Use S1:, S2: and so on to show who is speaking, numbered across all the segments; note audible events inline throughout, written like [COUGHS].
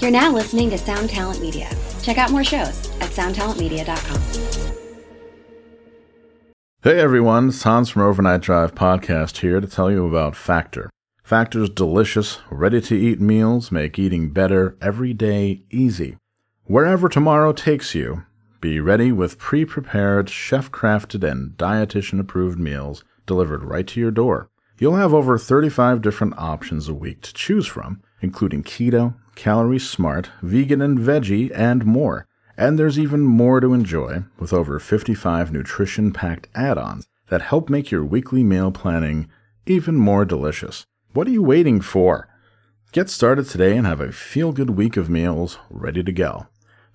S1: You're now listening to Sound Talent Media. Check out more shows at soundtalentmedia.com.
S2: Hey everyone, it's Hans from Overnight Drive Podcast here to tell you about Factor. Factor's delicious, ready to eat meals make eating better every day easy. Wherever tomorrow takes you, be ready with pre prepared, chef crafted, and dietitian approved meals delivered right to your door. You'll have over 35 different options a week to choose from, including keto, calorie smart, vegan and veggie, and more. And there's even more to enjoy with over 55 nutrition packed add ons that help make your weekly meal planning even more delicious. What are you waiting for? Get started today and have a feel good week of meals ready to go.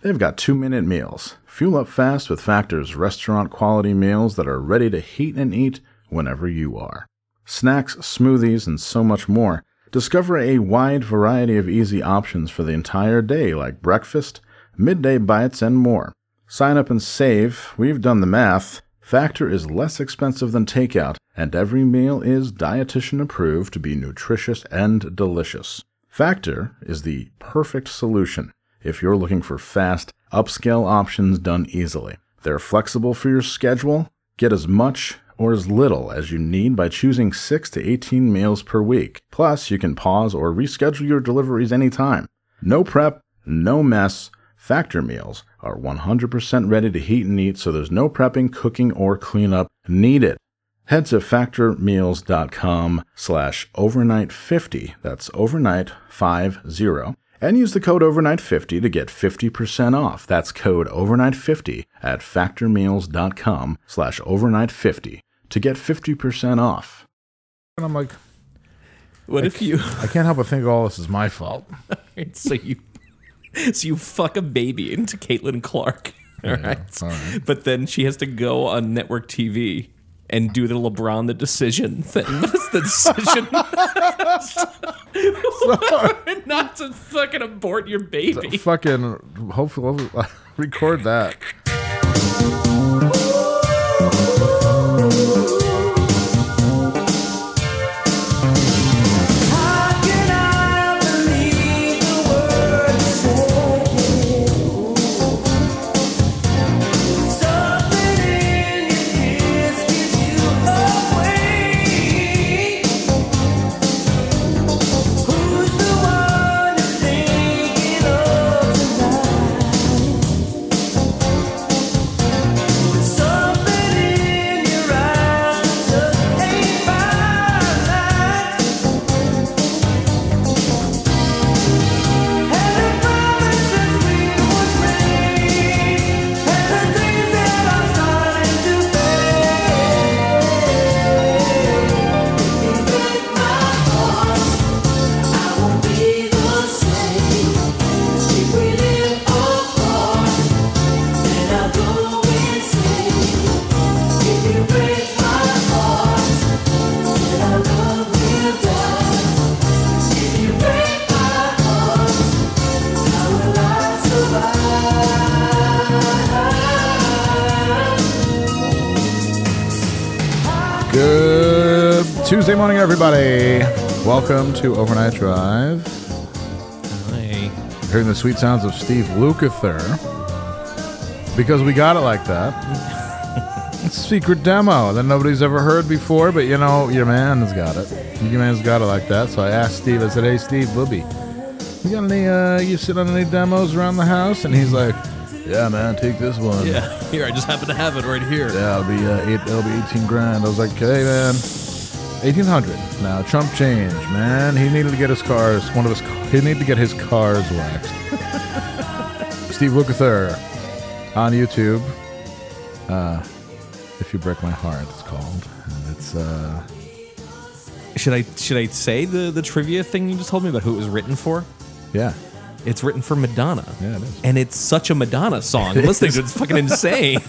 S2: They've got two minute meals. Fuel up fast with Factor's restaurant quality meals that are ready to heat and eat whenever you are. Snacks, smoothies, and so much more. Discover a wide variety of easy options for the entire day, like breakfast, midday bites, and more. Sign up and save. We've done the math. Factor is less expensive than takeout, and every meal is dietitian approved to be nutritious and delicious. Factor is the perfect solution if you're looking for fast, upscale options done easily. They're flexible for your schedule. Get as much or as little as you need by choosing 6 to 18 meals per week. Plus, you can pause or reschedule your deliveries anytime. No prep, no mess. Factor meals are 100% ready to heat and eat, so there's no prepping, cooking, or cleanup needed. Head to factormeals.com slash overnight50, that's overnight 50, and use the code overnight50 to get 50% off. That's code overnight50 at factormeals.com slash overnight50 to get 50% off.
S3: And I'm like,
S4: What if you?
S3: I can't help but think all this is my
S4: [LAUGHS]
S3: fault.
S4: [LAUGHS] so you, so you fuck a baby into Caitlin Clark. [LAUGHS] All right.
S3: all right.
S4: But then she has to go on network TV and do the LeBron the decision thing. [LAUGHS] What's the [LAUGHS] decision? [LAUGHS] Not to fucking abort your baby.
S3: Fucking, hopefully, [LAUGHS] record that. Good Tuesday morning, everybody. Welcome to Overnight Drive. Hearing the sweet sounds of Steve Lukather. Because we got it like that. It's a secret demo that nobody's ever heard before, but you know, your man has got it. Your man's got it like that. So I asked Steve, I said, hey, Steve, Booby, you got any, uh, you sit on any demos around the house? And he's like, yeah, man, take this one.
S4: [LAUGHS] Yeah. Here, I just happen to have it right here.
S3: Yeah, it'll be uh, eight, it'll be eighteen grand. I was like, hey man, eighteen hundred. Now Trump change, man. He needed to get his cars. One of his, he needed to get his cars waxed. Steve Lukather on YouTube. Uh, if you break my heart, it's called, and it's uh,
S4: Should I should I say the the trivia thing you just told me about who it was written for?
S3: yeah,
S4: It's written for Madonna.
S3: Yeah, it is.
S4: And it's such a
S3: [LAUGHS]
S4: Madonna song. Listening to it's fucking insane.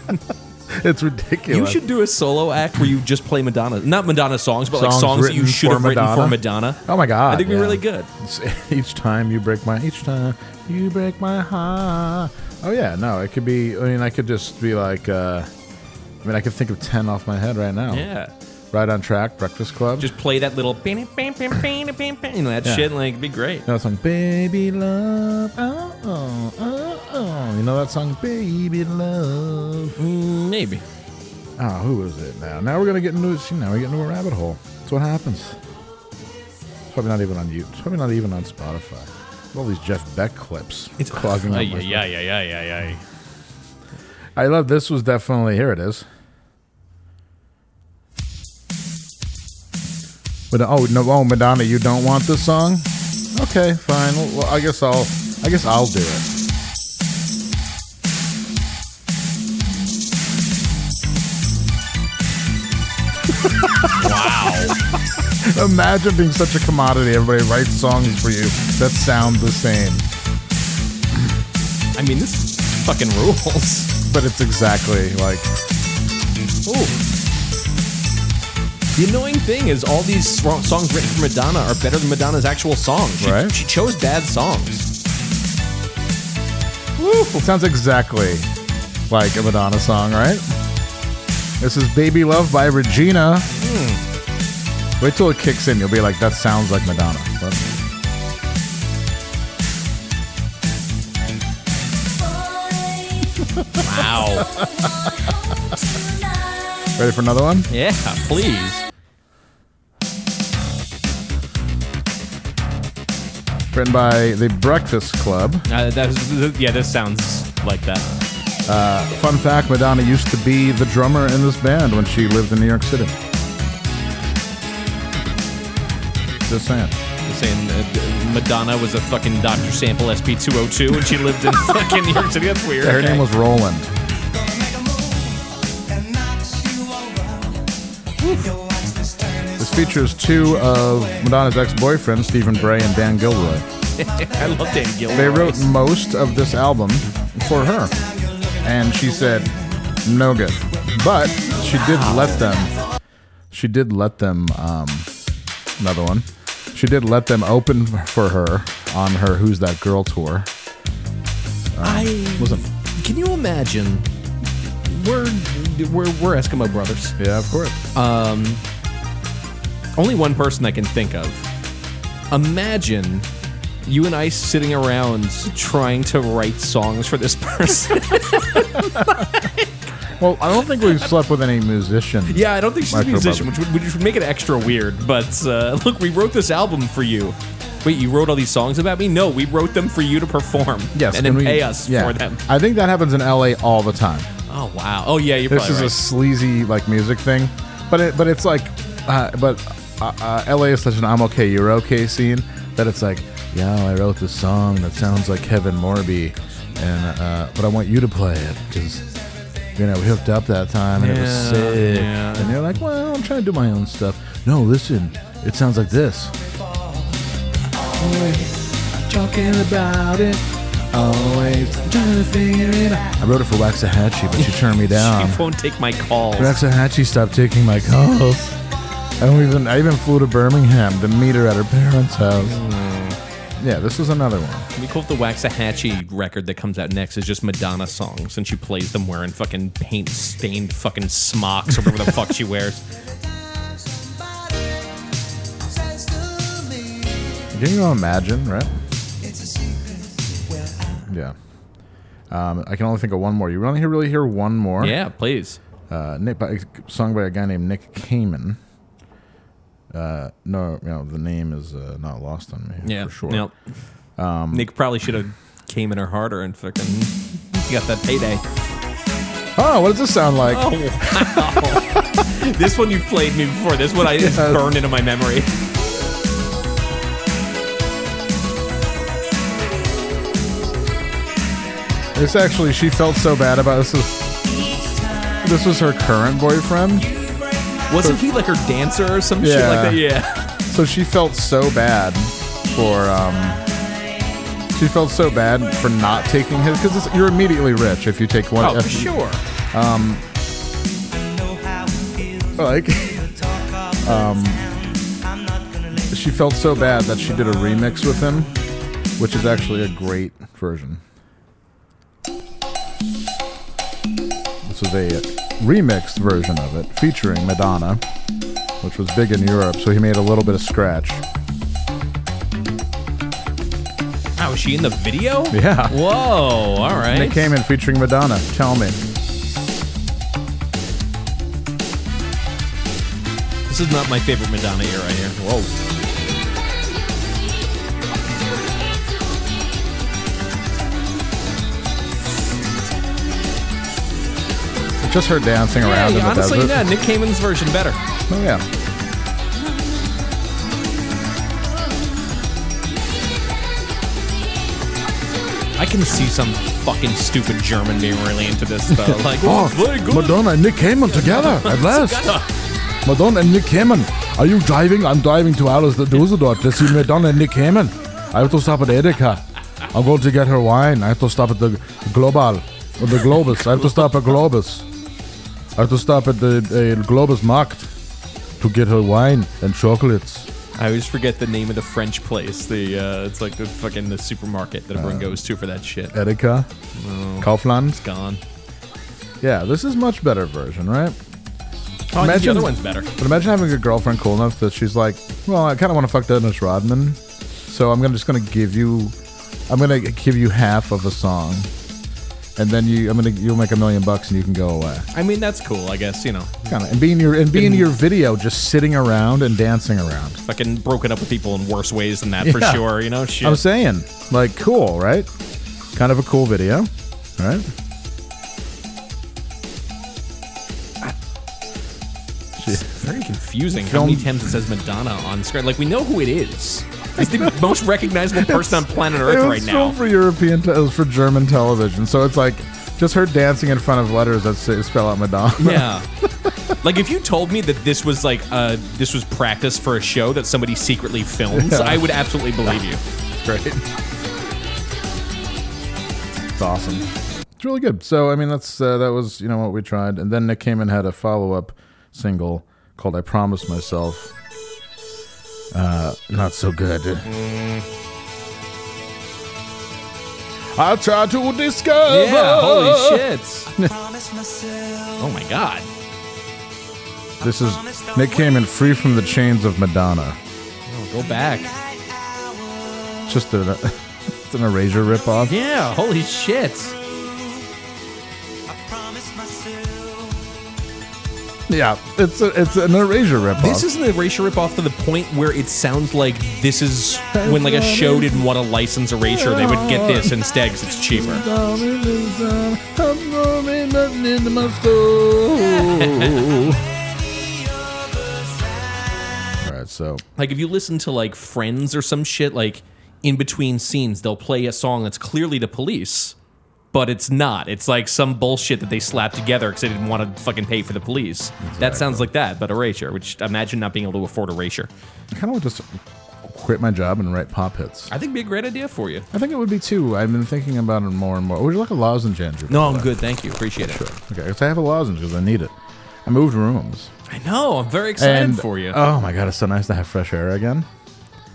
S3: it's ridiculous.
S4: You should do a solo act where you just play Madonna, not Madonna songs, but
S3: Songs
S4: like songs that you
S3: written
S4: should
S3: for
S4: have written for Madonna.
S3: Oh my god!
S4: I think
S3: yeah.
S4: we're really good.
S3: It's- [LAUGHS] Each time you break my, each time you break my heart. Oh yeah, no, it could be. I mean, I could just be like, uh, I mean, I could think of ten off my head right now.
S4: Yeah.
S2: Right on track, Breakfast Club.
S4: Just play that little, bing, bing, bing, bing, bing, bing, you know, that
S2: Yeah.
S4: shit, like, it'd be great.
S2: You know that song, Baby Love. Oh, oh, oh, oh. You know that song, Baby Love.
S4: Mm, maybe.
S2: Oh, who is it now? Now we're gonna get into see, now we get into a rabbit hole. That's what happens. It's probably not even on YouTube. It's probably not even on Spotify. All these Jeff Beck clips. It's [LAUGHS]
S4: [LAUGHS]
S2: clogging up.
S4: Ay,
S2: my-
S4: ay, ay, ay, ay, ay, ay.
S2: I love this. Was definitely here. It is. But oh no, oh Madonna, you don't want this song? Okay, fine. Well, I guess I'll. I guess I'll do it.
S4: Wow.
S2: [LAUGHS] Imagine being such a commodity. Everybody writes songs for you that sound the same,
S4: I mean, this fucking rules.
S2: but it's exactly like
S4: Ooh. The annoying thing is, all these sro- songs written for Madonna are better than Madonna's actual songs. She,
S2: Right.
S4: she chose bad songs.
S2: It sounds exactly like a Madonna song, right? This is Baby Love by Regina. Wait till it kicks in. You'll be like, that sounds like Madonna. But
S4: [LAUGHS] Wow.
S2: ready for another one?
S4: yeah, please.
S2: Written by The Breakfast Club.
S4: Uh, that's, yeah, this sounds like that.
S2: Uh, Fun fact Madonna used to be the drummer in this band when she lived in New York City. Just saying.
S4: Just saying uh, Madonna was a fucking Dr. Sample SP202 and she lived [LAUGHS] in fucking New York City. That's weird.
S2: Her name was Roland. This features two of Madonna's ex-boyfriends, Stephen Bray and Dan Gilroy.
S4: [LAUGHS] I love Dan Gilroy.
S2: They wrote most of this album for her, and she said, "No good." But she did let them. She did let them. Um, another one. She did let them open for her on her "Who's That Girl" tour. Um,
S4: I
S2: Listen,
S4: can you imagine? We're we're we're Eskimo brothers. Um,
S2: yeah, of course.
S4: Only one person I can think of. Imagine you and I sitting around trying to write songs for this [LAUGHS] person.
S2: Well, I don't think we've slept with any musician.
S4: yeah, I don't think she's
S2: Micro
S4: a musician, which
S2: brother.
S4: would, which would make it extra weird. But uh, [LAUGHS] look, we wrote this album for you. Wait, you wrote all these songs about me? No, we wrote them for you to perform.
S2: Yes,
S4: and then
S2: we-
S4: pay us
S2: yeah.
S4: for them.
S2: I think that happens in LA all the time.
S4: Oh wow. Oh yeah, you're
S2: This
S4: probably
S2: is a
S4: right.
S2: sleazy like music thing, but it, but it's like, uh, but uh, uh, LA is such an I'm okay, you're okay scene that it's like, yeah, I wrote this song that sounds like Kevin Morby, and uh, but I want you to play it because. You know, we hooked up that time and it was
S4: Yeah,
S2: sick.
S4: yeah.
S2: And they're like, well, I'm trying to do my own stuff. No, listen, it sounds like this. Talking about it, always trying to figure it out. I wrote it for Waxahachie, but she turned me down.
S4: [LAUGHS] she won't take my calls.
S2: Waxahachie stopped taking my calls. I even I even flew to Birmingham to meet her at her parents' house.
S4: Mm.
S2: Yeah, this is another one.
S4: We call it the Waxahachie record that comes out next is just Madonna songs, and she plays them wearing fucking paint stained fucking smocks or whatever the fuck she
S2: [LAUGHS]
S4: wears.
S2: Can you imagine, right? Yeah. Um, I can only think of one more. You want to hear, really hear one more?
S4: Yeah, please.
S2: Uh, Nick, by, song by a guy named Nick Kamen. Uh, no, you know, the name is uh, not lost on me.
S4: Yeah,
S2: for sure. Um,
S4: Yep. Nick probably should have came in her harder and fucking got that payday.
S2: Oh, what does this sound like?
S4: Oh wow! [LAUGHS] this one you played me before. This one I it's
S2: Yes.
S4: burned into my memory. [LAUGHS]
S2: This actually, she felt so bad about this. Is, this was her current boyfriend.
S4: Wasn't he like her dancer or some shit like that? Yeah.
S2: So she felt so bad for um she felt so bad for not taking his because you're immediately rich if you take one.
S4: Oh,
S2: if-
S4: for sure.
S2: Like, um, she felt so bad that she did a remix with him, which is actually a great version. This is a remixed version of it featuring Madonna which was big in Europe, so he made a little bit of scratch.
S4: Oh, is she in the video?
S2: Yeah.
S4: Whoa, all right.
S2: And it came in featuring Madonna. Tell me.
S4: This is not my favorite Madonna era here. Whoa.
S2: Just her dancing around in the
S4: honestly,
S2: desert.
S4: yeah, Nick Cayman's version better.
S2: Oh
S4: [LAUGHS]
S2: yeah.
S4: I can see some fucking stupid German being really into this though.
S2: [LAUGHS]
S4: Like,
S2: Oh,
S4: very good.
S2: Madonna and Nick Cayman together
S4: [LAUGHS]
S2: at last. Madonna and Nick Cayman. Are you driving? I'm driving to Alice the Dusseldorf to see Madonna and Nick Cayman. I have to stop at Edeka. I'm going to get her wine. I have to stop at the Global or the Globus. I have to stop at Globus. I have to stop at the uh, Globus Markt to get her wine and chocolates.
S4: I always forget the name of the French place. The uh, it's like the fucking the supermarket that
S2: Uh,
S4: everyone goes to for that shit.
S2: Edeka, Kaufland.
S4: It's gone.
S2: Yeah, this is much better version, right?
S4: Oh, I think the
S2: Imagine-
S4: other one's better.
S2: But imagine having a girlfriend cool enough that she's like, "Well, I kind of want to fuck Dennis Rodman, so I'm gonna just gonna give you, I'm gonna give you half of a song, and then you, I'm gonna you'll make a million bucks and you can go away."
S4: I mean, that's cool. I guess you know,
S2: Kind of, and being your and being your video, just sitting around and dancing around.
S4: fucking broken up with people in worse ways than that for
S2: Yeah.
S4: sure. You know, Oh, shit.
S2: I'm saying, like, cool, right? Kind of a cool video, right?
S4: It's very confusing how many times it says Madonna on screen. Like we know who it is. It's
S2: [LAUGHS]
S4: the most recognizable person on planet
S2: it
S4: Earth
S2: was
S4: right now.
S2: filmed for European, te- it was for German television, so it's like just her dancing in front of letters that say, spell out Madonna.
S4: [LAUGHS] Yeah. like if you told me that this was like uh this was practice for a show that somebody secretly films, I would absolutely believe you.
S2: Great. It's awesome. It's really good. So I mean, that's uh, that was you know what we tried, and then Nick Cayman had a follow up single called "I Promise Myself." Uh, not so good. I try to discover.
S4: Yeah, holy shit.
S2: [LAUGHS]
S5: Promise myself.
S4: Oh my god.
S2: This is Nick Cayman free from the chains of Madonna.
S4: Oh, go back.
S2: It's [LAUGHS] Just a, it's an erasure ripoff.
S4: Yeah, holy shit.
S5: I promise myself.
S2: Yeah, it's a, it's an erasure ripoff.
S4: This is an erasure ripoff to the point where it sounds like this is when like a show didn't want to license erasure, they would get this instead because it's cheaper.
S6: [LAUGHS]
S2: Alright, so
S4: Like if you listen to like Friends or some shit, like in between scenes, they'll play a song that's clearly the police, but it's not. It's like some bullshit that they slapped together because they didn't want to fucking pay for the police. That sounds like that, but erasure, which imagine not being able to afford erasure.
S2: I kind of want to just quit my job and write pop hits.
S4: I think it'd be a great idea for you.
S2: I think it would be too. I've been thinking about it more and more. Would you like a lozenge, Andrew?
S4: No, I'm good. Thank you. Appreciate it.
S2: Okay, because I have a lozenge because I need it. I moved rooms.
S4: I know. I'm very excited for you.
S2: Oh my god, it's so nice to have fresh air again.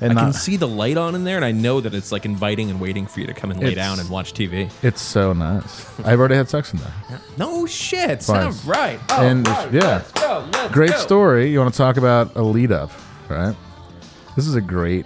S2: And
S4: I can
S2: not-
S4: see the light on in there, and I know that it's like inviting and waiting for you to come and lay
S2: It's-
S4: down and watch TV.
S2: it's so nice. I've already had sex in there.
S4: No shit.
S2: Fine.
S4: Sound right. All
S2: And it's-
S4: right,
S2: yeah.
S4: let's go, let's
S2: Great
S4: go.
S2: story. You want to talk about a lead up, right? This is a great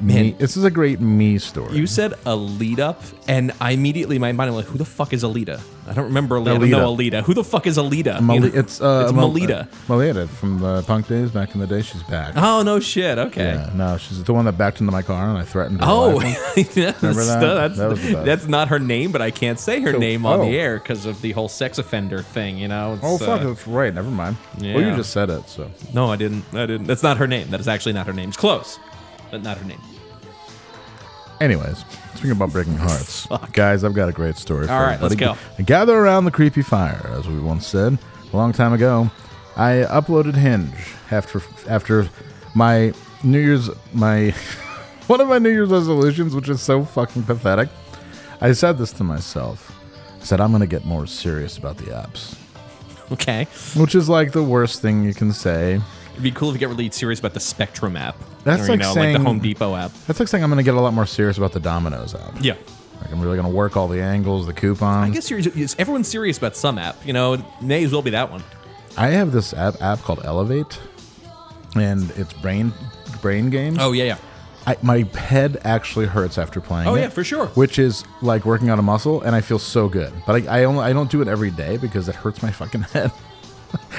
S2: me.
S4: Man.
S2: This is a great me story.
S4: You said Alita, up, and I immediately in my mind I'm like, who the fuck is Alita? I don't remember Alita. I don't know Alita. Who the fuck is Alita?
S2: Mali-
S4: You know?
S2: it's uh,
S4: it's
S2: Mal-
S4: Melita.
S2: Melita from the punk days back in the day. She's back.
S4: Oh no shit. Okay.
S2: Yeah, no, she's the one that backed into my car and I threatened. Her
S4: [LAUGHS] Oh,
S2: life.
S4: yes,
S2: that?
S4: That's,
S2: That was the best.
S4: that's not her name, but I can't say her
S2: So-
S4: name on
S2: oh.
S4: the air because of the whole sex offender thing. You know? It's,
S2: oh fuck,
S4: uh,
S2: that's right. Never mind. Well, you
S4: Yeah.
S2: just said it, so
S4: No, I didn't. I didn't. That's not her name. That is actually not her name. It's close, but not her name.
S2: Anyways, speaking about
S4: [LAUGHS]
S2: breaking hearts, guys, I've got a great story.
S4: All
S2: for
S4: right, let's
S2: everybody. Gather around the creepy fire, as we once said a long time ago. I uploaded Hinge after after my New Year's my [LAUGHS] one of my New Year's resolutions, which is so fucking pathetic. I said this to myself. I said I'm gonna get more serious about the apps,
S4: Okay.
S2: which is like the worst thing you can say.
S4: It'd be cool if you get really serious about the Spectrum app.
S2: That's
S4: or,
S2: like
S4: you know, like
S2: saying-
S4: the Home Depot app.
S2: That's like saying I'm gonna get a lot more serious about the Domino's app.
S4: Yeah.
S2: Like I'm really gonna work all the angles, the coupons.
S4: I guess you're, it's- everyone's serious about some app. You know, it may as well be that one.
S2: I have this app, app called Elevate, and it's brain brain games.
S4: Oh yeah, yeah.
S2: I, my head actually hurts after playing.
S4: Oh,
S2: it,
S4: yeah, for sure.
S2: Which is like working on a muscle, and I feel so good. But I, I only I don't do it every day because it hurts my fucking [LAUGHS] head.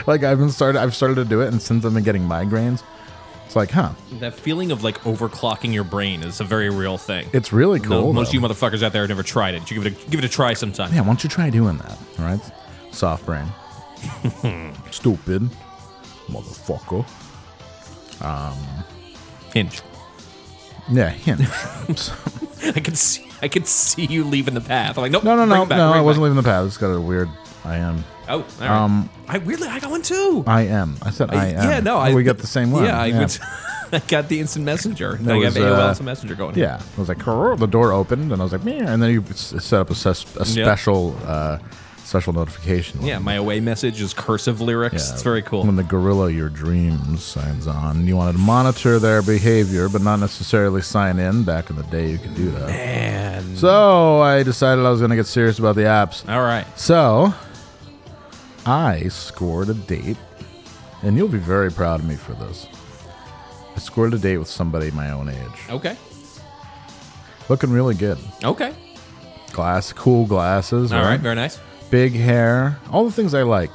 S2: like I've been started I've started to do it, and since I've been getting migraines, it's like, huh,
S4: That feeling of like overclocking your brain is a very real thing.
S2: it's really
S4: No,
S2: cool.
S4: most
S2: though.
S4: of you motherfuckers out there have never tried it. You give it a, give it a try sometime. [LAUGHS]
S2: Yeah, why don't you try doing that? All right, soft brain, stupid motherfucker. Um,
S4: Hinge.
S2: Yeah, him.
S4: [LAUGHS] I can see I can see you leaving the path. I'm like, nope.
S2: no, no,
S4: bring
S2: no,
S4: it back,
S2: no.
S4: bring
S2: I
S4: it
S2: wasn't
S4: back.
S2: leaving the path. It's got a weird. I am. Um,
S4: Oh, all right. I weirdly I got one too.
S2: I am. I said I, am.
S4: yeah, no,
S2: Oh,
S4: I,
S2: we got the same one.
S4: Yeah, I, went- [LAUGHS] I got the instant messenger. [LAUGHS] I
S2: was,
S4: got AOL
S2: uh,
S4: instant messenger going.
S2: Yeah, I was like, "Grrr," the door opened, and I was like, Meh, and then you s- set up a, ses- a special, uh, special notification.
S4: yeah. My away message is cursive lyrics.
S2: Yeah,
S4: It's very cool.
S2: When the gorilla your dreams signs on, you wanted to monitor their behavior, but not necessarily sign in. Back in the day, you could do that.
S4: And
S2: So I decided I was going to get serious about the apps.
S4: all right,
S2: So I scored a date, and you'll be very proud of me for this. I scored a date with somebody my own age,
S4: okay,
S2: looking really good.
S4: okay,
S2: Glass, cool glasses.
S4: all right, very nice.
S2: big hair, all the things I like,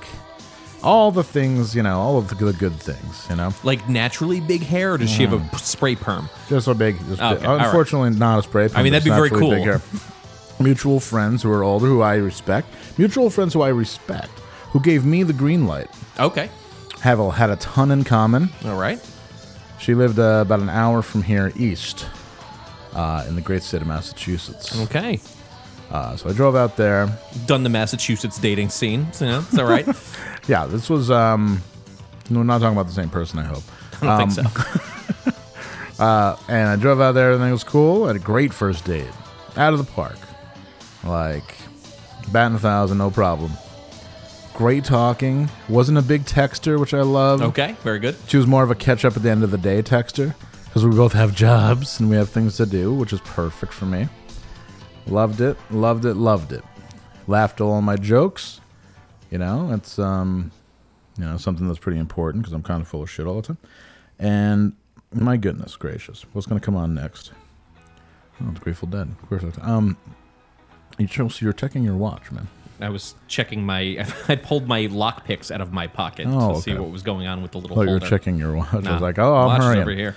S2: all the things you know, all of the good, good things you know.
S4: Like naturally big hair, or does she have
S2: Mm-hmm.
S4: a p- spray perm?
S2: Just so big. just
S4: Okay,
S2: big-
S4: all right.
S2: Unfortunately, not a spray.
S4: I mean, that'd
S2: paint,
S4: be
S2: but
S4: very
S2: it's naturally
S4: cool.
S2: big hair. Mutual friends who are older, who I respect. Mutual friends who I respect, who gave me the green light.
S4: Okay,
S2: Have a, had a ton in common.
S4: all right.
S2: She lived uh, about an hour from here east uh, in the great state of Massachusetts.
S4: Okay.
S2: Uh, so I drove out there.
S4: Done the Massachusetts dating scene. So, yeah, it's all
S2: [LAUGHS]
S4: right.
S2: Yeah, this was. Um, no, we're not talking about the same person, I hope. Um, uh,
S4: I don't think so.
S2: [LAUGHS] And I drove out there, and it was cool. had a great first date. Out of the park. Like, batting a thousand, no problem. Great talking. Wasn't a big texter, which I love.
S4: Okay, very good.
S2: She was more of a catch up at the end of the day texter because we both have jobs and we have things to do, which is perfect for me. Loved it, loved it, loved it. Laughed at all my jokes. You know, it's um, you know something that's pretty important because I'm kind of full of shit all the time. And my goodness gracious, what's going to come on next? Oh, the Grateful Dead. Of course. Um, you chose, you're checking your watch, man.
S4: I was checking my. [LAUGHS] I pulled my lock picks out of my pocket
S2: Oh,
S4: to see
S2: okay.
S4: what was going on with the little.
S2: Oh, you're
S4: holder.
S2: checking your watch. I
S4: Nah,
S2: was like, oh, I'm
S4: watch is
S2: hurrying.
S4: over here.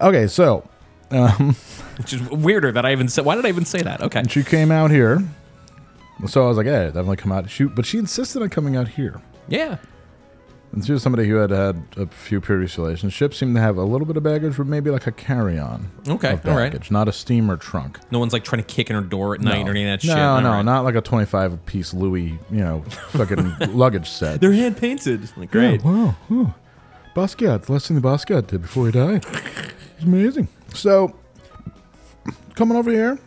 S2: Okay, so um, [LAUGHS]
S4: Which is weirder that I even said. Why did I even say that? Okay.
S2: And she came out here. So I was like, hey, definitely come out. Shoot. But she insisted on coming out here.
S4: Yeah.
S2: And she was somebody who had had a few previous relationships, seemed to have a little bit of baggage, but maybe like a carry on.
S4: Okay,
S2: Of
S4: all right.
S2: baggage, not a steamer trunk.
S4: No one's like trying to kick in her door at night or any of that
S2: no,
S4: shit.
S2: no,
S4: All right.
S2: not like a 25 piece Louis, you know,
S4: [LAUGHS]
S2: fucking luggage set.
S4: They're hand painted. Like, great.
S2: Yeah, wow. Huh. Basquiat, the last thing the Basquiat did before he died. It's amazing. So, coming over here,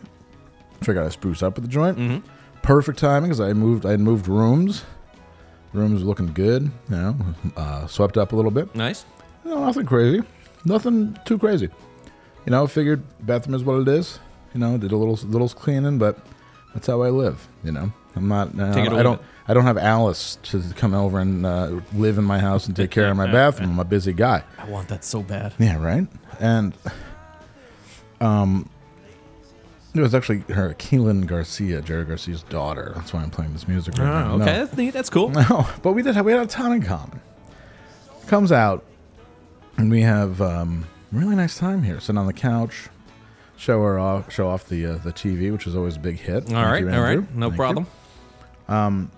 S2: figured I'd spruce up with the joint. Perfect timing because I moved. I had moved rooms. Rooms were looking good. You know, uh, swept up a little bit.
S4: Nice.
S2: No, nothing crazy. Nothing too crazy. You know, figured bathroom is what it is. You know, did a little little cleaning, but that's how I live. You know, I'm not. Uh,
S4: Take it
S2: I don't.
S4: away.
S2: I don't have Alice to come over and uh, live in my house and take care of my bathroom. I'm a busy guy.
S4: I want that so bad.
S2: Yeah, right. And um, it was actually her Keelan Garcia, Jerry Garcia's daughter. That's why I'm playing this music right now.
S4: Oh,
S2: No.
S4: okay. That's neat. That's cool.
S2: [LAUGHS] No, but we did have we had a ton in common. Comes out, and we have um, a really nice time here. Sit on the couch, show her off, show off the uh, the TV, which is always a big hit.
S4: All right. all right. No problem.
S2: Um,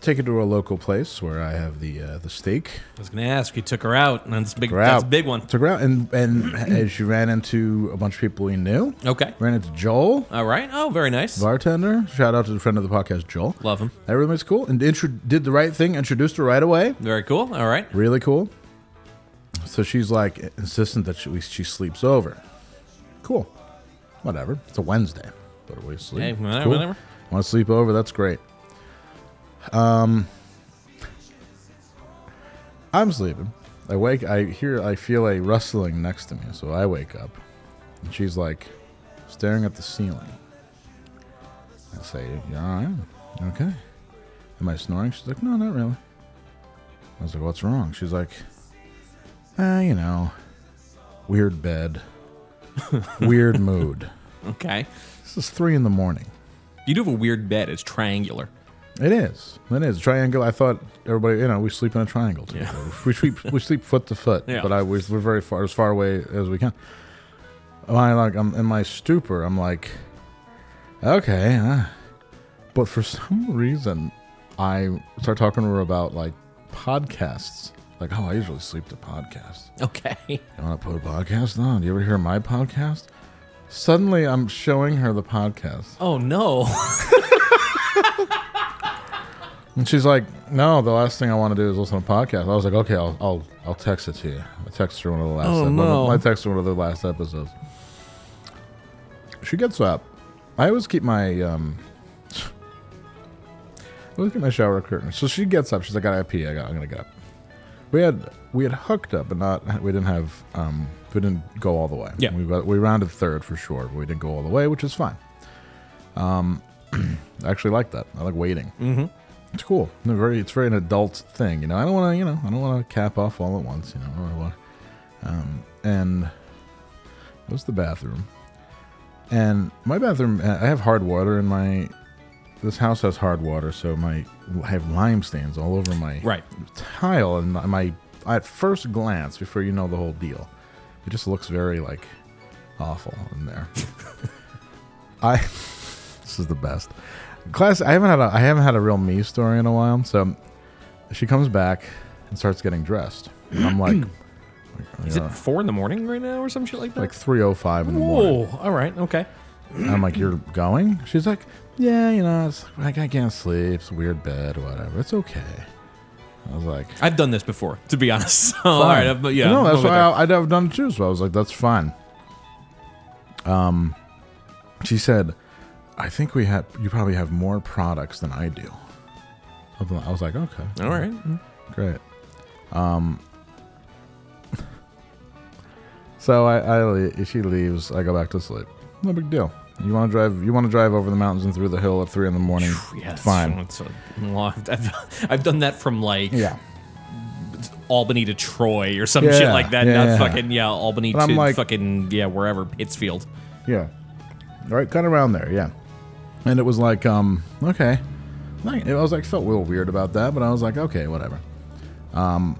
S2: Take her to a local place where I have the uh, the steak.
S4: I was gonna ask. You took her out, and that's a big.
S2: Took her
S4: That's
S2: out.
S4: a big one.
S2: Took her out, and and [CLEARS THROAT] as she ran into a bunch of people we knew.
S4: Okay.
S2: Ran into Joel,
S4: All right. Oh, very nice.
S2: bartender. Shout out to the friend of the podcast, Joel.
S4: Love him.
S2: Everything's cool, and intro- did the right thing. Introduced her right away.
S4: Very cool. All right.
S2: really cool. So she's like insistent that she, she sleeps over. Cool, whatever. It's a Wednesday. But we sleep.
S4: Hey, whatever, whatever.
S2: Want to sleep over? That's great. Um, I'm sleeping. I wake. I hear. I feel a rustling next to me. So I wake up, and she's like staring at the ceiling. I say, "Yeah, all right, okay." Am I snoring? She's like, "No, not really." I was like, "What's wrong?" She's like, Uh, you know, weird bed, weird mood.
S4: Okay.
S2: This is three in the morning.
S4: You do have a weird bed. It's triangular.
S2: It is. It is triangle. I thought everybody, you know, we sleep in a triangle. together. We sleep.
S4: [LAUGHS]
S2: We sleep foot to foot.
S4: Yeah.
S2: But I was we're very far as far away as we can. When I like I'm in my stupor. I'm like, okay, uh, but for some reason, I start talking to her about like podcasts. Like, oh, I usually sleep to podcasts.
S4: Okay.
S2: You want to put a podcast on? Do you ever hear my podcast? Suddenly, I'm showing her the podcast.
S4: Oh no.
S2: And she's like, "No, the last thing I want to do is listen to podcasts." I was like, "Okay, I'll I'll, I'll text it to you." I texted her one of the last.
S4: Oh,
S2: one of-
S4: no.
S2: I texted her one of the last episodes. She gets up. I always keep my um. I always keep my shower curtain. So she gets up. She's like, "I gotta pee. I got. I'm gonna get up." We had we had hooked up, but not we didn't have um we didn't go all the way.
S4: Yeah.
S2: we got, we rounded third for sure, but we didn't go all the way, which is fine. Um, [CLEARS THROAT] I actually like that. I like waiting. It's cool. They're very, it's very an adult thing, you know. I don't want to, you know, I don't want to cap off all at once, you know. I don't wanna- Um, and it was the bathroom, and my bathroom. I have hard water in my. This house has hard water, so my I have lime stains all over my
S4: Right.
S2: tile, and my- my at first glance, before you know the whole deal, it just looks very like awful
S4: [LAUGHS]
S2: in there. I [LAUGHS] this is the best. Class I haven't had a I haven't had a real me story in a while. So she comes back and starts getting dressed. And
S4: [CLEARS THROAT]
S2: I'm like
S4: Is it [LAUGHS] four in the morning right now or some shit like that?
S2: like 3:05 in the morning.
S4: Whoa. All right. Okay.
S2: And I'm like you're going? She's like, "Yeah, you know, it's like I can't sleep. It's a weird bed, whatever. It's okay." I was like,
S4: I've done this before, to be honest. [LAUGHS] So, all
S2: fine.
S4: right. I've- yeah.
S2: No,
S4: I'm
S2: that's
S4: over
S2: why
S4: there.
S2: I, I'd have done it too. So I was like, that's fine. Um, she said, I think we have, you probably have more products than I do. Something like- I was like, okay,
S4: all right. Mm-hmm.
S2: great. Um, [LAUGHS] so I, I, le- she leaves. I go back to sleep. No big deal. You want to drive? You want to drive over the mountains and through the hill at three in the morning?
S4: Yes.
S2: fine.
S4: So, well, I've, I've, [LAUGHS] I've done that from like
S2: Yeah.
S4: Albany to Troy or some
S2: Yeah,
S4: shit like that.
S2: yeah,
S4: Not
S2: yeah.
S4: fucking yeah, Albany
S2: But I'm
S4: to
S2: like-
S4: fucking yeah, wherever Pittsfield.
S2: Yeah. Right, kind of around there, yeah. And it was like, um, okay. Like, I was like, felt a little weird about that, but I was like, okay, whatever. Um,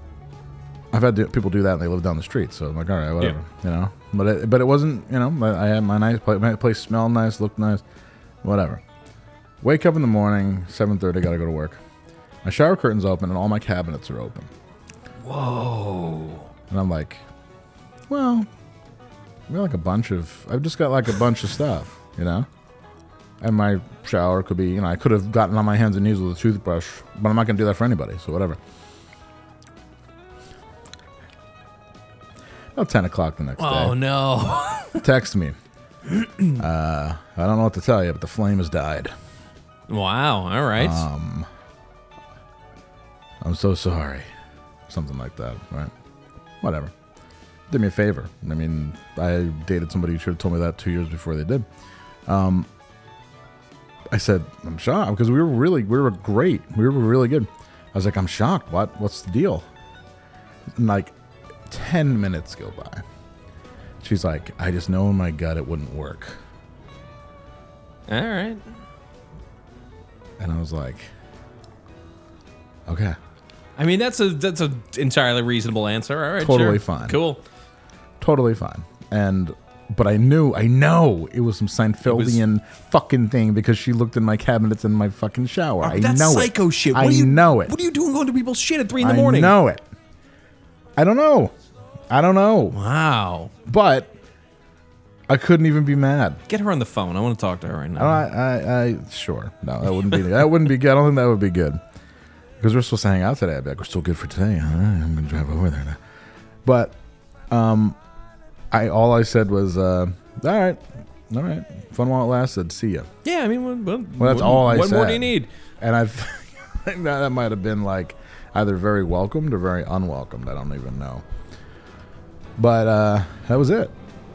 S2: I've had do- people do that and they live down the street, so I'm like, all right, whatever, you know. But it, but it wasn't, you know. I I had my nice, pla- my place smelled nice, looked nice, whatever. Wake up in the morning, seven thirty, gotta go to work. My shower curtain's open and all my cabinets are open. Whoa! And I'm like, well, we got like a bunch of. I've just got like a bunch of stuff, you know. And my shower could be, you know, I could have gotten on my hands and knees with a toothbrush, but I'm not going to do that for anybody, so whatever. About ten o'clock the next
S4: Oh
S2: day,
S4: no.
S2: text me. [CLEARS THROAT] uh, I don't know what to tell you, but the flame has died.
S4: Wow. All right.
S2: Uh, Um, I'm so sorry. Something like that, right? Whatever. Did me a favor. I mean, I dated somebody who should have told me that two years before they did. Um, I said, I'm shocked because we were really, we were great. We were really good. I was like, I'm shocked. What? What's the deal? And like 10 minutes go by. She's like, I just know in my gut it wouldn't work.
S4: all right.
S2: And I was like, okay.
S4: I mean, that's a that's a entirely reasonable answer. All right.
S2: Totally
S4: sure.
S2: fine.
S4: Cool.
S2: totally fine. And but I knew, I know it was some Seinfeldian fucking thing because she lookoked in my cabinets in my fucking shower. I
S4: Oh, that's
S2: know
S4: psycho
S2: it.
S4: shit. What
S2: I
S4: are you,
S2: know it.
S4: What are you doing going to people's shit at three in the
S2: Oh, I
S4: morning?
S2: know it. I don't know. I don't know.
S4: Wow.
S2: But I couldn't even be mad.
S4: Get her on the phone. I want to talk to her right now.
S2: I, I, I sure. No, that wouldn't be. That wouldn't be good. I don't think that would be good. Because we're supposed to hang out today. I'd be like, we're still good for today. All right, I'm gonna drive over there now. But, um, I all I said was, uh, all right, all right, fun while it lasted. See ya.
S4: yeah. I mean, what, what,
S2: Oh. Well, that's
S4: what-
S2: all I
S4: What more
S2: said.
S4: do you need?
S2: And I [LAUGHS] think that, that might have been like either very welcomed or very unwelcomed. I don't even know. But uh, that was it.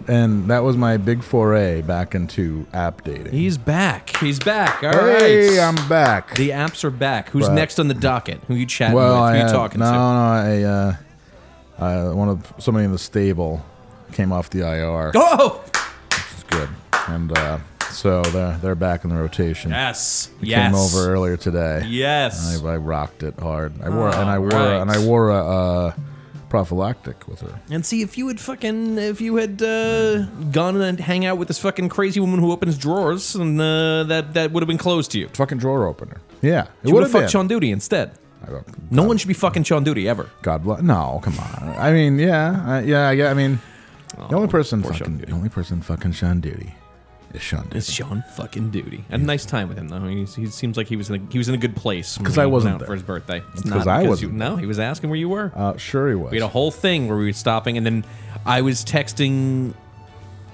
S2: And that was my big foray back into app dating.
S4: He's back. He's back. All right.
S2: hey, I'm back.
S4: The apps are back. Who's
S2: But-
S4: next on the docket? Who you chatting
S2: well,
S4: with? Who
S2: I
S4: you
S2: had-
S4: talking
S2: no,
S4: to?
S2: no, I, uh, Uh, one of somebody in the stable came off the IR.
S4: Oh,
S2: It's good, and uh, so they're they're back in the rotation.
S4: yes,
S2: It
S4: yes,
S2: Came over earlier today.
S4: yes.
S2: I, I rocked it hard. I wore and I wore
S4: Alright.
S2: and I wore a uh, prophylactic with her.
S4: And see if you had fucking if you had uh, gone and hang out with this fucking crazy woman who opens drawers, and uh, that that would have been closed to you.
S2: Fucking drawer opener. Yeah,
S4: You
S2: it would
S4: would have
S2: have
S4: fucked Sean Duty instead. No one should be fucking Sean Duty ever.
S2: God bless. No, come on. I mean, yeah, I, yeah, I, get- I mean, the only person
S4: Oh, poor Sean
S2: fucking, the
S4: Duty.
S2: only person fucking Sean Duty is Sean Duty.
S4: It's Sean fucking Duty. I had a nice time with him though. He, he seems like he was in a, he was in a good place when
S2: 'Cause
S4: he
S2: I
S4: went
S2: wasn't
S4: out
S2: there.
S4: for his birthday. It's
S2: 'Cause
S4: not
S2: I
S4: because
S2: wasn't
S4: You, no, he was asking where you were.
S2: Uh, sure he was.
S4: we had a whole thing where we were stopping, and then I was texting.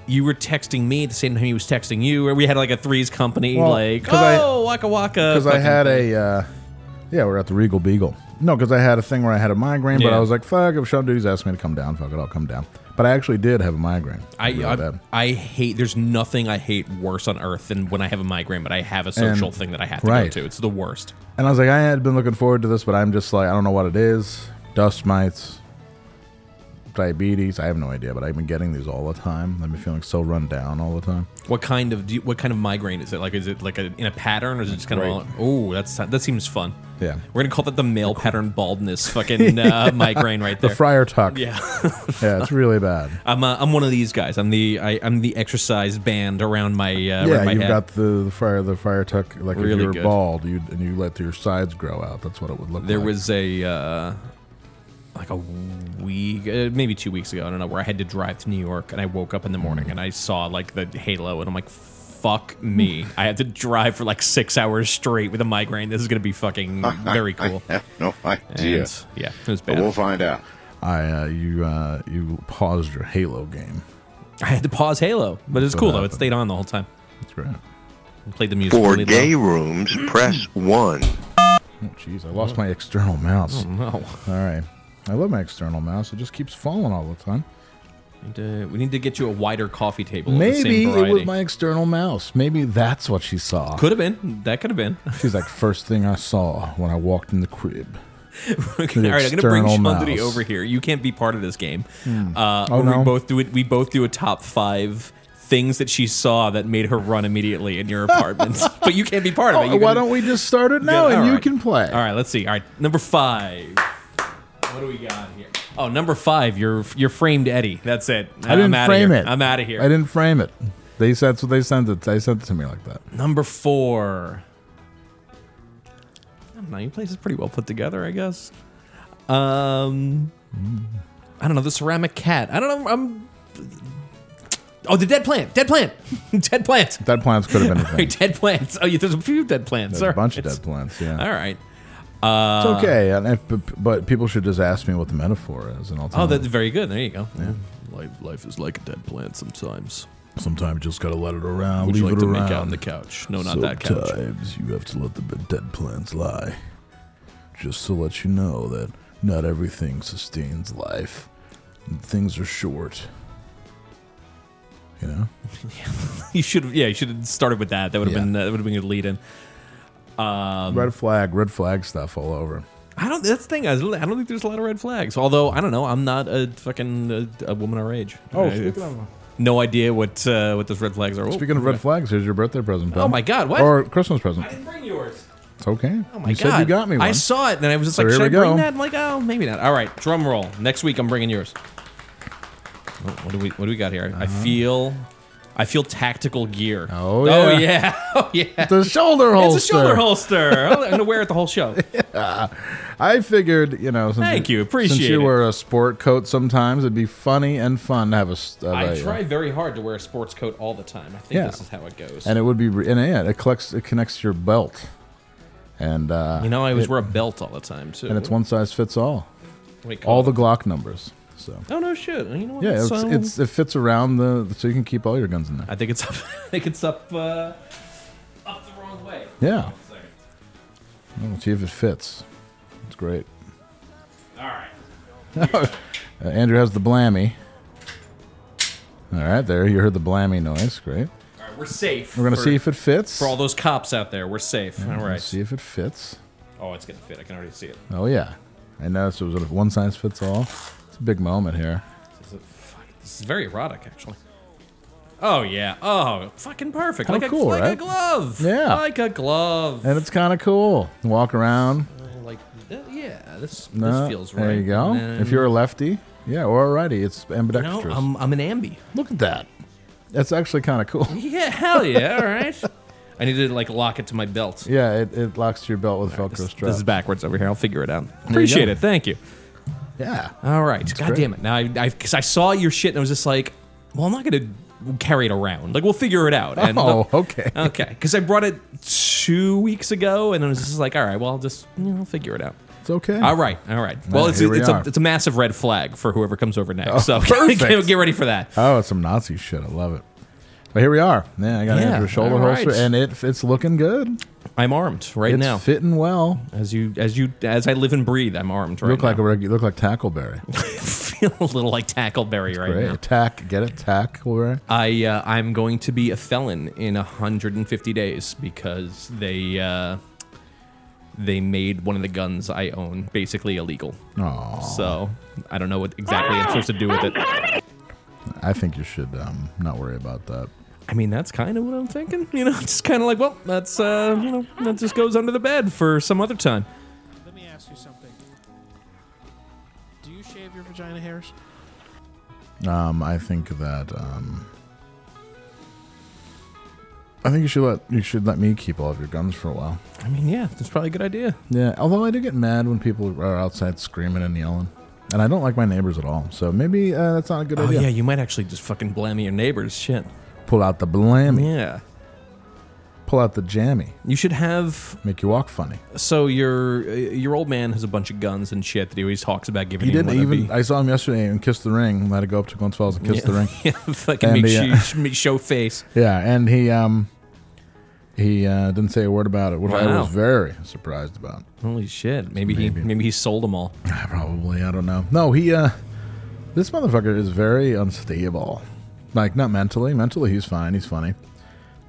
S4: You were texting me at the same time he was texting you, or we had like a threes company,
S2: Well,
S4: like
S2: 'cause I-
S4: oh waka waka.
S2: because I
S4: fucking
S2: had
S4: thing.
S2: a uh, yeah, we're at the Regal Beagle. No, because I had a thing where I had a migraine, but
S4: Yeah.
S2: I was like, fuck, if Sean Duty's asked me to come down, fuck it, I'll come down. But I actually did have a migraine.
S4: I,
S2: Really
S4: I,
S2: bad.
S4: I hate. There's nothing I hate worse on earth than when I have a migraine, but I have a social thing that I have to
S2: right.
S4: go to. It's the worst.
S2: and I was like, I had been looking forward to this, but I'm just like, I don't know what it is. Dust mites, diabetes. I have no idea, but I've been getting these all the time. I've been feeling so run down all the time.
S4: What kind of do you, what kind of migraine is it? Like, is it like a, in a pattern, or is it just kind
S2: Right.
S4: of all? Oh, that's that seems fun.
S2: Yeah.
S4: we're gonna call that the male pattern
S2: [LAUGHS]
S4: baldness fucking uh, migraine right there.
S2: The Friar Tuck.
S4: yeah,
S2: [LAUGHS]
S4: [LAUGHS]
S2: Yeah, it's really bad.
S4: I'm uh, I'm one of these guys. I'm the I, I'm the exercise band around my uh, around
S2: yeah,
S4: my
S2: you've
S4: head.
S2: got the, the fire the fire tuck like if
S4: Really
S2: you were
S4: good.
S2: bald, you and you let your sides grow out. That's what it would look
S4: there
S2: like.
S4: was a uh, like a week uh, maybe two weeks ago i don't know where i had to drive to new york and i woke up in the morning and i saw like the halo and i'm like fuck me i had to drive for like six hours straight with a migraine this is gonna be fucking very
S2: [LAUGHS]
S4: cool
S7: [LAUGHS] I have no
S4: and,
S7: idea.
S4: yeah it was
S7: But
S4: bad
S7: we'll find out.
S2: I uh, you uh, you paused your Halo game.
S4: i had to pause halo but it was
S2: That's what
S4: cool though it
S2: happened.
S4: stayed on the whole time
S2: That's great.
S4: I played the music
S7: For
S4: really low.
S7: gay
S4: [CLEARS THROAT]
S7: rooms, press one.
S2: Oh jeez, I lost my external mouse.
S4: Oh, no
S2: All right, I love my external mouse. It just keeps falling all the time.
S4: we need, to, we need to get you a wider coffee table of the
S2: Maybe
S4: same
S2: it
S4: variety
S2: was my external mouse. Maybe that's what she saw.
S4: could have been that could have been
S2: She's like first thing I saw when I walked in the crib.
S4: [LAUGHS]
S2: [LAUGHS]
S4: Okay, all right, I'm gonna bring
S2: external
S4: Shundri
S2: mouse.
S4: over here. You can't be part of this game. Uh,
S2: Oh,
S4: where
S2: no?
S4: We both do it. We both do a top five things that she saw that made her run immediately
S2: [LAUGHS]
S4: in your apartment. but you can't be part of it.
S2: Oh,
S4: You
S2: why
S4: gotta-
S2: don't we just start it now
S4: gotta-
S2: and
S4: all
S2: you
S4: right.
S2: can play?
S4: All right, let's see. All right, number five. What do we got here? Oh, number five. You're you're framed Eddie. That's it.
S2: I didn't
S4: am
S2: frame
S4: here.
S2: it.
S4: I'm out of here.
S2: I didn't frame it. They said that's what they sent it. They sent it to me like that.
S4: Number four. I don't know. Your place is pretty well put together, I guess. Um, I don't know. The ceramic cat. I don't know. I'm. Oh, the dead plant. Dead plant. [LAUGHS] dead plant.
S2: Dead plants could have been a
S4: [LAUGHS] All
S2: thing.
S4: right, dead plants. Oh, yeah, there's a few dead plants.
S2: There's
S4: All
S2: a bunch of
S4: right.
S2: dead plants. Yeah,
S4: All right.
S2: it's okay. And if, but, but people should just ask me what the metaphor is, and I'll tell
S4: Oh,
S2: them.
S4: that's very good. There you go. Mm. Life, life is like a dead plant sometimes.
S2: Sometimes you just gotta let it around. Uh, leave it around.
S4: couch? No,
S2: Sometimes you have to let the b- dead plants lie, just to let you know that not everything sustains life. Things are short. You know.
S4: [LAUGHS] You should have. Yeah, you should have started with that. That would have
S2: Yeah.
S4: been. That would have been a lead in. Um,
S2: red flag, red flag stuff all over.
S4: I don't. That's the thing. I don't I don't think there's a lot of red flags. Although I don't know. I'm not a fucking a, a woman our age. I- no idea what uh, what those red flags are. Oh,
S2: Speaking of red flags, here's your birthday present. pal.
S4: my God, what?
S2: Or Christmas present.
S4: I didn't bring yours.
S2: It's okay.
S4: Oh my
S2: you
S4: god!
S2: said you got me one.
S4: I saw it, and I was just like,
S2: here
S4: should
S2: we
S4: I bring
S2: go.
S4: that? I'm like, oh, maybe not. All right, drum roll. Next week, I'm bringing yours. Oh, What do we What do we got here? I feel, I feel tactical gear.
S2: Uh-huh. Oh,
S4: oh
S2: yeah.
S4: yeah, [LAUGHS] oh yeah.
S2: the shoulder holster.
S4: It's a shoulder holster. I'm gonna wear it the whole
S2: [LAUGHS]
S4: show.
S2: I figured, you know, since
S4: Thank you, appreciate
S2: Since you
S4: it.
S2: wear a sport coat, sometimes it'd be funny and fun to have a. s- have
S4: I
S2: a-
S4: try very hard to wear a sports coat all the time. I think
S2: Yeah.
S4: this is how it goes.
S2: and it would be, re- and yeah, it collects, it connects to your belt, and uh,
S4: You know, I always
S2: it-
S4: wear a belt all the time too.
S2: and it's one size fits all,
S4: Wait,
S2: all the
S4: come
S2: Glock numbers. So
S4: on. Oh no, shit. You know what?
S2: yeah, it's,
S4: so-
S2: it's it fits around the, so you can keep all your guns in there.
S4: I think it's up. [LAUGHS] I think it's up. Uh, up the wrong way.
S2: Yeah, Let's see if it fits. It's great.
S4: All right.
S2: [LAUGHS] Uh, Andrew has the blammy. All right, there you heard the blammy noise. Great.
S4: All right. We're safe.
S2: We're gonna
S4: for,
S2: see if it fits.
S4: for all those cops out there. We're safe. all right.
S2: See if it fits.
S4: Oh, it's gonna fit. I can already see it.
S2: Oh yeah, I noticed it was a one size fits all. It's a big moment here.
S4: This is very erotic, actually. Oh yeah. Oh, fucking perfect.
S2: How
S4: like
S2: cool,
S4: a, like a
S2: right?
S4: glove.
S2: Yeah.
S4: Like a glove.
S2: And it's kind of cool. Walk around.
S4: like uh, yeah, this
S2: No,
S4: this feels right.
S2: there you go.
S4: And then-
S2: if you're a lefty, yeah, or a righty, it's
S4: no,
S2: ambidextrous.
S4: I'm I'm an ambi.
S2: Look at that. That's actually kind of cool.
S4: [LAUGHS] Yeah, hell yeah. all right. I need to like lock it to my belt.
S2: [LAUGHS] Yeah, it, it locks to your belt with Velcro
S4: This,
S2: strap.
S4: this is backwards over here. I'll figure it out. Appreciate it. Thank you.
S2: yeah.
S4: All right. God
S2: great.
S4: damn it. Now I, I, cause I saw your shit and I was just like, well, I'm not gonna carry it around. Like we'll figure it out. And uh,
S2: Oh, okay.
S4: [LAUGHS] Okay. Because I brought it two weeks ago and I was just like, all right, well, I'll just you know, I'll figure it out.
S2: It's okay.
S4: All right, all right. Well,
S2: right,
S4: it's,
S2: here we
S4: it's, [LAUGHS]
S2: are. Oh,
S4: a, it's a massive red flag for whoever comes over next. so [LAUGHS]
S2: perfect.
S4: get, get ready for that.
S2: Oh, it's some Nazi shit. I love it. But here we are. Yeah, I got
S4: Yeah,
S2: yeah, a shoulder
S4: all right.
S2: holster, and it it's looking good.
S4: I'm armed right
S2: It's
S4: now.
S2: fitting well.
S4: As you as you as I live and breathe, I'm armed right
S2: Look like
S4: now.
S2: a regu- look like Tackleberry.
S4: feel [LAUGHS] a little like Tackleberry right
S2: Great
S4: now.
S2: attack. Get it, Tackleberry.
S4: I uh, I'm going to be a felon in 150 days because they uh, they made one of the guns I own basically illegal.
S2: Oh,
S4: So I don't know what exactly I'm supposed to do with it.
S2: I think you should um, not worry about that.
S4: I mean, that's kind of what I'm thinking. You know, [LAUGHS] it's just kind of like, well, that's uh, you know, that just goes under the bed for some other time.
S6: Let me ask you something. Do you shave your vagina hairs?
S2: Um, I think that um, I think you should let you should let me keep all of your guns for a while.
S4: I mean, yeah, that's probably a good idea.
S2: Yeah, although I do get mad when people are outside screaming and yelling, and I don't like my neighbors at all. So maybe uh, that's not a good
S4: Oh
S2: idea.
S4: yeah, you might actually just fucking blame your neighbors. Shit.
S2: Pull out the blammy.
S4: Yeah.
S2: Pull out the jammy.
S4: You should have.
S2: Make you walk funny.
S4: So your uh, your old man has a bunch of guns and shit that he always talks about giving.
S2: He
S4: you,
S2: didn't
S4: whether it
S2: even.
S4: be-
S2: I saw him yesterday and kissed the ring. Let it go up to Gonzalez and kissed the ring.
S4: [LAUGHS] yeah, fucking
S2: And
S4: make
S2: the,
S4: you
S2: uh,
S4: sh- make show face.
S2: [LAUGHS] Yeah, and he um he uh, didn't say a word about it, which I
S4: Wow.
S2: was very surprised about.
S4: Holy shit! Maybe,
S2: Maybe.
S4: he maybe he sold them all.
S2: Probably, I don't know. No, he uh this motherfucker is very unstable. Like not mentally. Mentally he's fine, he's funny.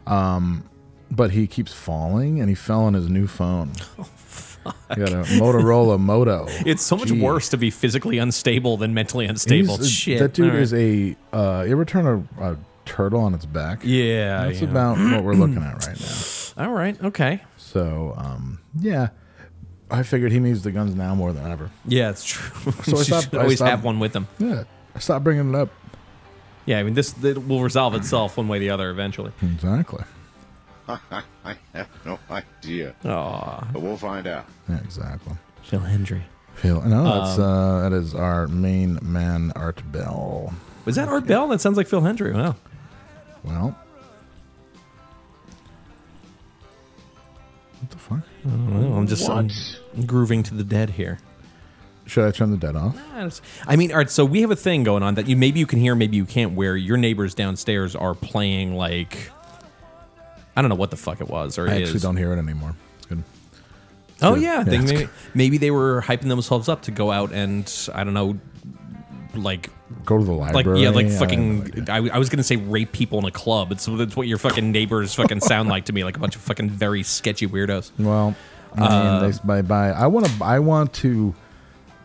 S2: Um but he keeps falling and he fell on his new
S4: [LAUGHS]
S2: phone. Oh fuck. He got a Motorola Moto.
S4: It's so much
S2: Oh, Gee.
S4: worse to be physically unstable than mentally unstable.
S2: He's- uh,
S4: shit.
S2: That dude
S4: All right.
S2: is a uh you ever turn a, a turtle on its back?
S4: Yeah.
S2: That's
S4: yeah. [CLEARS THROAT]
S2: about what we're looking at right now.
S4: All right. Okay.
S2: So, um, yeah, I figured he needs the guns now more than ever.
S4: Yeah, it's true.
S2: So
S4: [LAUGHS]
S2: I
S4: you
S2: stopped-
S4: should
S2: I
S4: always
S2: stopped-
S4: have one with them.
S2: Yeah, stop bringing it up.
S4: Yeah, I mean this it will resolve itself one way or the other eventually.
S2: Exactly.
S7: [LAUGHS] I have no idea,
S4: Aw.
S7: but we'll find out.
S2: Yeah, exactly.
S4: Phil Hendry. Um,
S2: Phil, no, that's uh, that is our main man, Art Bell.
S4: Was that Art Bell? That sounds like Phil Hendry. Wow.
S2: Well, what the fuck?
S4: Well, I'm just I'm grooving to the dead here.
S2: Should I turn the dead off?
S4: I mean, all right, so we have a thing going on that you maybe you can hear, maybe you can't, where your neighbors downstairs are playing like I don't know what the fuck it was or
S2: I
S4: it
S2: actually
S4: is.
S2: don't hear it anymore. It's good.
S4: Oh
S2: good.
S4: yeah, I think
S2: Yeah.
S4: maybe, maybe they were hyping themselves up to go out and I don't know like
S2: Go to the
S4: like
S2: library.
S4: yeah, like
S2: I have no idea.
S4: fucking. I, I was gonna say rape people in a club. It's that's what your fucking neighbors fucking sound like to me, like a bunch of fucking very sketchy weirdos. Uh,
S2: Well, I mean, they buy, buy. I want to. I want to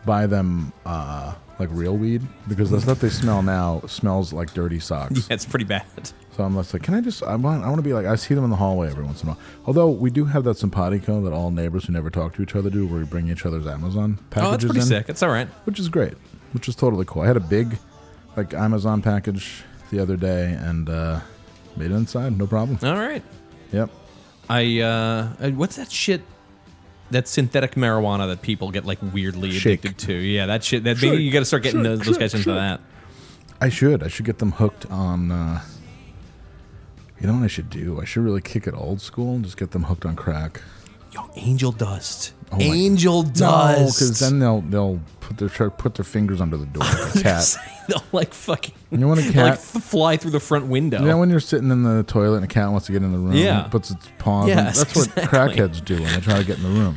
S2: buy them uh, like real weed because the stuff they smell now smells like
S4: [LAUGHS]
S2: dirty socks.
S4: That's pretty bad.
S2: So I'm just like, can I just? I want. I want to be like. I see them in the hallway every once in a while. Although we do have that simpatico that all neighbors who never talk to each other do, where we bring each other's Amazon packages
S4: Oh, that's pretty
S2: in,
S4: sick. It's all right.
S2: which is great, which is totally cool. I had a big like Amazon package the other day and uh, made it inside, no problem.
S4: All right.
S2: Yep.
S4: I uh, I- what's that shit? That synthetic marijuana that people get like weirdly
S2: Shake.
S4: addicted to. Yeah, that shit. That maybe you got to start getting those, those guys into that. [LAUGHS]
S2: I should. I should get them hooked on. Uh, you know what I should do? I should really kick it old school and just get them hooked on crack.
S4: Yo,
S2: Oh
S4: angel dust.
S2: my-
S4: angel
S2: because
S4: dust.
S2: then they'll they'll put their try to put their fingers under the door
S4: [LAUGHS]
S2: like a cat.
S4: they'll like fucking.
S2: You want a
S4: they'll,
S2: cat?
S4: Like f- fly through the front window.
S2: You know when you're sitting in the toilet and a cat wants to get in the room,
S4: Yeah.
S2: and puts its paws. in-
S4: Yes,
S2: that's what
S4: exactly.
S2: crackheads do when they try to get in the room.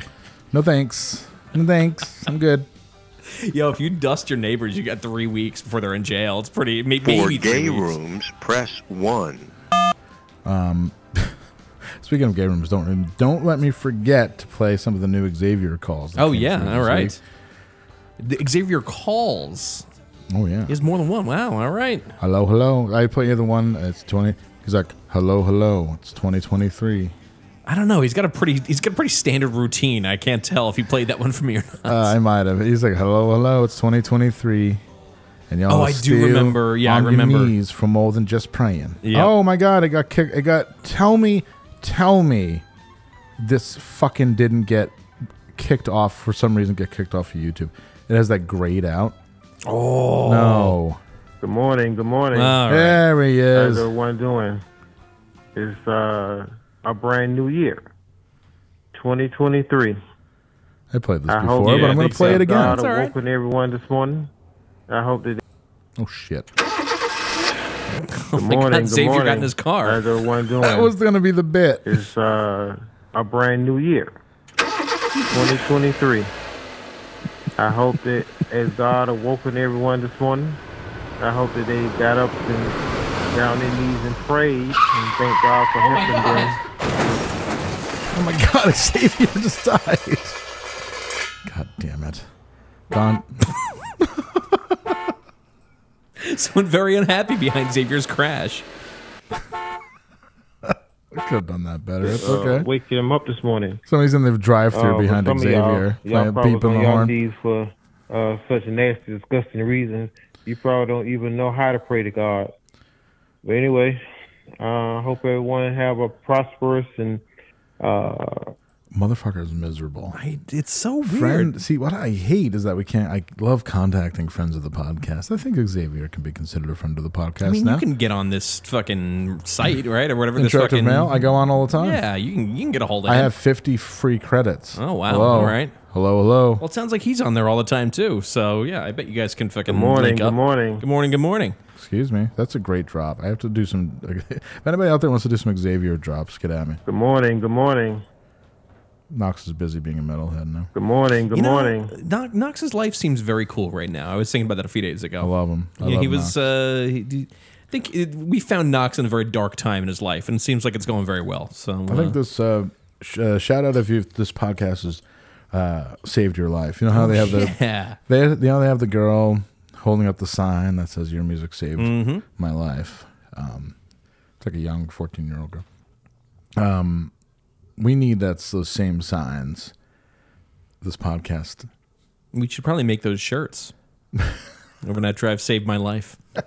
S2: No thanks. No thanks. I'm good.
S4: Yo, if you dust your neighbors, you got three weeks before they're in jail. It's pretty. may- Maybe
S7: For
S4: three
S7: gay
S4: weeks.
S7: rooms, press one.
S2: Um, [LAUGHS] Speaking of gay rooms, don't don't let me forget to play some of the new Xavier calls. that
S4: Oh
S2: came
S4: yeah,
S2: through
S4: all
S2: this
S4: right.
S2: week.
S4: The Xavier calls.
S2: Oh yeah.
S4: He has more than one. Wow. All right.
S2: Hello, hello. I put you the one. It's twenty. He's like, hello, hello. It's twenty twenty three.
S4: I don't know. He's got a pretty he's got a pretty standard routine. I can't tell if he played that one for me or not.
S2: Uh, I might have. He's like, hello, hello. It's twenty twenty three. And y'all
S4: Oh,
S2: are
S4: I do
S2: still
S4: remember. Yeah, I
S2: on your
S4: remember.
S2: knees for more than just praying.
S4: Yep.
S2: Oh my God! It got kicked. It got. Tell me, tell me, this fucking didn't get kicked off for some reason. Get kicked off of YouTube. It has that grayed out. Oh no!
S8: Good morning. Good morning.
S4: All right.
S2: There he
S8: How's
S2: is.
S8: everyone doing? It's uh, a brand new year, 2023.
S2: I played this
S8: I hope-
S2: before,
S4: Yeah,
S2: but
S4: I
S2: I'm going
S4: think
S2: to play
S4: so.
S2: it again.
S8: God
S4: That's all right.
S8: awoken everyone this morning. I hope that.
S2: Oh
S4: [LAUGHS]
S2: shit!
S8: Good
S4: Oh, my God,
S8: morning. good
S4: Xavier got in
S8: morning.
S4: his car.
S8: How's everyone doing?
S2: That was going to be the bit.
S8: It's uh, a brand new year, 2023. I hope that as God awoken everyone this morning, I hope that they got up and down their knees and prayed and thank God for helping them.
S2: Oh my god, [LAUGHS] Xavier just died. God damn it. Gone.
S4: [LAUGHS] Someone very unhappy behind Xavier's crash.
S2: I could have done that better. It's
S8: uh,
S2: okay.
S8: waking them up this morning.
S2: Somebody's in the drive
S4: Oh,
S2: thru
S8: Uh,
S2: behind
S8: for some of
S2: Xavier,
S8: Y'all,
S2: playing
S8: y'all probably
S2: beeping
S8: on
S2: the
S8: y'all
S2: horn.
S8: knees for uh, such nasty, disgusting reasons. You probably don't even know how to pray to God. But anyway, uh, hope everyone have a prosperous and uh,
S2: Motherfucker's miserable.
S4: I, it's so weird.
S2: Friend, see, what I hate is that we can't. I love contacting friends of the podcast. I think Xavier can be considered a friend of the podcast
S4: I mean,
S2: now.
S4: you can get on this fucking site, right, or whatever. This
S2: Interactive
S4: fucking
S2: mail, I go on all the time.
S4: Yeah, you can you can get a hold of.
S2: I
S4: him.
S2: have 50 free credits.
S4: Oh, wow.
S2: Hello.
S4: All right.
S2: Hello, hello.
S4: Well, it sounds like he's on there all the time too. So yeah, I bet you guys can fucking
S8: Good morning,
S4: link
S8: good
S4: up.
S8: morning.
S4: Good morning. Good morning.
S2: Excuse me. That's a great drop. I have to do some. [LAUGHS] If anybody out there wants to do some Xavier drops, get at me.
S8: good morning, good morning,
S2: Knox is busy being a metalhead now.
S8: good morning, good
S4: You know,
S8: morning.
S4: Knox- Knox's life seems very cool right now. I was thinking about that a few days ago.
S2: I love him. I
S4: yeah,
S2: love
S4: he was.
S2: Knox.
S4: Uh, he- he- I think it, we found Knox in a very dark time in his life, and it seems like it's going very well. So
S2: I
S4: uh,
S2: think this uh, sh- uh, shout out if you this podcast has uh, saved your life. You know how they have the
S4: [LAUGHS] yeah.
S2: they you know they have the girl holding up the sign that says your music saved
S4: Mm-hmm.
S2: my life. Um, it's like a young fourteen year old girl. Um, we need that's those same signs. This podcast.
S4: We should probably make those [LAUGHS] shirts. Overnight drive saved my life.
S2: [LAUGHS]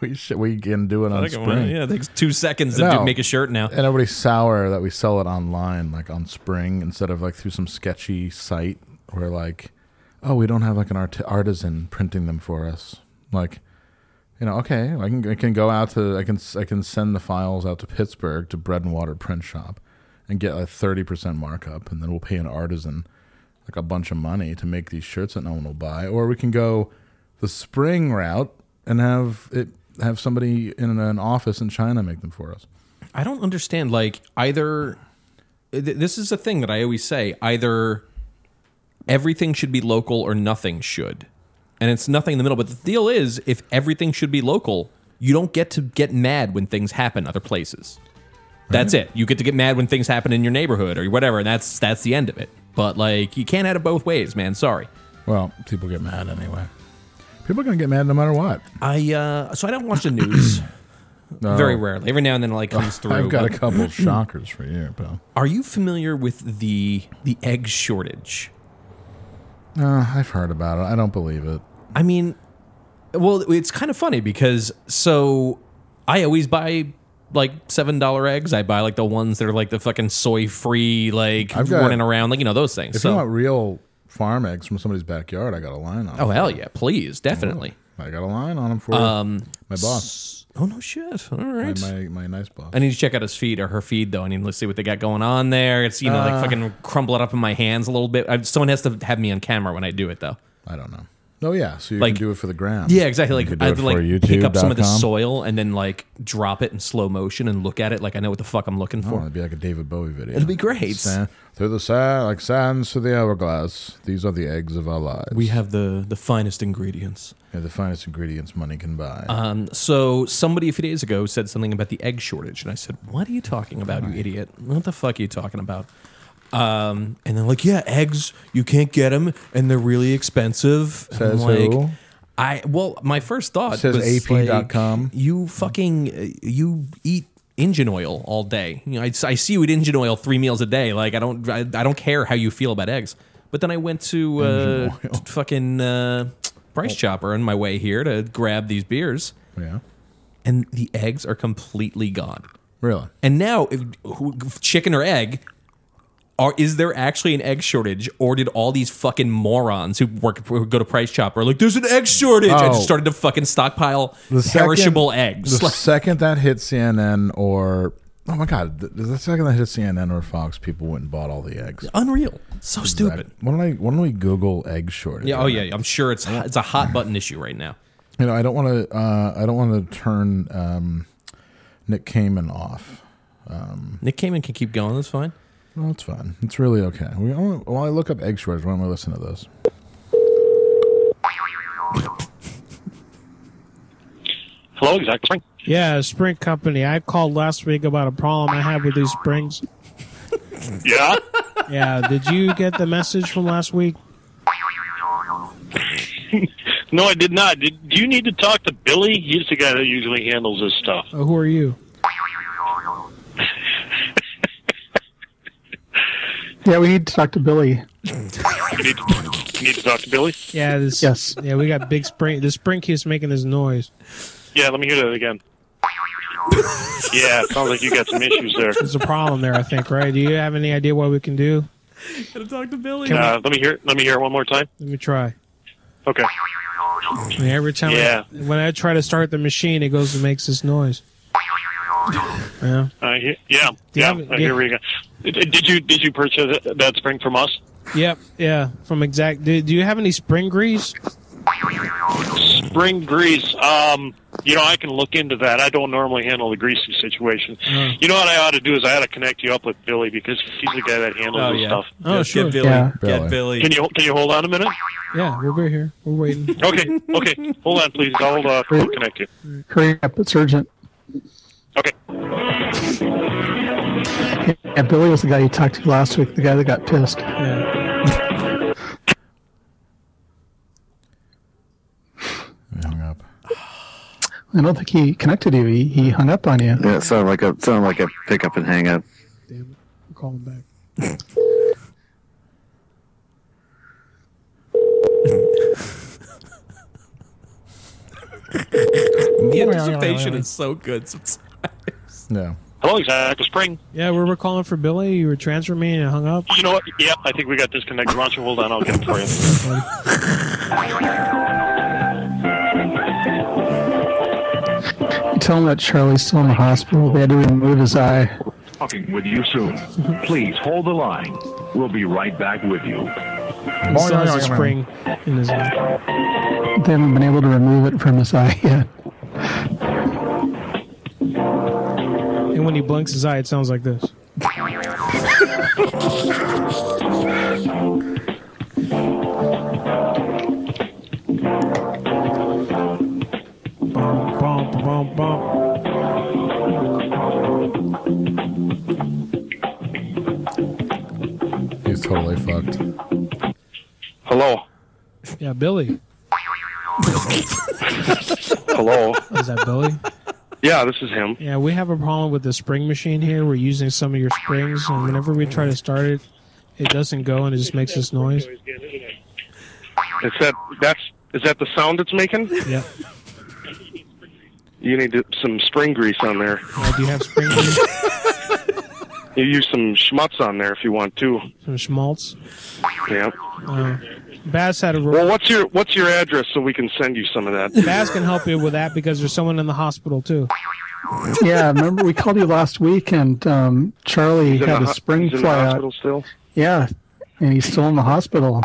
S2: We should, we can do it on
S4: Like,
S2: spring.
S4: well, yeah, it takes two seconds to
S2: No.
S4: do- make a shirt now.
S2: And everybody's sour that we sell it online, like on Spring, instead of like through some sketchy site where like, oh, we don't have like an art- artisan printing them for us. Like, you know, okay, I can I can go out to I can s- I can send the files out to Pittsburgh to Bread and Water Print Shop, and get a thirty percent markup, and then we'll pay an artisan like a bunch of money to make these shirts that no one will buy, or we can go the Spring route and have it have somebody in an office in China make them for us.
S4: I don't understand. Like either th- this is a thing that I always say. Either everything should be local or nothing should, and it's nothing in the middle. But the deal is, if everything should be local, you don't get to get mad when things happen other places. That's it. You get to get mad when things happen in your neighborhood or whatever, and that's that's the end of it. But like, you can't have it both ways, man. Sorry.
S2: Well, people get mad anyway. People are going to get mad no matter what.
S4: I uh, so I don't watch the
S2: [CLEARS THROAT]
S4: news very rarely. Every now and then, it like comes through.
S2: I've got a
S4: but- [CLEARS THROAT]
S2: couple shockers for you, pal.
S4: Are you familiar with the the egg shortage?
S2: Uh, I've heard about it. I don't believe it.
S4: I mean, well, it's kind of funny because so I always buy like seven dollar eggs. I buy like the ones that are like the fucking soy free, like
S2: I've got-
S4: running around, like you know those things.
S2: If
S4: so,
S2: you want real farm eggs from somebody's backyard, I got a line on.
S4: oh
S2: them.
S4: hell yeah, please, definitely. Um,
S2: I got a line on them for my boss,
S4: Oh no shit! All
S2: my,
S4: right.
S2: my my nice boss.
S4: I need to check out his feed or her feed though. I need to see what they got going on there. It's you know
S2: Uh.
S4: like fucking crumble it up in my hands a little bit. I, someone has to have me on camera when I do it though.
S2: I don't know. Oh yeah, so you
S4: Like-
S2: can do it for the gram.
S4: Yeah, exactly. Like
S2: You could do
S4: I
S2: it
S4: have to
S2: for
S4: like pick up some of the
S2: YouTube.com.
S4: soil and then like drop it in slow motion and look at it like I know what the fuck I'm looking
S2: Oh,
S4: for.
S2: it'd be like a David Bowie video.
S4: It'd be great.
S2: Sand, through the sand, like sands through the hourglass. These are the eggs of our lives.
S4: We have the the finest ingredients.
S2: They're the finest ingredients money can buy.
S4: Um, so somebody a few days ago said something about the egg shortage, and I said, "What are you talking about, you idiot? What the fuck are you talking about?" Um, and they're like, "Yeah, eggs. You can't get them, and they're really expensive." And
S2: Says
S4: I'm like,
S2: who?
S4: I well, my first thought
S2: Says
S4: was
S2: AP dot
S4: like,
S2: com.
S4: You fucking uh, you eat engine oil all day. You know, I, I see you eat engine oil three meals a day. Like I don't I, I don't care how you feel about eggs. But then I went to uh,
S2: Engine oil. Oh.
S4: t- fucking uh, Price Chopper on my way here to grab these beers,
S2: Yeah.
S4: and the eggs are completely gone.
S2: Really?
S4: And now, if, who, chicken or egg? Are, is there actually an egg shortage, or did all these fucking morons who work who go to Price Chopper like there's an egg shortage? I
S2: Oh.
S4: just started to fucking stockpile
S2: The second-
S4: perishable eggs.
S2: The
S4: Like,
S2: second that hit CNN or oh my god, the, the second that hit CNN or Fox, people went and bought all the eggs.
S4: unreal, so stupid.
S2: Why don't I? Why don't we Google egg shortage?
S4: Yeah, oh yeah, I'm sure it's it's a hot button issue right now.
S2: You know, I don't want to. Uh, I don't want to turn um, Nick Kamen off.
S4: Nick Kamen can keep going. That's fine.
S2: No, it's fine. It's really okay. We, while I look up egg shortage, why don't we listen to this?
S5: Hello, Exact Spring.
S6: Yeah, Sprint Company. I called last week about a problem I had with these springs.
S5: Yeah.
S6: Yeah, did you get the message from last week?
S5: [LAUGHS] no, I did not. Did, do you need to talk to Billy? He's the guy that usually handles this stuff. [LAUGHS]
S6: Uh, who are you?
S3: Yeah, we need to talk to Billy.
S5: You need to, you need to talk to Billy?
S6: Yeah, this,
S3: Yes.
S6: Yeah, we got big spring. The spring keeps making this noise.
S5: Yeah, let me hear that again. yeah, it sounds like you got some issues there.
S6: There's a problem there, I think. Right? Do you have any idea what we can do?
S4: [LAUGHS] Gotta talk to Billy.
S5: Uh, let me hear. Let me hear it one more time.
S6: Let me try.
S5: Okay.
S6: I mean, every time, I-
S5: Yeah.
S6: when I try to start the machine, it goes and makes this noise. Yeah.
S5: I hear, Uh, yeah.
S6: Do you
S5: Yeah.
S6: have it?
S5: I hear you. Did did you did you purchase that- that spring from us?
S6: Yep. Yeah. From exact. Do, do you have any spring grease?
S5: Spring grease. Um, you know, I can look into that. I don't normally handle the greasy situation.
S6: Mm.
S5: You know what I ought to do is I ought to connect you up with Billy because he's the guy that handles
S4: Oh
S5: this
S4: yeah.
S5: stuff.
S6: Oh,
S4: Yeah,
S6: sure.
S4: Get Billy.
S3: Yeah.
S4: Get
S2: Billy.
S4: Billy.
S5: Can you can you hold on a minute?
S6: Yeah, we're right here. We're waiting.
S5: Okay, okay. Hold on, please. I'll uh, I'll connect you.
S3: Hurry up, it's urgent.
S5: Okay.
S3: Yeah, Billy was the guy you talked to last week, the guy that got pissed.
S6: Yeah.
S2: We hung up.
S3: [LAUGHS] I don't think he connected you. He, he hung up on you.
S7: Yeah, it sounded like a sounded like a pick up and hang up.
S6: Damn it. We'll call him back.
S4: The anticipation is so good. sometimes.
S2: Yeah.
S5: Hello, exactly. Spring.
S6: Yeah, we were calling for Billy. You were transferring me and I hung up.
S5: You know what? Yeah, I think we got disconnected. Why don't you hold on? I'll get it for you.
S3: You tell him that Charlie's still in the hospital. They had to remove his eye.
S9: Talking with you soon. Please hold the line. We'll be right back with you.
S6: He still has a spring in his eye.
S3: They haven't been able to remove it from his eye yet.
S6: And when he blinks his eye, it sounds like this. Bum, bum, bum, bum.
S2: He's totally fucked.
S7: Hello.
S6: Yeah, Billy.
S7: Hello.
S6: [LAUGHS] Is that Billy?
S5: Yeah, this is him.
S6: Yeah, we have a problem with the spring machine here. We're using some of your springs, and whenever we try to start it, it doesn't go, and it just makes this noise.
S5: Is that that's is that the sound it's making?
S6: Yeah.
S5: You need to, some spring grease on there.
S6: Uh, do you have spring grease?
S5: You use some schmutz on there if you want to.
S6: Some schmaltz.
S5: Yeah.
S6: Uh, Bass had a. [LAUGHS]
S5: Well, what's your what's your address so we can send you some of that?
S6: Bass can help you with that because there's someone in the hospital too.
S3: Yeah, remember we called you last week and um, Charlie
S5: [LAUGHS] He's in
S3: had
S5: the
S3: a
S5: ho-
S3: spring
S5: he's in the
S3: fly out.
S5: hospital still.
S3: Yeah, and he's still in the hospital.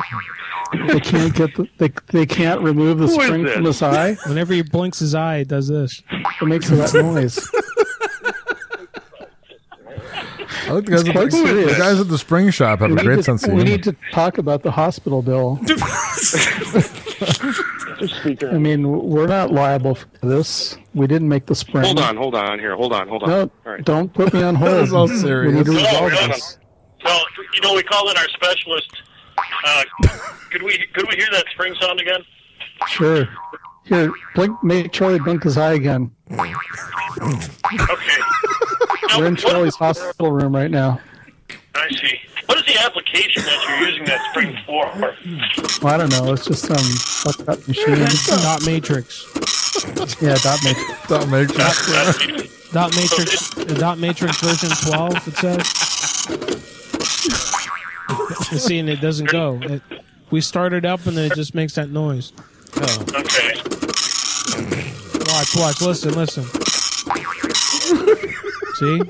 S3: They can't get the, they, they can't remove the
S5: Who is
S3: spring
S5: this?
S3: from his eye.
S6: Whenever he blinks his eye, it does this.
S3: It makes that noise.
S2: I think the guys, at
S3: quite
S2: the,
S3: serious.
S2: the guys at the spring shop have a
S3: We
S2: great
S3: need,
S2: sense of
S3: to, we
S2: humor.
S3: need to talk about the hospital bill. I mean, we're not liable for this. We didn't make the spring.
S5: Hold on, hold on here. Hold on, hold on.
S3: No,
S5: All right. Oh,
S3: don't put me on hold.
S2: This is all
S3: We need
S2: serious.
S3: to resolve
S5: no, no.
S3: this.
S5: Well, you know, we call in our specialist. Uh, could we could we hear that spring sound again?
S3: Sure. Here, blink. Make Charlie blink his eye again.
S5: Okay.
S3: We're in Charlie's hospital room right now.
S5: I see. What is the application that you're using that spring for?
S3: Well, I don't know. It's just some fucked up machine.
S6: Dot matrix.
S3: Yeah, dot matrix.
S2: Dot
S6: matrix. dot matrix. the Dot matrix version twelve. It says. You see, and it doesn't go. It, we start it up, and then it just makes that noise. Oh.
S5: Okay.
S6: Watch, watch, listen, listen. See?
S5: Yep.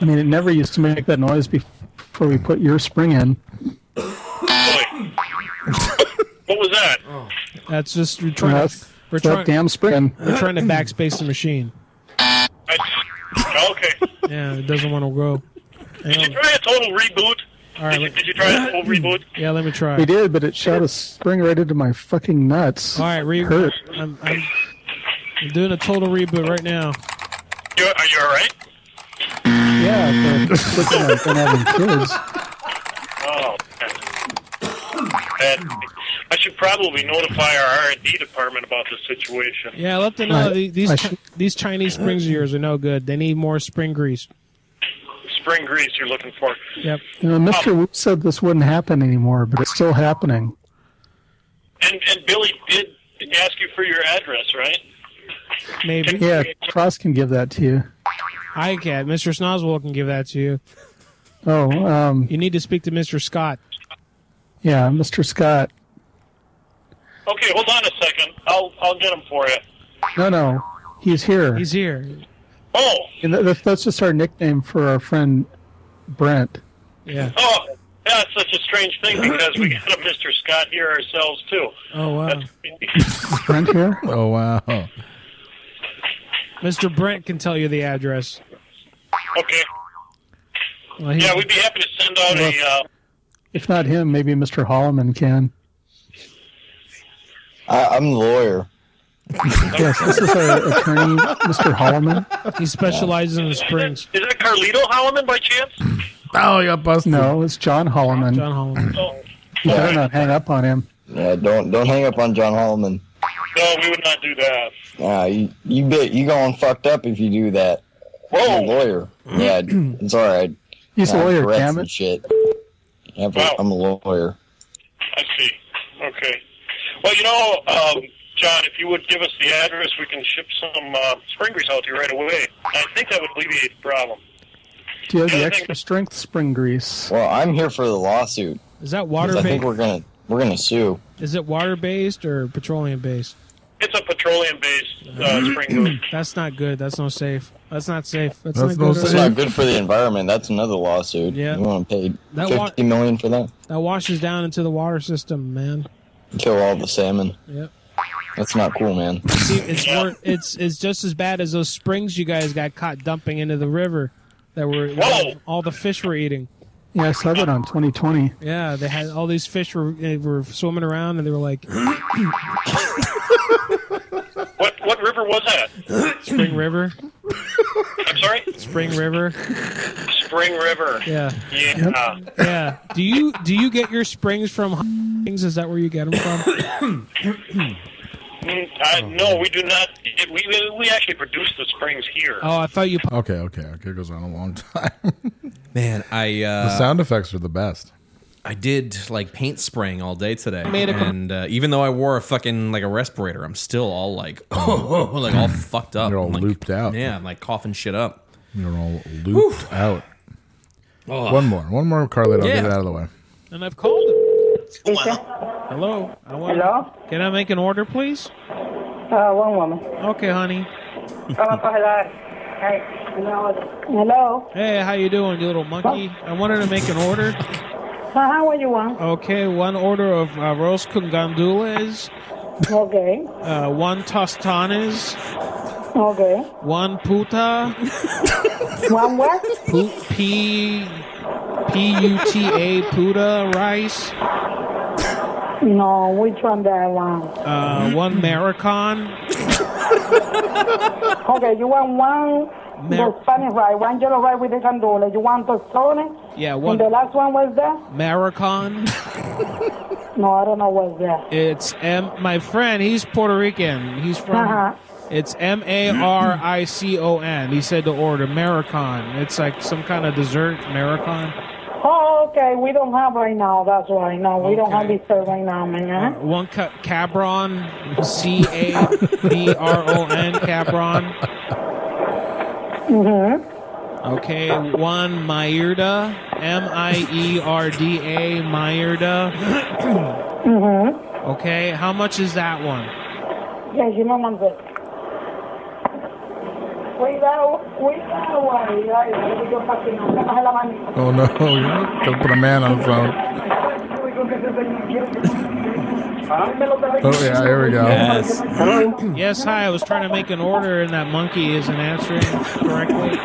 S3: I mean, it never used to make that noise before we put your spring in.
S5: What was that?
S6: That's just we're trying.
S3: That's-
S6: to, we're
S3: that
S6: trying.
S3: damn spring.
S6: We're trying to backspace the machine.
S5: okay.
S6: Yeah, it doesn't want to grow.
S5: Did
S6: Oh.
S5: you try a total reboot? did, you, did you try
S6: [COUGHS]
S5: a total reboot?
S6: Yeah, let me try.
S3: We did, but it shot a spring right into my fucking nuts.
S6: All right, re-
S3: Hurt.
S6: I'm, I'm, I'm doing a total reboot right now.
S5: You, are you all right?
S3: Yeah, but it's looking like I'm having kids.
S5: Oh. man. Bad. I should probably notify our R and D department about this situation.
S6: Yeah, let them know
S5: Right.
S6: the- these
S5: I
S6: Chi- these Chinese springs of yours are no good. They need more spring grease.
S5: Spring grease you're looking for.
S6: Yep.
S3: You know, Mr. Wu said this wouldn't happen anymore, but it's still happening.
S5: And and Billy did ask you for your address, right?
S6: Maybe.
S3: Yeah, Cross can give that to you.
S6: I can. Mr. Snozwell can give that to you.
S3: Oh, um,
S6: You need to speak to Mr. Scott.
S3: yeah, Mr. Scott.
S5: Okay, hold on a second. I'll I'll get him for you.
S3: No, no, he's here.
S6: He's here.
S5: Oh.
S3: And that, that's- that's just our nickname for our friend Brent.
S6: Yeah.
S5: Oh, yeah, it's such a strange thing because we got a Mr. Scott here ourselves too.
S6: Oh wow.
S3: [LAUGHS] Brent here?
S2: Oh wow.
S6: Mr. Brent can tell you the address.
S5: Okay.
S6: Well, he-
S5: yeah, we'd be happy to send out a. Uh,
S3: If not him, maybe Mr. Holloman can.
S10: I, I'm the lawyer.
S3: Yes, this is our
S6: [LAUGHS]
S3: attorney, Mr. Holloman.
S6: He specializes in the springs.
S5: Is that Carlito Holloman by chance?
S3: Oh, yeah, busted. No, it's John Holloman. John
S6: Holloman.
S3: You better not hang up on him.
S10: Yeah, don't don't hang up on John Holloman.
S5: no, we would not do that.
S10: Uh, you you bit you going fucked up if you do that.
S5: Whoa,
S10: lawyer. Yeah, it's all [CLEARS THROAT] right.
S3: He's a
S10: Uh,
S3: lawyer,
S10: threats
S3: damn
S10: and
S3: it.
S10: Shit. I'm a- I'm a lawyer.
S5: I see. Okay. Well, you know, um, John, if you would give us the address, we can ship some uh, spring grease out to you right away. I think that would alleviate the problem.
S3: Do you have the extra strength spring grease?
S10: Well, I'm here for the lawsuit.
S6: Is that
S10: 'cause
S6: water
S10: I think
S6: based?
S10: we're gonna we're gonna sue.
S6: Is it water based or petroleum based?
S5: It's a petroleum based uh, spring grease.
S6: Uh-huh. [CLEARS THROAT] That's not good. That's not safe. That's not safe. That's,
S10: That's
S6: not good. at all.
S10: not good for the environment. That's another lawsuit.
S6: Yeah.
S10: You want to pay
S6: That
S10: fifty million
S6: wa-
S10: for that?
S6: That washes down into the water system, man.
S10: Kill all the salmon.
S6: Yep.
S10: That's not cool, man.
S6: See, it's more, it's it's just as bad as those springs you guys got caught dumping into the river that were all the fish were eating.
S3: Yeah, I saw that on 2020.
S6: Yeah, they had all these fish were they were swimming around and they were like [COUGHS]
S5: What what river was that?
S6: Spring River,
S5: I'm sorry.
S6: [LAUGHS] Spring River.
S5: Spring River.
S6: Yeah.
S5: Yeah.
S6: Yeah. Do you do you get your springs from springs? Is that where you get them from?
S5: Mm, I,
S6: Oh,
S5: no, we do not. it- We, we we actually produce the springs here.
S6: Oh, I thought you.
S2: Okay, okay, okay. It goes on a long [LAUGHS] time.
S4: Man, I uh,
S2: the sound effects are the best.
S4: I did like paint spraying all day today,
S6: I made a-
S4: and uh, even though I wore a fucking like a respirator, I'm still
S6: [LAUGHS]
S4: all like, oh, like all fucked up. You're all looped
S2: out.
S4: Yeah, I'm like coughing shit up.
S2: You're all looped out.
S4: Ugh.
S2: One more, one more, Carlito. Get
S4: Oh. Yeah.
S2: it out of the way.
S6: [COUGHS] And I've called them. Hello. I want Hello. Can I make an order, please?
S11: Uh, one woman.
S6: Okay, honey.
S11: Hello.
S6: Hey, how you doing, you little monkey? I wanted to make an order.
S11: Uh-huh, what you want?
S6: Okay, one order of uh, roast con gandules,
S11: Okay.
S6: uh, one tostanes,
S11: Okay.
S6: one puta,
S11: One what?
S6: pu- p p u t a puta rice,
S11: No, which one that I want?
S6: uh, one maricon,
S11: Okay, you want one
S6: Mar-
S12: the Spanish ride. One yellow ride with the candola. You want tostones?
S6: Yeah,
S12: And
S6: one
S12: the last one was there?
S6: Maricon.
S12: No, I don't know what's there.
S6: It's M. My friend, he's Puerto Rican. He's from.
S12: Uh-huh.
S6: It's M A R I C O N. He said to order Maricon. It's like some kind of dessert, Maricon.
S12: Oh, okay. We don't have right now. That's right. No, we don't have
S6: Okay.
S12: this serve right now, man. huh?
S6: One cup Cabron, C A B R O N, Cabron.
S12: Mm-hmm.
S6: Okay, one Mairda, M I E R D A, Mairda.
S12: Mm-hmm.
S6: Okay, how much is that one?
S12: Yeah, give me one sec. Cuidado, cuidado, ay, ay, yo casi no. Me baja la
S2: [LAUGHS]
S12: mano.
S2: Oh no, don't put a man on the phone. Oh yeah, here we go.
S6: Hello? Yes, hi. I was trying to make an order and that monkey isn't answering correctly.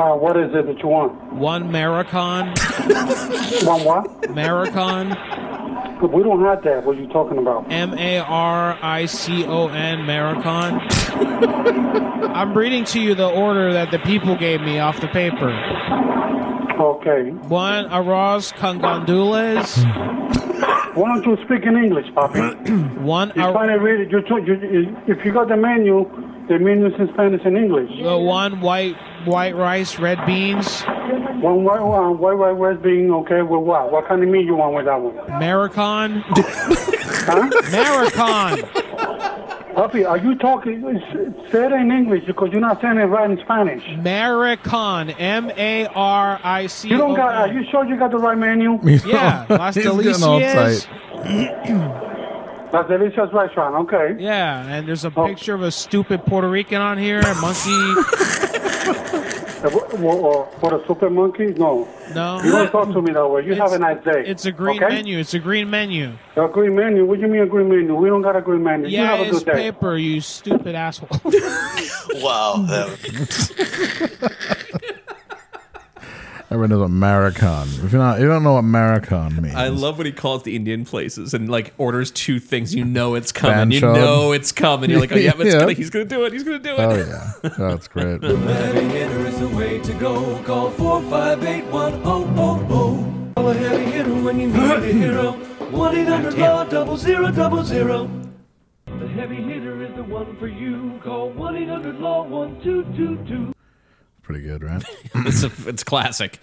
S13: Uh, what is it that you want?
S6: One Maricon.
S13: One what?
S6: Maricon.
S13: But we don't have that. What are you talking about?
S6: M A R I C O N. Maricon. [LAUGHS] I'm reading to you the order that the people gave me off the paper.
S13: Okay.
S6: One arroz con gondolas.
S13: Why don't you speak in English, Poppy?
S6: [CLEARS THROAT] One
S13: you trying to read it. You, try- you, you, if you got the menu, the menu's in Spanish and English.
S6: The one white white rice, red beans.
S13: One white, uh, white, white, red bean, okay, with what? What kind of meat you want with that one?
S6: Maricon.
S13: Huh?
S6: Maricon.
S13: Poppy, are you talking? s- Say it in English because you're not saying it right in Spanish.
S6: Maricon. M A R I C O N.
S13: You don't got. Are you sure you got the right
S2: [LAUGHS]
S13: menu?
S6: Yeah, Las Delicias.
S13: [CLEARS THROAT] Las Delicias restaurant. Okay. Oh.
S6: Yeah, and there's a picture of a stupid Puerto Rican on here, a
S13: [LAUGHS]
S6: monkey.
S13: Uh, wh- wh- uh, For the super monkey? No.
S6: No.
S13: You don't talk to me that way. You have a nice day.
S6: It's a green
S13: okay?
S6: menu. It's a green menu.
S13: A green menu? What do you mean a green menu? We don't got a green menu. you
S6: Yeah,
S13: have a
S6: it's
S13: good day.
S6: paper, you stupid
S2: [LAUGHS]
S6: asshole.
S14: wow.
S2: Everyone knows what Maricon. If you're not, you don't know what Maricon means.
S4: I love when he calls the Indian places and like orders two things. You know it's coming. You
S2: Banchod.
S4: know it's coming. You're like, oh yeah, but it's
S2: [LAUGHS] Yeah.
S4: gonna, he's gonna do it. He's gonna do it.
S2: Oh yeah, that's great.
S15: hitter is the way to go. Call 4581000. Call a heavy hitter when you need a hero. 1 800 law double zero double zero. The heavy hitter is the one for you. Call 1 800 law 1222.
S2: Pretty good, right?
S4: [LAUGHS] it's a, it's classic.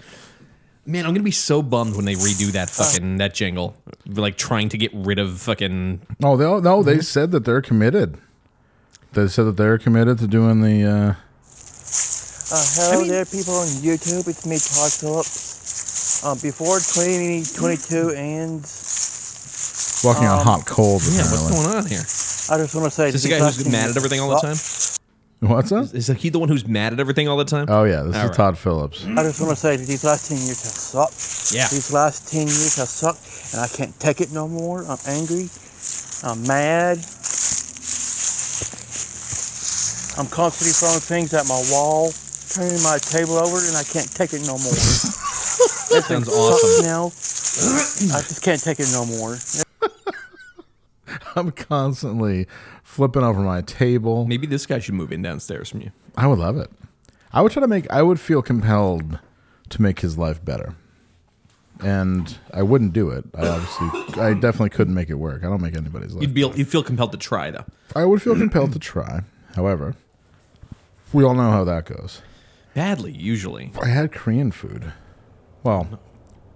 S4: Man, I'm gonna be so bummed when they redo that
S6: Uh.
S4: fucking that jingle. Like trying to get rid of fucking
S2: No, they no, they said that they're committed. They said that they're committed to doing the. Uh,
S3: Uh, hello there, people on YouTube. It's me, Todd Phillips. Um, before 2022 ends,
S2: Walking on
S3: um,
S2: hot coals.
S3: yeah, what's
S2: apparently.
S4: on here?
S3: I just want to say,
S4: Is this the
S3: to
S4: guy who's
S3: Dustin-
S4: mad at everything all the time?
S2: What's that?
S4: Is, is he the one who's mad at everything all the time?
S2: Oh yeah, this
S4: All
S2: is
S4: right.
S2: Todd Phillips.
S3: I just want to say that these last 10 years have sucked.
S4: Yeah.
S3: These last 10 years have sucked, and I can't take it no more. I'm angry. I'm mad. I'm constantly throwing things at my wall, turning my table over, and I can't take it no
S4: [LAUGHS]
S3: more. that
S4: sounds awesome. [CLEARS THROAT]
S3: Now, I just can't take it no more.
S2: I'm constantly flipping over my table.
S4: Maybe this guy should move in downstairs from you.
S2: I would love it. I would try to make. I would feel compelled to make his life better, and I wouldn't do it. I obviously, I definitely couldn't make it work. I don't make anybody's life.
S4: You'd be you'd feel compelled to try though.
S2: I would feel compelled to try. However, we all know how that goes.
S4: Badly, usually.
S2: I had Korean food. Well,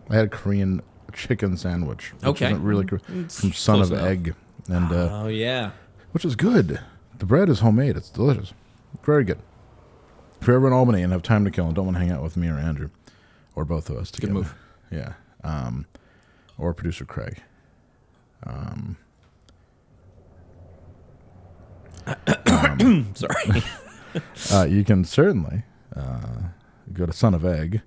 S2: I had a Korean chicken sandwich. Which
S4: Okay.
S2: Isn't really Kor-
S4: It's
S2: from Son
S4: close
S2: of
S4: enough.
S2: Egg, and uh,
S4: Oh yeah.
S2: which is good. The bread is homemade. It's delicious. Very good. If you're ever in Albany and have time to kill and don't want to hang out with me or Andrew, or both of us together,
S4: move.
S2: Yeah. Um, or producer Craig. Um, [COUGHS] um,
S4: Sorry.
S2: uh, you can certainly uh, go to Son of Egg,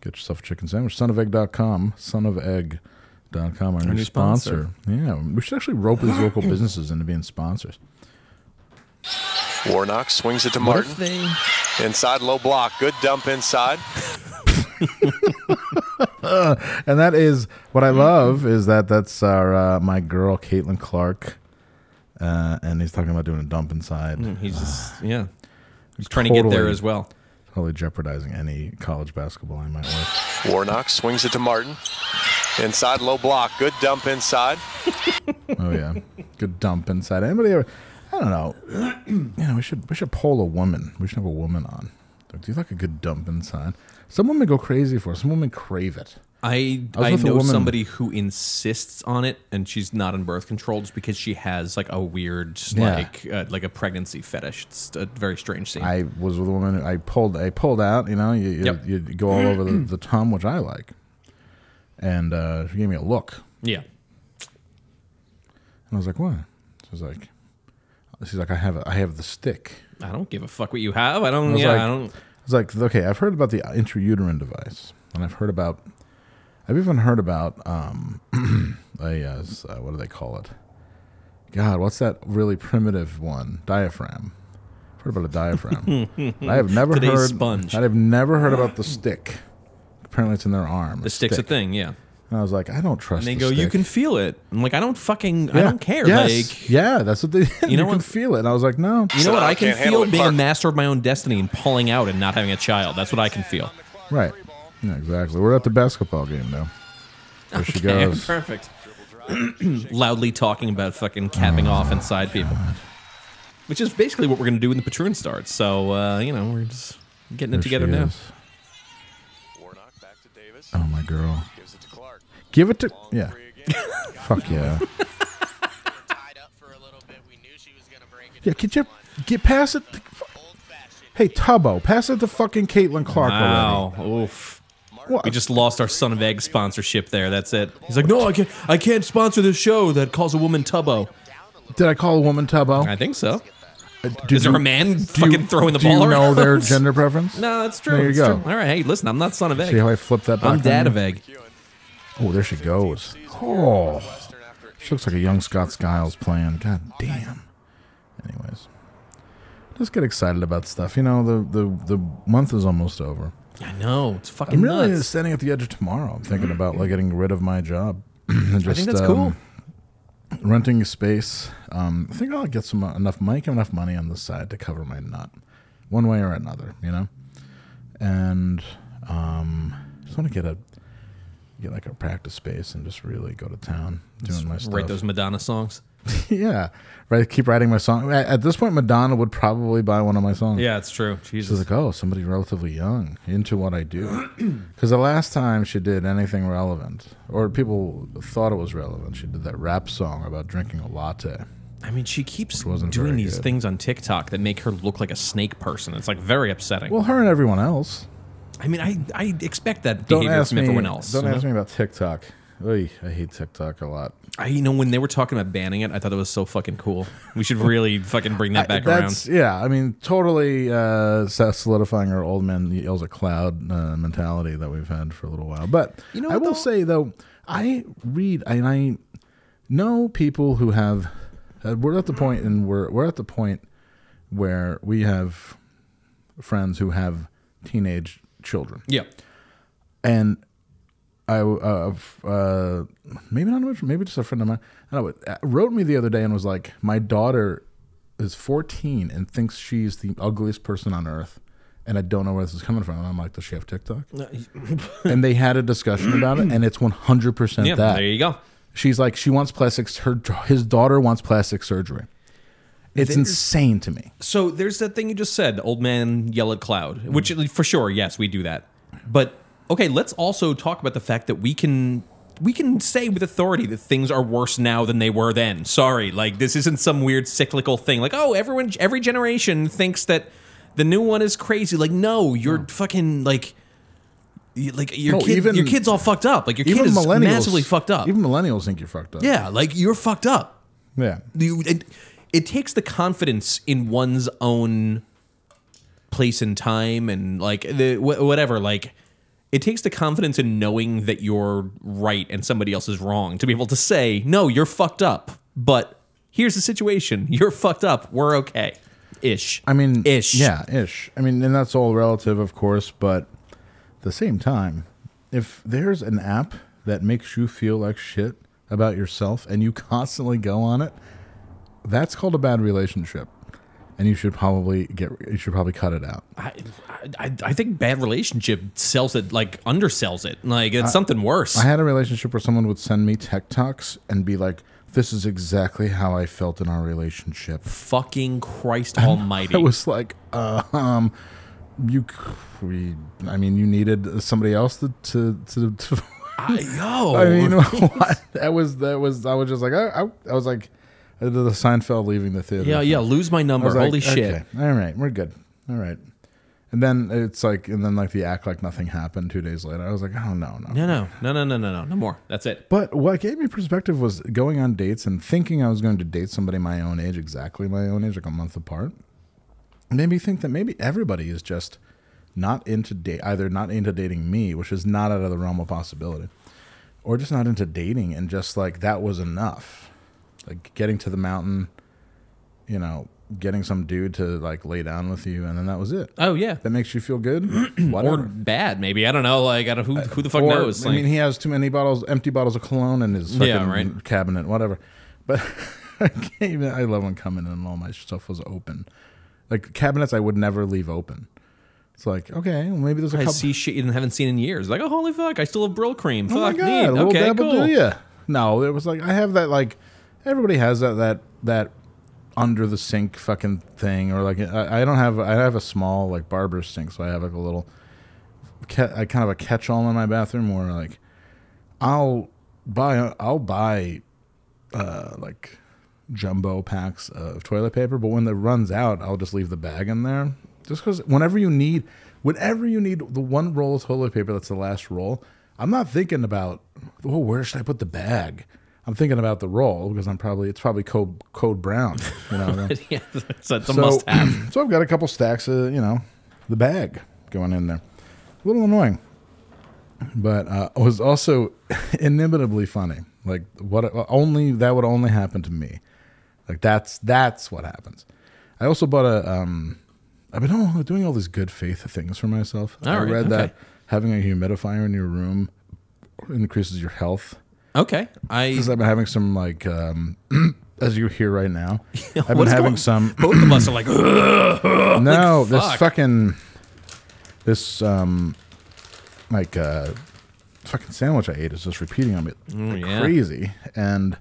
S2: get yourself a chicken sandwich. Sonofegg.com. Sonofegg.com, our, our new, sponsor. Yeah, we should actually rope these local businesses into being sponsors. [LAUGHS]
S16: Warnock swings it to
S2: What if
S16: Martin. Inside low block. Good dump inside.
S2: and that is what I love is that that's our uh, my girl Caitlin Clark, uh, and he's talking about doing a dump inside.
S4: Mm, He's just
S2: Uh, [SIGHS]
S4: yeah. He's trying to get
S2: totally-
S4: there as well.
S2: Totally jeopardizing any college basketball I might work.
S16: Warnock swings it to Martin. Inside low block. Good dump inside.
S2: Oh yeah, [LAUGHS] good dump inside. Anybody ever? I don't know. [CLEARS THROAT] you know, we should we should poll a woman. We should have a woman on. Like, Do you like a good dump inside? Some women go crazy for. it. Some women crave it.
S4: I
S2: I
S4: I,
S2: was with a
S4: know
S2: woman-
S4: somebody who insists on it, and she's not on birth control just because she has like a weird
S2: Yeah.
S4: like uh, like a pregnancy fetish. It's a very strange scene.
S2: I was with a woman. who- I pulled. I pulled out. You know, you you,
S4: Yep.
S2: you go all over the, the tum, which I like. And uh, she gave me a look,
S4: yeah,
S2: and I was like, "What?" She was like, "She's like, I have a, I have the stick."
S4: I don't give a fuck what you have. I don't.
S2: was
S4: yeah,
S2: like,
S4: I don't.
S2: was like, okay, I've heard about the intrauterine device, and I've heard about, I've even heard about um, [CLEARS THROAT] a uh, s- uh, what do they call it? God, what's that really primitive one? Diaphragm. I've heard about
S4: [LAUGHS]
S2: a diaphragm. I have never
S4: Today's
S2: heard.
S4: sponge.
S2: I have never heard about the stick. Apparently, it's in their arm.
S4: The stick's a thing, yeah.
S2: And I was like, I don't trust.
S4: And they
S2: the
S4: go, you
S2: stick."
S4: can feel it. I'm like, I don't fucking, I
S2: Yeah.
S4: don't care.
S2: Yes.
S4: Like,
S2: yeah, that's what they. [LAUGHS] You,
S4: You know
S2: can
S4: what-
S2: feel it. And I was like, no.
S4: you know what? I can feel being a
S2: a
S4: master of my own destiny and pulling out and not having a child. That's what I can feel.
S2: Right. Yeah, exactly. We're at the basketball game now. There she
S4: Okay,
S2: goes.
S4: Perfect. [CLEARS THROAT] Loudly talking about fucking capping off inside people, which is basically what we're gonna do when the Patroon starts. So uh, you know, we're just [LAUGHS] getting
S2: There
S4: it together
S2: she
S4: now.
S2: is. Oh my girl. Give it to yeah. Fuck yeah. Yeah, get your get past it. Hey Tubbo, pass it to fucking Caitlin Clark already.
S4: Wow. Oof. We just lost our Son of Egg sponsorship there. That's it. He's like, no, I can't. I can't sponsor this show that calls a woman Tubbo.
S2: Did I call a woman Tubbo?
S4: I think so.
S2: do
S4: Is there
S2: you-
S4: a man
S2: do
S4: fucking
S2: you-
S4: throwing the
S2: do
S4: ball
S2: you know
S4: around?
S2: their gender preference?
S4: [LAUGHS] No, that's true.
S2: There you
S4: it's
S2: go.
S4: true. All right, hey, listen, I'm not son of egg.
S2: See how I flipped that back
S4: I'm
S2: on
S4: dad
S2: you?
S4: of egg.
S2: Oh, there she goes. Oh, she looks like a young Scott Skiles playing. God damn. Anyways, just get excited about stuff. You know, the the the month is almost over.
S4: I know. It's fucking
S2: I'm really
S4: nuts.
S2: standing at the edge of tomorrow. I'm thinking about like getting rid of my job. [CLEARS THROAT] and
S4: I think that's cool.
S2: Renting space. Um, I think I'll get some enough mic and enough money on the side to cover my nut, one way or another. You know, and um, just want to get a get like a practice space and just really go to town doing
S4: Just
S2: my stuff.
S4: Write those Madonna songs.
S2: [LAUGHS] yeah, right. Keep writing my song. At, at this point, Madonna would probably buy one of my songs.
S4: Yeah, it's true. Jesus.
S2: She's like, oh, somebody relatively young into what I do. [CLEARS THROAT] Because the last time she did anything relevant, or people thought it was relevant, she did that rap song about drinking a latte.
S4: I mean, she keeps
S2: wasn't
S4: doing
S2: very
S4: these
S2: good.
S4: things on TikTok that make her look like a snake person. It's like very upsetting.
S2: Well, her and everyone else.
S4: I mean, I, I expect that
S2: Don't
S4: behavior
S2: ask
S4: from
S2: me.
S4: everyone else.
S2: don't
S4: you know?
S2: ask me about TikTok. Oy, I hate TikTok a lot.
S4: I, you know, when they were talking about banning it, I thought it was so fucking cool. We
S2: [LAUGHS]
S4: should really fucking bring that back
S2: That's
S4: around.
S2: yeah. I mean, totally uh, so- solidifying our old man yells at cloud uh, mentality that we've had for a little while. But
S17: You know
S2: I
S17: what,
S2: will
S17: though?
S2: say though, I read and I know people who have. Uh, we're at the point, and we're we're at the point where we have friends who have teenage children.
S4: Yeah.
S2: And I, uh, f- uh, maybe not much, maybe just a friend of mine, I don't know, but, uh, wrote me the other day and was like, my daughter is 14 and thinks she's the ugliest person on earth. And I don't know where this is coming from. And I'm like, does she have TikTok? and they had a discussion about it, and it's 100%
S4: Yeah,
S2: that.
S4: there you go.
S2: She's like, she wants plastics. Her his daughter wants plastic surgery. It's
S4: There's-
S2: insane to me.
S4: So there's that thing you just said, old man yell at cloud, which
S2: Mm.
S4: for sure, yes, we do that. But okay, let's also talk about the fact that we can we can say with authority that things are worse now than they were then. Sorry, like this isn't some weird cyclical thing. Like oh, everyone, every generation thinks that the new one is crazy. Like no, you're fucking like. you- Like your
S2: Mm. No,
S4: kid,
S2: even-
S4: your kid's all fucked up. Like your kid
S2: Even
S4: is
S2: millennials-
S4: massively fucked up.
S2: Even millennials think you're fucked up.
S4: Yeah, like you're fucked up.
S2: Yeah.
S4: You, it, it takes the confidence in one's own place and time and like the wh- whatever. Like it takes the confidence in knowing that you're right and somebody else is wrong to be able to say, no, you're fucked up. But here's the situation: you're fucked up. We're okay, ish.
S2: I mean,
S4: ish.
S2: Yeah, ish. I mean, and that's all relative, of course, but at the same time, if there's an app that makes you feel like shit [LAUGHS] about yourself and you constantly go on it, that's called a bad relationship. and you should probably get you should probably cut it out.
S4: I, I, I think bad relationship sells it like undersells it. Like it's
S2: I-
S4: something worse.
S2: I had a relationship where someone would send me tech talks and be like, "This is exactly how I felt in our relationship."
S4: Fucking Christ
S2: And
S4: [LAUGHS] Almighty!
S2: [LAUGHS] I was like, uh, um, you, c- we, I mean, you needed somebody else to to to. to [LAUGHS]
S4: I, yo.
S2: I mean, [LAUGHS] what? that was that was. I was just like, I, I, I was like, I did the Seinfeld leaving the theater.
S4: Yeah, yeah, lose my
S2: I was
S4: number.
S2: like,
S4: Holy shit.
S2: okay, all right, we're good. All right. And then it's like, and then like the act like nothing happened two days later. I was like, oh no, no,
S4: no, no, no, no, no, no, no, no more. That's it.
S2: But what gave me perspective was going on dates and thinking I was going to date somebody my own age, exactly my own age, like a month apart, made me think that maybe everybody is just not into date, either not into dating me, which is not out of the realm of possibility, or just not into dating, and just like that was enough, like getting to the mountain, you know, getting some dude to like lay down with you, and then that was it.
S4: Oh yeah,
S2: that makes you feel good, [CLEARS THROAT]
S4: Or
S2: whatever.
S4: bad, maybe. I don't know. Like, I don't, who, who the fuck
S2: Uh, Or,
S4: knows?
S2: I mean, he has too many bottles, empty bottles of cologne in his fucking
S4: Yeah, right.
S2: cabinet, whatever. But [LAUGHS] I can't even. I love when coming in and all my stuff was open, like cabinets I would never leave open. It's like okay, well, maybe there's a
S4: I
S2: couple.
S4: see shit you haven't seen in years. Like, oh holy fuck, I still have Brill cream.
S2: oh my
S4: fuck,
S2: god,
S4: neat.
S2: a little
S4: Okay,
S2: dabble,
S4: cool.
S2: do ya? No, it was like I have that like everybody has that that that under the sink fucking thing or like I, I don't have I have a small like barber sink, so I have like a little ca- I kind of a catch all in my bathroom where like I'll buy I'll buy uh, like jumbo packs of toilet paper, but when it runs out, I'll just leave the bag in there. Just because whenever you need, whenever you need the one roll of toilet paper that's the last roll, I'm not thinking about oh where should I put the bag. I'm thinking about the roll because I'm probably it's probably code code brown.
S4: [LAUGHS]
S2: You know,
S4: yeah, that's a must have.
S2: [CLEARS THROAT] so I've got a couple stacks of you know the bag going in there. A little annoying, but uh, it was also [LAUGHS] inimitably funny. Like what only that would only happen to me. Like that's that's what happens. I also bought a. Um, I've been all, doing all these good faith things for myself.
S4: All
S2: I
S4: right,
S2: read that
S4: okay.
S2: having a humidifier in your room increases your health.
S4: Okay, I
S2: because I've been having some like um, [CLEARS THROAT] as you hear
S4: [LAUGHS]
S2: right now. I've been
S4: What's
S2: having
S4: going-
S2: some.
S4: Both of us are like, "Ugh."
S2: [CLEARS THROAT]
S4: [LAUGHS]
S2: no,
S4: Like,
S2: this
S4: fuck.
S2: fucking this um like uh fucking sandwich I ate is just repeating on me
S4: Mm,
S2: like
S4: yeah.
S2: crazy and.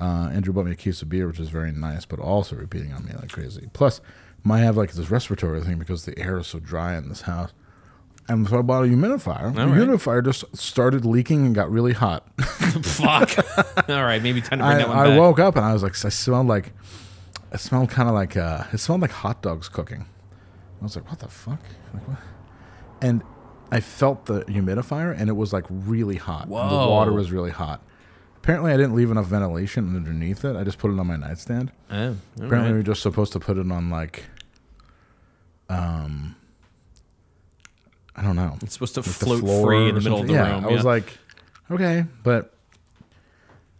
S2: Uh, Andrew bought me a case of beer, which is very nice, but also repeating on me like crazy. Plus, my have like this respiratory thing because the air is so dry in this house. And so I bought a humidifier.
S4: All
S2: the
S4: right.
S2: humidifier just started leaking and got really hot.
S4: [LAUGHS] [LAUGHS]
S2: [LAUGHS]
S4: fuck. [LAUGHS] All right, maybe time to bring
S2: I,
S4: that one
S2: I
S4: back.
S2: woke up and I was like, I smelled like, I smelled kind of like, uh, it smelled like hot dogs cooking. I was like, what the fuck? Like, what? And I felt the humidifier and it was like really hot. And
S4: Whoa.
S2: The water was really hot. Apparently, I didn't leave enough ventilation underneath it. I just put it on my nightstand.
S4: Oh, all
S2: Apparently,
S4: right.
S2: we are just supposed to put it on like, um, I don't know.
S4: It's supposed to
S2: Like the
S4: float
S2: floor
S4: free in
S2: or
S4: the middle of
S2: something.
S4: the
S2: yeah,
S4: room,
S2: I was
S4: yeah.
S2: like, okay, but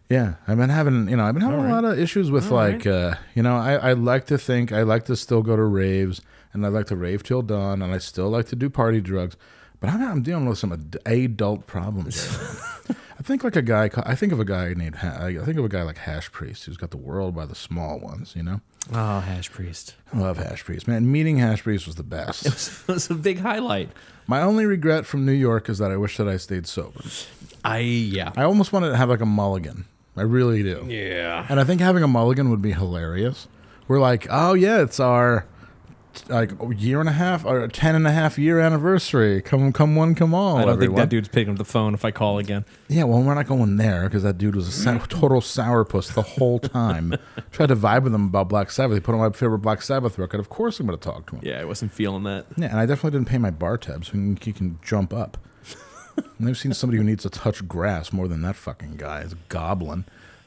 S2: yeah, I've been having you know I've been having a lot of issues with
S4: All
S2: like uh, you know I, I like to think I like to still go to raves and I like to rave till dawn and I still like to do party drugs, but I'm, I'm dealing with some ad- adult problems. here. I think like a guy. ca- I think of a guy named. Ha- I think of a guy like Hash Priest, who's got the world by the small ones. You know.
S4: Oh, Hash Priest.
S2: I love Hash Priest, man. Meeting Hash Priest was the best. It
S4: was, [LAUGHS] a big highlight.
S2: My only regret from New York is that I wish that I stayed sober.
S4: I yeah.
S2: I almost wanted to have like a mulligan. I really do.
S4: Yeah.
S2: And I think having a mulligan would be hilarious. We're like, oh yeah, it's our t- like year and a half or ten and a half year anniversary. Come, come one, come all.
S4: I don't think
S2: everyone.
S4: that dude's picking up the phone if I call again.
S2: Yeah, well, we're not going there because that dude was a sou-
S4: [LAUGHS]
S2: total sourpuss the whole time. Tried to vibe with him about Black Sabbath. He put on my favorite Black Sabbath record. Of course, I'm going to talk to him.
S4: Yeah, I wasn't feeling that.
S2: Yeah, and I definitely didn't pay my bar tab, so he can- he can
S4: [LAUGHS]
S2: jump up. and I've seen somebody who needs to touch grass more than that fucking guy is a goblin.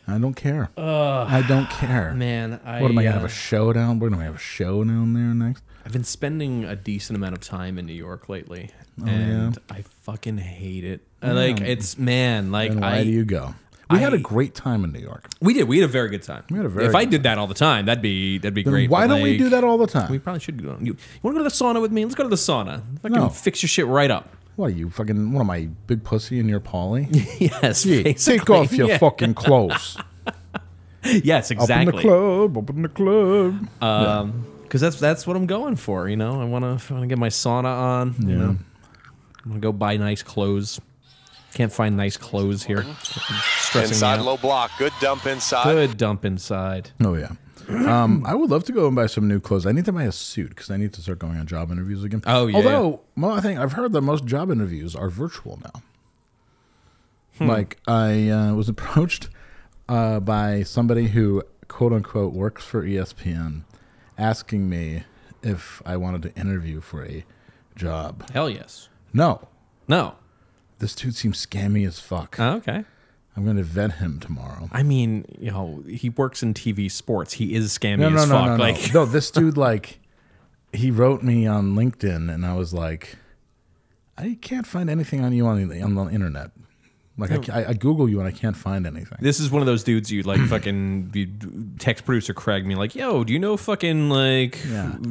S2: I don't care.
S4: Ugh.
S2: I don't care,
S4: Man, I,
S2: what am I
S4: uh,
S2: gonna have a showdown? We're gonna have a showdown there next.
S4: I've been spending a decent amount of time in New York lately,
S2: Oh,
S4: and I fucking hate it. I
S2: Yeah.
S4: Like it's man, like
S2: Then why
S4: I,
S2: do you go? We had a great time in New York.
S4: We did. We had a very good time. We
S2: had a very
S4: if I
S2: good
S4: did that all the time, that'd be that'd be
S2: Then
S4: great.
S2: why
S4: but,
S2: don't we
S4: like,
S2: do that all the time?
S4: We probably should go. You, you want to go to the sauna with me? Let's go to the sauna. Fucking
S2: No.
S4: fix your shit right up.
S2: What are you fucking? What am I, big pussy in your Polly?
S4: [LAUGHS] yes,
S2: Gee, take
S4: basically,
S2: off
S4: [LAUGHS]
S2: your
S4: yeah. [LAUGHS]
S2: fucking clothes.
S4: [LAUGHS] Yes, exactly.
S2: Up in the club. Up in the club.
S4: Um, Because that's that's what I'm going for. You know, I want to I want to get my sauna on. You
S2: Yeah.
S4: know, I'm gonna go buy nice clothes. Can't find nice clothes here. Stressing me
S16: Inside
S4: out.
S16: low block. Good dump inside.
S4: Good dump inside.
S2: Oh yeah. Um, I would love to go and buy some new clothes. I need to buy a suit because I need to start going on job interviews again.
S4: Oh, yeah,
S2: Although, well, I think I've heard that most job interviews are virtual now.
S17: Hmm.
S2: Like I uh, was [LAUGHS] approached uh, by somebody who quote unquote works for E ESPN, asking me if I wanted to interview for a job.
S4: Hell yes.
S2: No.
S4: No. Oh,
S2: This dude seems scammy as fuck.
S4: okay.
S2: I'm going to vet him tomorrow.
S4: I mean, you know, he works in TV sports. He is scammy
S2: no, no,
S4: as
S2: no,
S4: fuck.
S2: No, no.
S4: like,
S2: no, this dude like he wrote me on LinkedIn, and I was like, I can't find anything on you on the on the internet. Like I, ca- I, I Google you and I can't find anything.
S4: This is one of those dudes you like [CLEARS THROAT] fucking you text producer Craig me like, yo, do you know fucking like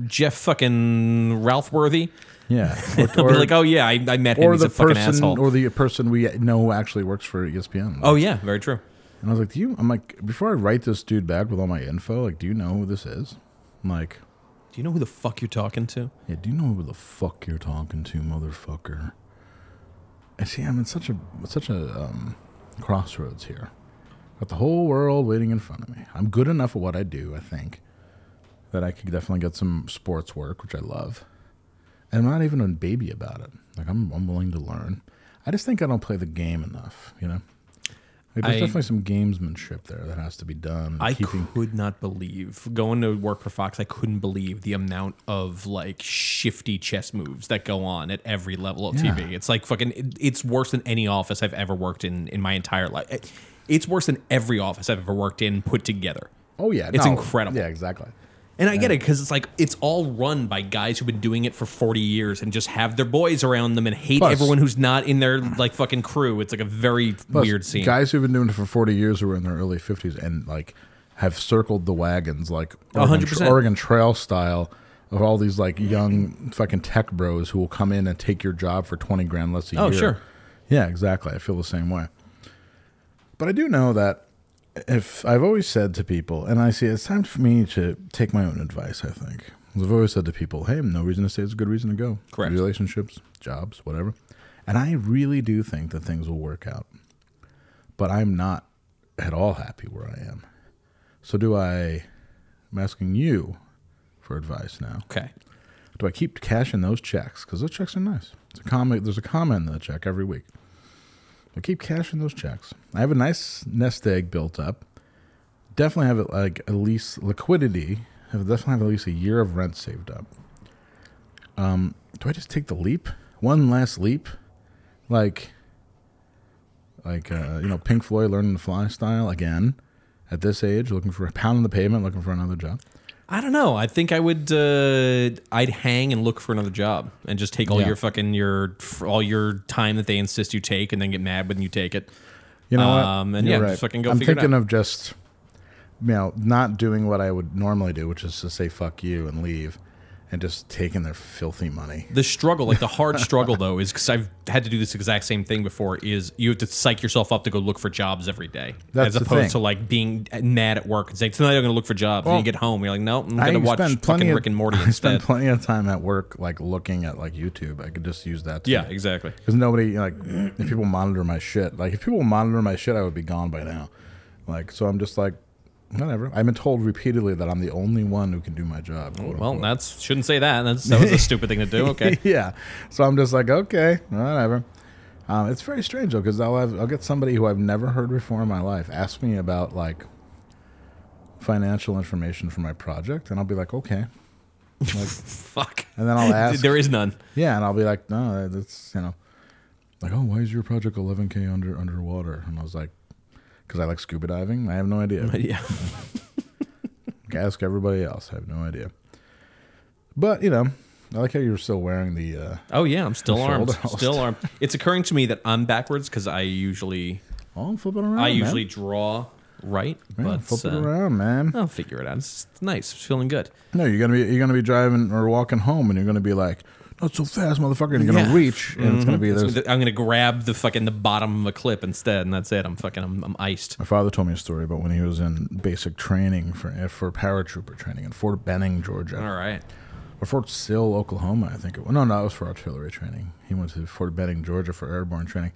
S4: Jeff fucking Ralph Worthy? [LAUGHS]
S2: Yeah.
S4: I'll be like, oh yeah, I, I met him. He's a fucking
S2: person,
S4: asshole.
S2: or the person we know who actually works for E ESPN.
S4: oh yeah, very true.
S2: And I was like, do you? I'm like, before I write this dude back with all my info, like, do you know who this is? I'm like,
S4: do you know who the fuck you're talking to?
S2: Yeah, do you know who the fuck you're talking to, motherfucker? I see. I'm in such a such a um, crossroads here. Got the whole world waiting in front of me. I'm good enough at what I do, I think, that I could definitely get some sports work, which I love. And I'm not even a baby about it. Like I'm, I'm willing to learn. I just think I don't play the game enough. You know, like, there's
S4: I-
S2: definitely some gamesmanship there that has to be done.
S4: I
S2: keeping-
S4: could not believe going to work for Fox. I couldn't believe the amount of like shifty chess moves that go on at every level of TV. It's like fucking. it- It's worse than any office I've ever worked in in my entire life. It- It's worse than every office I've ever worked in put together.
S2: Oh yeah,
S4: it's
S2: no.
S4: incredible.
S2: Yeah, exactly.
S4: And I get it because it's like it's all run by guys who've been doing it for forty years and just have their boys around them and hate
S2: Plus-
S4: everyone who's not in their like fucking crew. It's like a very
S2: Plus,
S4: weird scene.
S2: Guys who've been doing it for 40 years who are in their early 50s and like have circled the wagons like
S4: A
S2: Oregon,
S4: hundred percent.
S2: Oregon Trail style of all these like young fucking tech bros who will come in and take your job for 20 grand less a
S4: Oh,
S2: year.
S4: sure.
S2: Yeah, exactly. I feel the same way. But I do know that if I've always said to people, and I see it's time for me to take my own advice, I think. 'Cause I've always said to people, hey, no reason to stay is a good reason to go. Correct. Relationships, jobs, whatever. And I really do think that things will work out. But I'm not at all happy where I am. So do I, I'm asking you for advice now.
S4: Okay.
S2: Do I keep cashing those checks? Because those checks are nice. It's a comment, there's a comment in the check every week. I keep cashing those checks. I have a nice nest egg built up. Definitely have like at least liquidity. I definitely have at least a year of rent saved up. Um, do I just take the leap? One last leap, like, like uh, you know, Pink Floyd learning to fly style again. At this age, looking for a pound on the pavement, looking for another job.
S4: I don't know. I think I would. Uh, I'd hang and look for another job and just take all
S2: Yeah.
S4: your fucking your all your time that they insist you take, and then get mad when you take it.
S2: You know
S4: Um,
S2: what?
S4: and
S2: You're
S4: yeah,
S2: right.
S4: just fucking go
S2: I'm
S4: figure
S2: thinking
S4: it out.
S2: of just you know not doing what I would normally do, which is to say fuck you and leave, and just taking their filthy money.
S4: the struggle, like the
S2: [LAUGHS]
S4: hard struggle, though, is because I've had to do this exact same thing before. Is you have to psych yourself up to go look for jobs every day,
S2: That's
S4: as
S2: the
S4: opposed
S2: thing.
S4: to like being mad at work and saying tonight I'm going to look for jobs.
S2: Well,
S4: and you get home, you're like, no, I'm going to watch fucking Rick and Morty
S2: [LAUGHS] I
S4: instead.
S2: spend plenty of time at work, like looking at like YouTube. I could just use that.
S4: Yeah, exactly.
S2: Because nobody like [CLEARS THROAT] if people monitor my shit. Like if people monitor my shit, I would be gone by now. Like so, I'm just like whatever. I've been told repeatedly that I'm the only one who can do my job. quote
S4: Oh, Well, that's shouldn't say that. That's that was a stupid thing to
S2: [LAUGHS]
S4: do. Okay.
S2: yeah. So I'm just like, okay, whatever. Um, it's very strange though, because I'll have, I'll get somebody who I've never heard before in my life ask me about like financial information for my project, and I'll be like, okay, like,
S4: [LAUGHS] fuck.
S2: And then I'll ask,
S4: [LAUGHS] There is none.
S2: Yeah, and I'll be like, no, that's you know, like, oh, why is your project 11k under underwater? And I was like, because I like scuba diving. I have no idea.
S4: [LAUGHS]
S2: [LAUGHS]
S4: Yeah.
S2: ask everybody else. I have no idea. But you know, I like how you're still wearing the. Uh,
S4: Oh yeah, I'm still
S2: the
S4: armed.
S2: shoulder holster.
S4: Still armed. It's occurring to me that I'm backwards because I usually
S2: Oh, I'm flipping around.
S4: I
S2: man.
S4: usually draw right,
S2: [LAUGHS] Yeah,
S4: but
S2: flip it
S4: uh,
S2: around, man.
S4: I'll figure it out. It's nice. It's feeling good.
S2: No, you're gonna be you're gonna be driving or walking home, and you're gonna be like,
S18: not so fast, motherfucker. And you're going to
S4: Yeah.
S18: reach, and it's going to
S4: Mhm.
S18: be this.
S4: I'm going to grab the fucking the bottom of a clip instead, and that's it. I'm fucking I'm, I'm iced. [LAUGHS]
S2: My father told me a story about when he was in basic training for eh, for paratrooper training in Fort Benning, Georgia.
S4: All right.
S2: Or Fort Sill, Oklahoma, I think it was. No, no, it was for artillery training. He went to Fort Benning, Georgia for airborne training.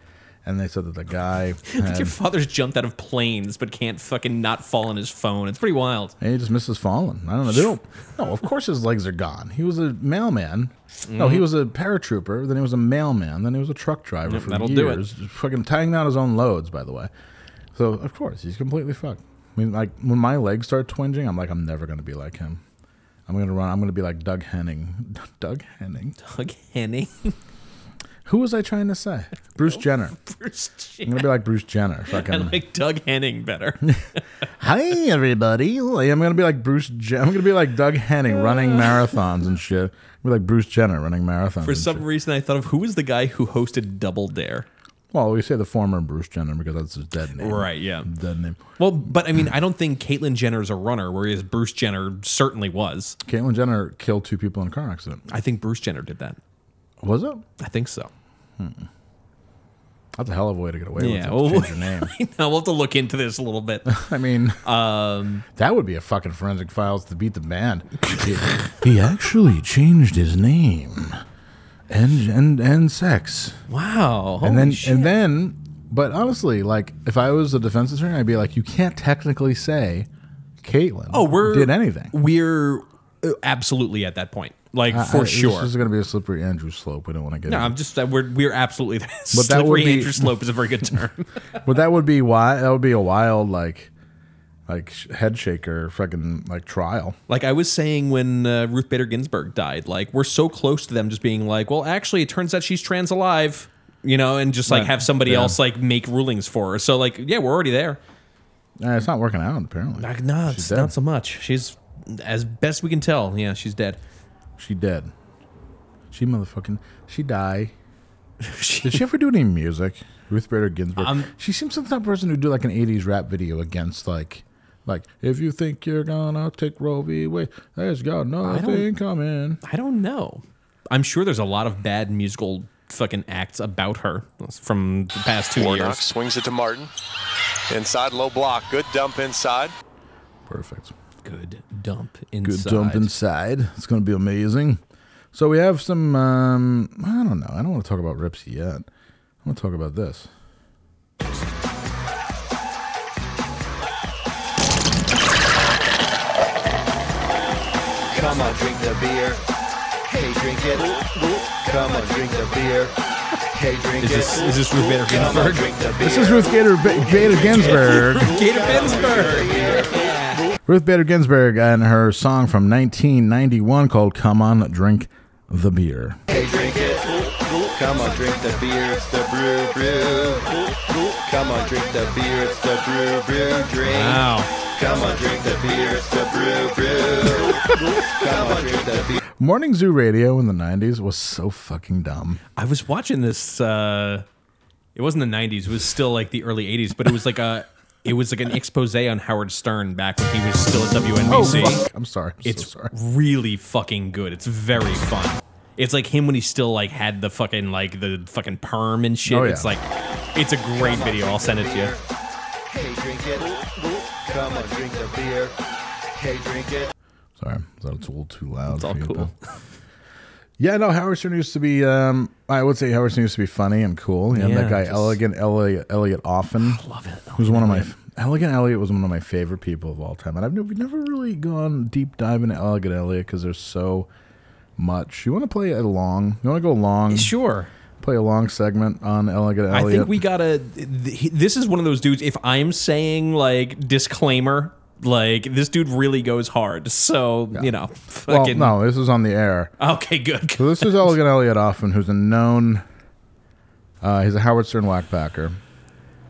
S2: And they said that
S4: [LAUGHS]
S2: the guy.
S4: Like your
S2: had-
S4: father's jumped out of planes, but can't fucking not fall on his phone. It's pretty wild.
S2: And he just misses falling. I don't know. They don't. No, of course his legs are gone. He was a mailman. No, he
S4: Mhm.
S2: was a paratrooper. Then he was a mailman. Then he was a truck driver
S4: Yep,
S2: for
S4: that'll do it.
S2: years. Fucking tying down his own loads, by the way. So of course he's completely fucked. I mean, like when my legs start twinging, I'm like, I'm never gonna be like him. I'm gonna run. I'm gonna be like Doug Henning. [LAUGHS] Doug Henning.
S4: Doug Henning.
S2: Who was I trying
S4: [LAUGHS]
S2: to say? Bruce Jenner.
S4: Bruce
S2: I'm gonna be like Bruce Jenner.
S4: [LAUGHS]
S2: Fucking.
S4: I like Doug Henning better.
S2: Hi everybody! I'm gonna be like Bruce. Jen- I'm gonna be like Doug Henning running
S4: Uh.
S2: marathons and shit. Be like Bruce Jenner running marathons.
S4: For
S2: and
S4: some reason, I thought of who was the guy who hosted Double Dare.
S2: shit. well, we say the former Bruce Jenner because that's his dead name.
S4: Right, yeah.
S2: Dead name.
S4: Well, but I mean, I don't think Caitlyn Jenner is a runner, whereas Bruce Jenner certainly was.
S2: Caitlyn Jenner killed two people in a car accident.
S4: I think Bruce Jenner did that.
S2: Was it? Hmm.
S4: I think so.
S2: That's a hell of a way to get away
S4: Yeah,
S2: with it. to
S4: well,
S2: Change
S4: [LAUGHS]
S2: your name.
S4: now we'll have to look into this a little bit.
S2: [LAUGHS] I mean,
S4: um,
S2: that would be a fucking forensic files to beat
S4: [LAUGHS]
S2: the band. he, he actually changed his name and and and sex.
S4: Wow.
S2: and then
S4: holy shit.
S2: and then, but honestly, like if I was a defense attorney, I'd be like, you can't technically say Caitlyn.
S4: oh, we're
S2: did anything.
S4: We're uh, absolutely at that point, like
S2: I- I-
S4: for sure.
S2: This is going to be a slippery Andrew slope. We don't want to get.
S4: no,
S2: into.
S4: I'm just that we're we're absolutely [LAUGHS] there.
S2: But that would
S4: Slippery
S2: be-
S4: Andrew slope is a
S2: [LAUGHS]
S4: very good term.
S2: but that would be why that would be a wild like, like sh- head shaker fucking like trial.
S4: Like I was saying when uh, Ruth Bader Ginsburg died, like we're so close to them just being like, well, actually, it turns out she's trans alive, you know, and just like
S2: Right.
S4: have somebody
S2: Yeah.
S4: else like make rulings for her. So like, yeah, we're already there.
S2: Uh, it's not working out apparently.
S4: Like, no, it's not so much. She's as best we can tell. Yeah, she's dead.
S2: She dead. She motherfucking. She
S4: [LAUGHS]
S2: die. Did she ever do any music? Ruth Bader Ginsburg.
S4: Um,
S2: she seems like that person who do like an '80s rap video against like, like if you think you're gonna take Roe v. Wade, there's got nothing coming.
S4: I don't know. I'm sure there's a lot of bad musical fucking acts about her from the past two
S16: Warnock
S4: years.
S16: swings it to Martin. Inside low block. Good dump inside.
S2: Perfect.
S4: Good dump
S2: Good
S4: inside.
S2: dump inside. It's going to be amazing. So we have some. Um, I don't know. I don't want to talk about rips yet. I want to talk about this.
S15: Come on, drink the beer. Hey, drink it. Come on, drink the beer. Hey, drink
S4: Is
S15: it.
S4: this- is this Ruth Bader Ginsburg?
S2: This is Ruth Gator Ba- Bader Ginsburg.
S4: Gator Ginsburg.
S2: Ruth Bader Ginsburg and her song from 1991 called "Come On, Drink the Beer."
S15: Hey, drink it. Come on, drink the beer. It's the brew, brew. Come on, drink the beer. It's the brew, brew, drink.
S4: Wow.
S15: Come on, drink the beer. It's the brew, brew. Come on, drink the beer.
S2: Morning Zoo Radio in the 90s was so fucking dumb.
S4: I was watching this. Uh, it wasn't the '90s. It was still like the early '80s, but it was like a. It was like an expose on Howard Stern back when he was still at WNBC.
S2: Oh, fuck. I'm sorry. I'm so
S4: it's really fucking good. It's very fun. It's like him when he still like had the fucking like the fucking perm and shit.
S15: Oh, yeah.
S4: It's like it's a great video. I'll send it to you.
S15: Hey, drink it. Come on, drink the beer. Hey, drink it.
S2: Sorry, that was a little too loud. It's all cool. [LAUGHS] yeah, no, Howard Stern used to be. Um, I would say Howard Stern used to be funny and cool. You know,
S4: Yeah,
S2: that guy,
S4: just-
S2: Elegant Elliot, Elliot Offen.
S4: [SIGHS]
S2: love it. Who's one of my Elegant Elliot was one of my favorite people of all time, and I've never, we've never really gone deep dive into Elegant Elliot because there's so much. You want to play a long? You want to go long?
S4: Sure.
S2: Play a long segment on Elegant Elliot.
S4: I think we gotta. th- th- This is one of those dudes. If I'm saying like disclaimer, like this dude really goes hard. So you know,
S2: Well,
S4: fucking
S2: no, this is on the air.
S4: Okay, good.
S2: So this is Elegant Elliot Offen, who's a known. Uh, he's a Howard Stern whackbacker.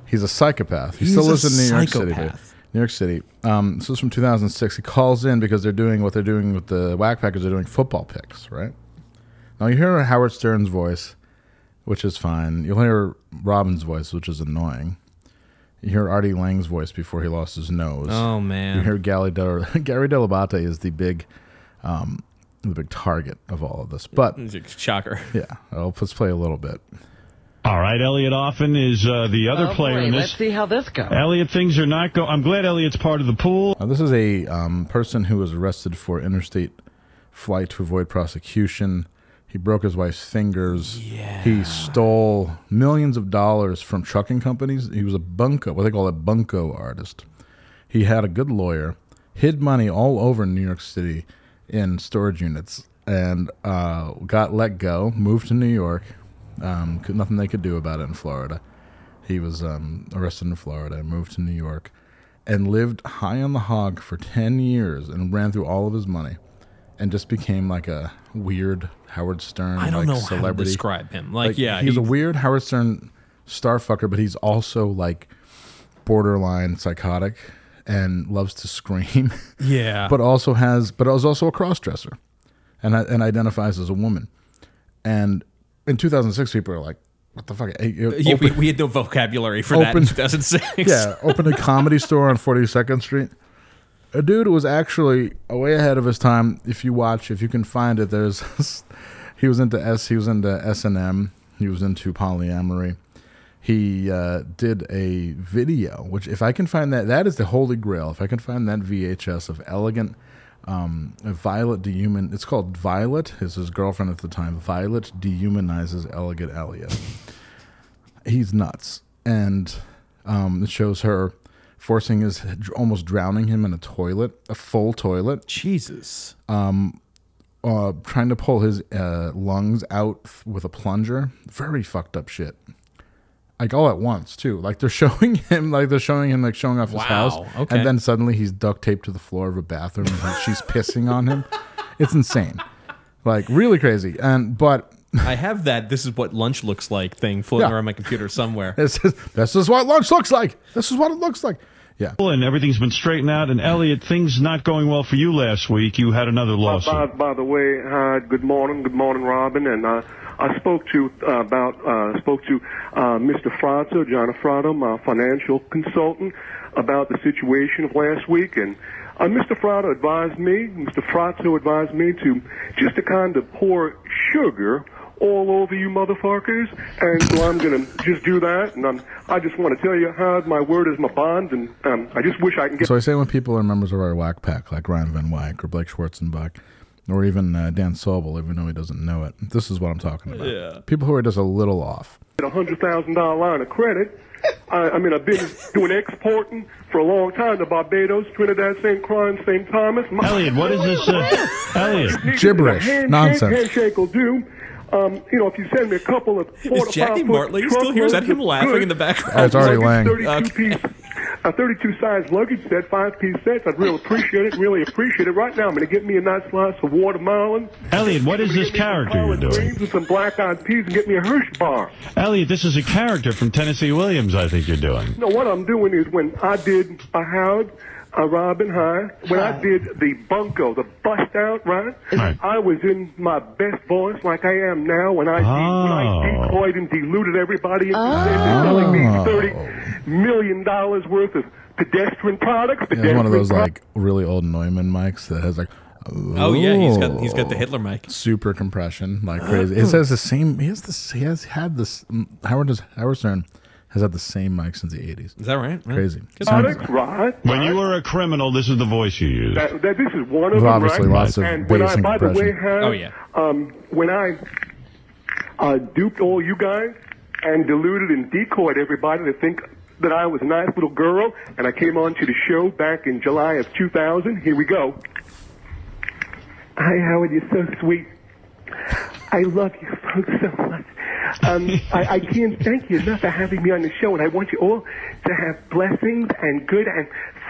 S2: He's a psychopath. He
S4: He's
S2: still
S4: a
S2: lives in New York City. dude.
S4: psychopath.
S2: New York City. Um, this is from 2006. He calls in because they're doing what they're doing with the whackpackers. They're doing football picks, right? Now you hear Howard Stern's voice, which is fine. You'll hear Robin's voice, which is annoying. You hear Artie Lang's voice before he lost his nose.
S4: Oh, man.
S2: [LAUGHS] You hear Gary Del- Gary Delabate is the big um, the big target of all of this. But
S4: It's a shocker.
S2: yeah, I'll, let's play a little bit.
S19: All right, Elliot Offen is uh, the other
S12: Oh,
S19: player
S12: boy,
S19: in
S12: Let's
S19: this.
S12: see how this goes.
S19: Elliot, things are not go. I'm glad Elliot's part of the pool.
S2: Now, this is a um, person who was arrested for interstate flight to avoid prosecution. He broke his wife's fingers. Yeah. He stole millions of dollars from trucking companies. He was a bunco, what they call a bunco artist. He had a good lawyer, hid money all over New York City in storage units, and uh, got let go, moved to New York. Um, could, nothing they could do about it in Florida. He was um, arrested in Florida, moved to New York, and lived high on the hog for 10 years and ran through all of his money and just became like a weird Howard Stern
S4: I don't
S2: like,
S4: know how to
S2: celebrity.
S4: describe him. Like, yeah,
S2: He's a
S4: he-
S2: weird Howard Stern starfucker, but he's also like borderline psychotic and loves to scream. [LAUGHS]
S4: Yeah.
S2: but also has, but is also a crossdresser and, and identifies as a woman. And in 2006, people are like, what the fuck? Hey, you-
S4: Yeah, we,
S2: open-
S4: we had no vocabulary for that in 2006.
S2: [LAUGHS] yeah, opened
S4: [LAUGHS]
S2: a comedy store on 42nd Street. A dude was actually way ahead of his time. If you watch, if you can find it, there's [LAUGHS] he was into s he was into S and M. He was into polyamory. He uh, did a video, which if I can find that, that is the holy grail. If I can find that VHS of elegant um, Violet dehuman, it's called Violet. Is his girlfriend at the time? Violet dehumanizes elegant Elliot he's nuts and um, it shows her forcing his almost drowning him in a toilet a full toilet
S4: jesus
S2: um uh, trying to pull his uh, lungs out f- with a plunger very fucked up shit like all at once too like they're [LAUGHS] showing him like they're showing him like showing off his
S4: Wow,
S2: house
S4: okay.
S2: and then suddenly he's duct taped to the floor of a bathroom and he- she's pissing on him it's insane like really crazy and but [LAUGHS]
S4: I have that. This is what lunch looks like thing floating
S2: Yeah.
S4: around my computer somewhere.
S2: this is this is what lunch looks like this is what it looks like Yeah.
S19: And everything's been straightened out. And Elliot, things not going well for you last week. You had another
S20: By,
S19: lawsuit.
S20: by, by the way, uh, good morning, good morning, Robin, and uh, I spoke to uh, about uh, spoke to uh, Mr. Frotto, John Frotto, my financial consultant, about the situation of last week, and uh, Mr. Frotto advised me, Mr. Frotto advised me to just to kind of pour sugar all over you motherfuckers, and so I'm gonna just do that, and I'm, I just want to tell you how my word is my bond, and um, I just wish I can get.
S2: So I say when people are members of our whack pack, like Ryan Van Wyck or Blake Schwarzenbach, or even uh, Dan Sobel, even though he doesn't know it, this is what I'm talking about.
S20: Yeah.
S2: People who are just a little off.
S20: a hundred thousand dollar line of credit. I, I mean, I've been doing exporting for a long time to Barbados, Trinidad, St. Croix, and St. Thomas. My-
S19: Elliot, what is this? Uh, Elliot,
S2: Gibberish.
S20: handshake,
S2: Nonsense.
S20: Handshake will do. Um, you know, if you send me a couple of four to
S4: Jackie
S20: five foot
S4: Martley still here? Is that
S20: truckloads
S4: him
S20: of
S4: laughing
S20: goods,
S4: in the background?
S2: Oh, [LAUGHS] it's
S20: [LAUGHS]
S2: already
S20: luggage, 32
S2: laying.
S20: piece, a 32 size luggage set, five piece sets. I'd really appreciate it. Really appreciate it. Right now, I'm going to get me a nice slice of watermelon.
S19: Elliot, what is this character you're doing?
S20: With some black eyed peas and get me a Hirsch bar.
S19: Elliot, this is a character from Tennessee Williams. I think you're doing.
S20: No, what I'm doing is when I did a Howard, a Robin High, when I did the bunko, the bust out, right? I was in my best voice like I am now when I, de-
S21: Ah.
S20: when I
S2: Oh.
S19: Oh.
S20: decoyed and deluded everybody into saying they're selling me $30 million dollars worth of pedestrian products.
S2: Yeah,
S20: Pedestrian
S2: one of those
S20: pro-
S2: like really old Neumann mics that has like.
S4: Oh, yeah, he's got- he's got the Hitler mic.
S2: Super compression, like
S20: [GASPS]
S2: crazy. It has the same. He has this. He has had this. mm, Howard does. Howard Stern has had the same mic since the eighties.
S4: Is that right?
S2: Crazy.
S20: Products, right?
S19: When you were a criminal, this is the voice you used.
S20: That, that this is one of
S19: There's
S20: them,
S19: obviously
S20: right?
S19: lots of
S20: and when
S19: bass
S20: I,
S19: and
S20: by the way,
S19: compression.
S20: have,
S19: Oh, yeah.
S20: um, when I uh, duped all you guys and deluded and decoyed everybody to think that I was a nice little girl, and I came on to the show back in July of 2000. Here we go. Hi, Howard. You're so sweet. I love you folks so much.
S19: [LAUGHS]
S20: Um, I, I can't thank you enough for having me on the show, and I want you all to have blessings and good and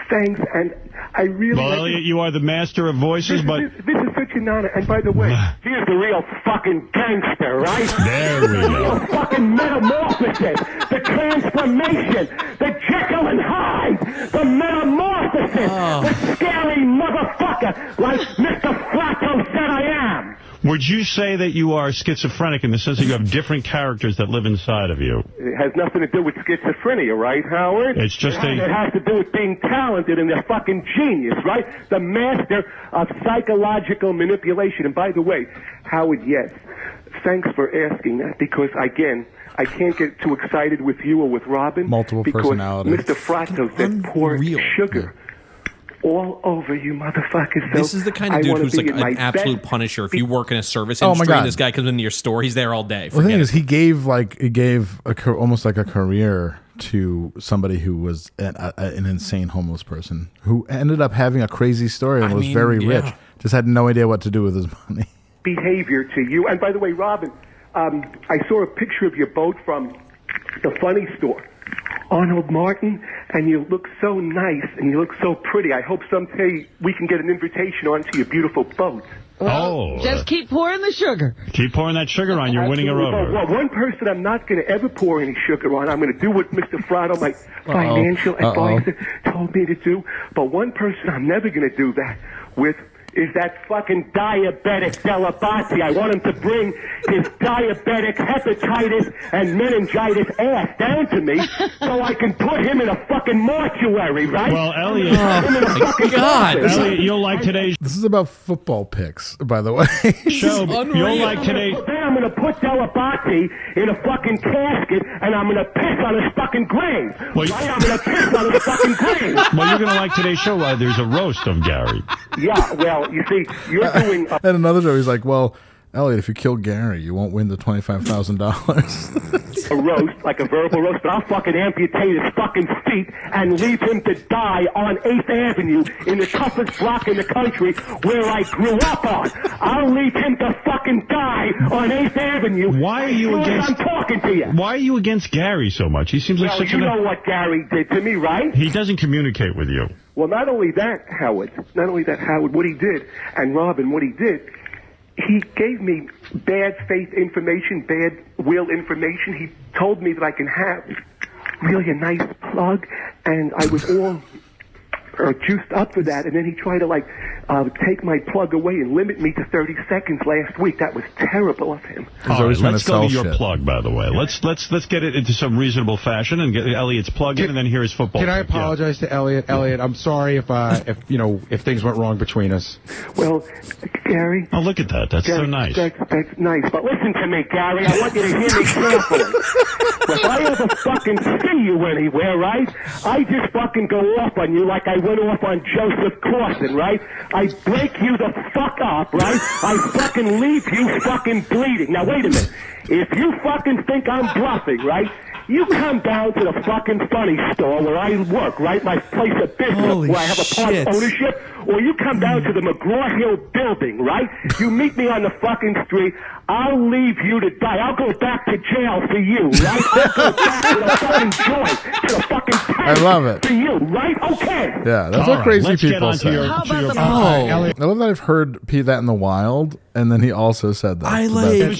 S20: thanks. And I really
S19: Well, Elliot, you are the master of voices, but
S20: this, this is such an honor. And by the
S19: [SIGHS]
S20: way, here's the real fucking gangster, right? There we go. The real fucking metamorphosis, the transformation, the Jekyll and Hyde, the
S19: Oh.
S20: metamorphosis, the scary motherfucker like Mr. Flacco said I am.
S19: Would you say that you are schizophrenic in the sense that you have different characters that live inside of you?
S20: It has nothing to do with schizophrenia, right, Howard?
S19: It's just
S20: it has,
S19: a-
S20: It has to do with being talented and a fucking genius, right? The master of psychological manipulation. And by the way, Howard, yes, thanks for asking that because, again, I can't get too excited with you or with Robin.
S2: Multiple
S20: because
S2: personalities.
S20: Mr. Frotto's that poor sugar. All over you, motherfuckers. So
S4: This is the kind of
S20: I
S4: dude
S20: wanna
S4: who's
S20: be
S4: like
S20: at my
S4: an absolute
S20: best. [LAUGHS]
S4: punisher. If you work in a service
S2: Oh my
S4: industry
S2: God.
S4: and this guy comes into your store, he's there all day.
S2: Well, the thing
S4: Forget
S2: is, he gave like he gave a, ca- almost like a career to somebody who was an, a, a- an insane homeless person who ended up having a crazy story and
S20: I
S2: was
S20: mean,
S2: very
S20: yeah.
S2: rich. Just had no idea what to do with his
S20: [LAUGHS]
S2: money.
S20: behavior to you. And by the way, Robin, um, I saw a picture of your boat from the funny store. Arnold Martin, and you look so nice and you look so pretty. I hope someday we can get an invitation onto your beautiful boat.
S19: Oh.
S12: Just keep pouring the sugar.
S19: Keep pouring that sugar on. You're winning her
S20: Well,
S19: over.
S20: well, one person I'm not going to ever pour any sugar on. I'm going to do what Mr. Frado, my financial
S19: Uh-oh.
S20: advisor, told me to do. But one person I'm never going to do that with is that fucking diabetic Delabate. I want him to bring his diabetic hepatitis and meningitis ass down to me so I can put him in a fucking mortuary, right?
S19: Well,
S20: Elliot. Put him in a
S19: [LAUGHS]
S20: fucking coffin.
S19: Elliot, you'll like today's.
S2: This is about football picks, by
S20: [LAUGHS]
S2: the way.
S19: Show. You'll like today.
S20: Then I'm going to put Delabate in a fucking casket and I'm going to piss on his fucking grave. right? I'm going to piss on his fucking grave.
S19: Well, you're going to like today's show. Uh, there's a roast of Gary.
S20: Yeah, well, you [LAUGHS] see, you're doing
S2: and another show, he's like, "Well, Elliot, if you kill Gary, you won't win the twenty five thousand dollars." [LAUGHS]
S20: a roast, like a verbal roast, but I'll fucking amputate his fucking feet and leave him to die on 8th Avenue in the toughest block in the country where I grew up on. I'll leave him to fucking die on 8th Avenue.
S19: Why are you against-
S20: I'm talking to you.
S19: Why are you against Gary so much? He seems like
S20: Well,
S19: such
S20: you
S19: an.
S20: know what Gary did to me, right?
S19: He doesn't communicate with you.
S20: Well, not only that, Howard, not only that, Howard, what he did, and Robin, what he did, he gave me bad faith information, bad will information. He told me that I can have really a nice plug, and I was all uh, juiced up for that, and then he tried to, like, uh, take my plug away and limit me to 30 seconds last week. That was terrible of him.
S19: All
S2: always
S6: Oh,
S19: right,
S2: trying
S19: let's
S2: to
S19: go to
S2: sell
S19: your
S2: shit.
S19: plug, by the way. Let's let's let's get it into some reasonable fashion and get Elliot's plug in, and then hear his football.
S21: Can I
S19: pick. Yeah.
S21: apologize to Elliot? Elliot, I'm sorry if uh, if you know if things went wrong between us.
S20: Well, Gary.
S19: Oh, look at that. That's
S20: Gary,
S21: so nice.
S20: That's, that's nice. But listen to me, Gary. I want you to
S22: [LAUGHS]
S20: hear me carefully. if I ever fucking see you anywhere, right? I just fucking go off on you like I went off on Joseph Corson, right? I break you the fuck up, right? I fucking leave you fucking bleeding. Now, wait a minute. If you fucking think I'm bluffing, right? You come down to the fucking funny store where I work, right? My place of business
S22: Holy
S20: where I have a part
S22: shit.
S20: ownership ship, or you come down to the McGraw Hill building, right? You meet me on the fucking street. I'll leave you to die. I'll go back to jail for you, right? I'll go back to the fucking joint, to the fucking
S2: I love it.
S20: for you, right? Okay.
S2: Yeah, that's
S20: All
S2: what
S20: right,
S2: crazy
S20: let's get
S2: people
S20: on to
S2: say.
S20: your- How to about your- the-
S2: oh,
S20: Elliot-
S2: I love that I've heard Pete that in the wild, and then he also said that. It's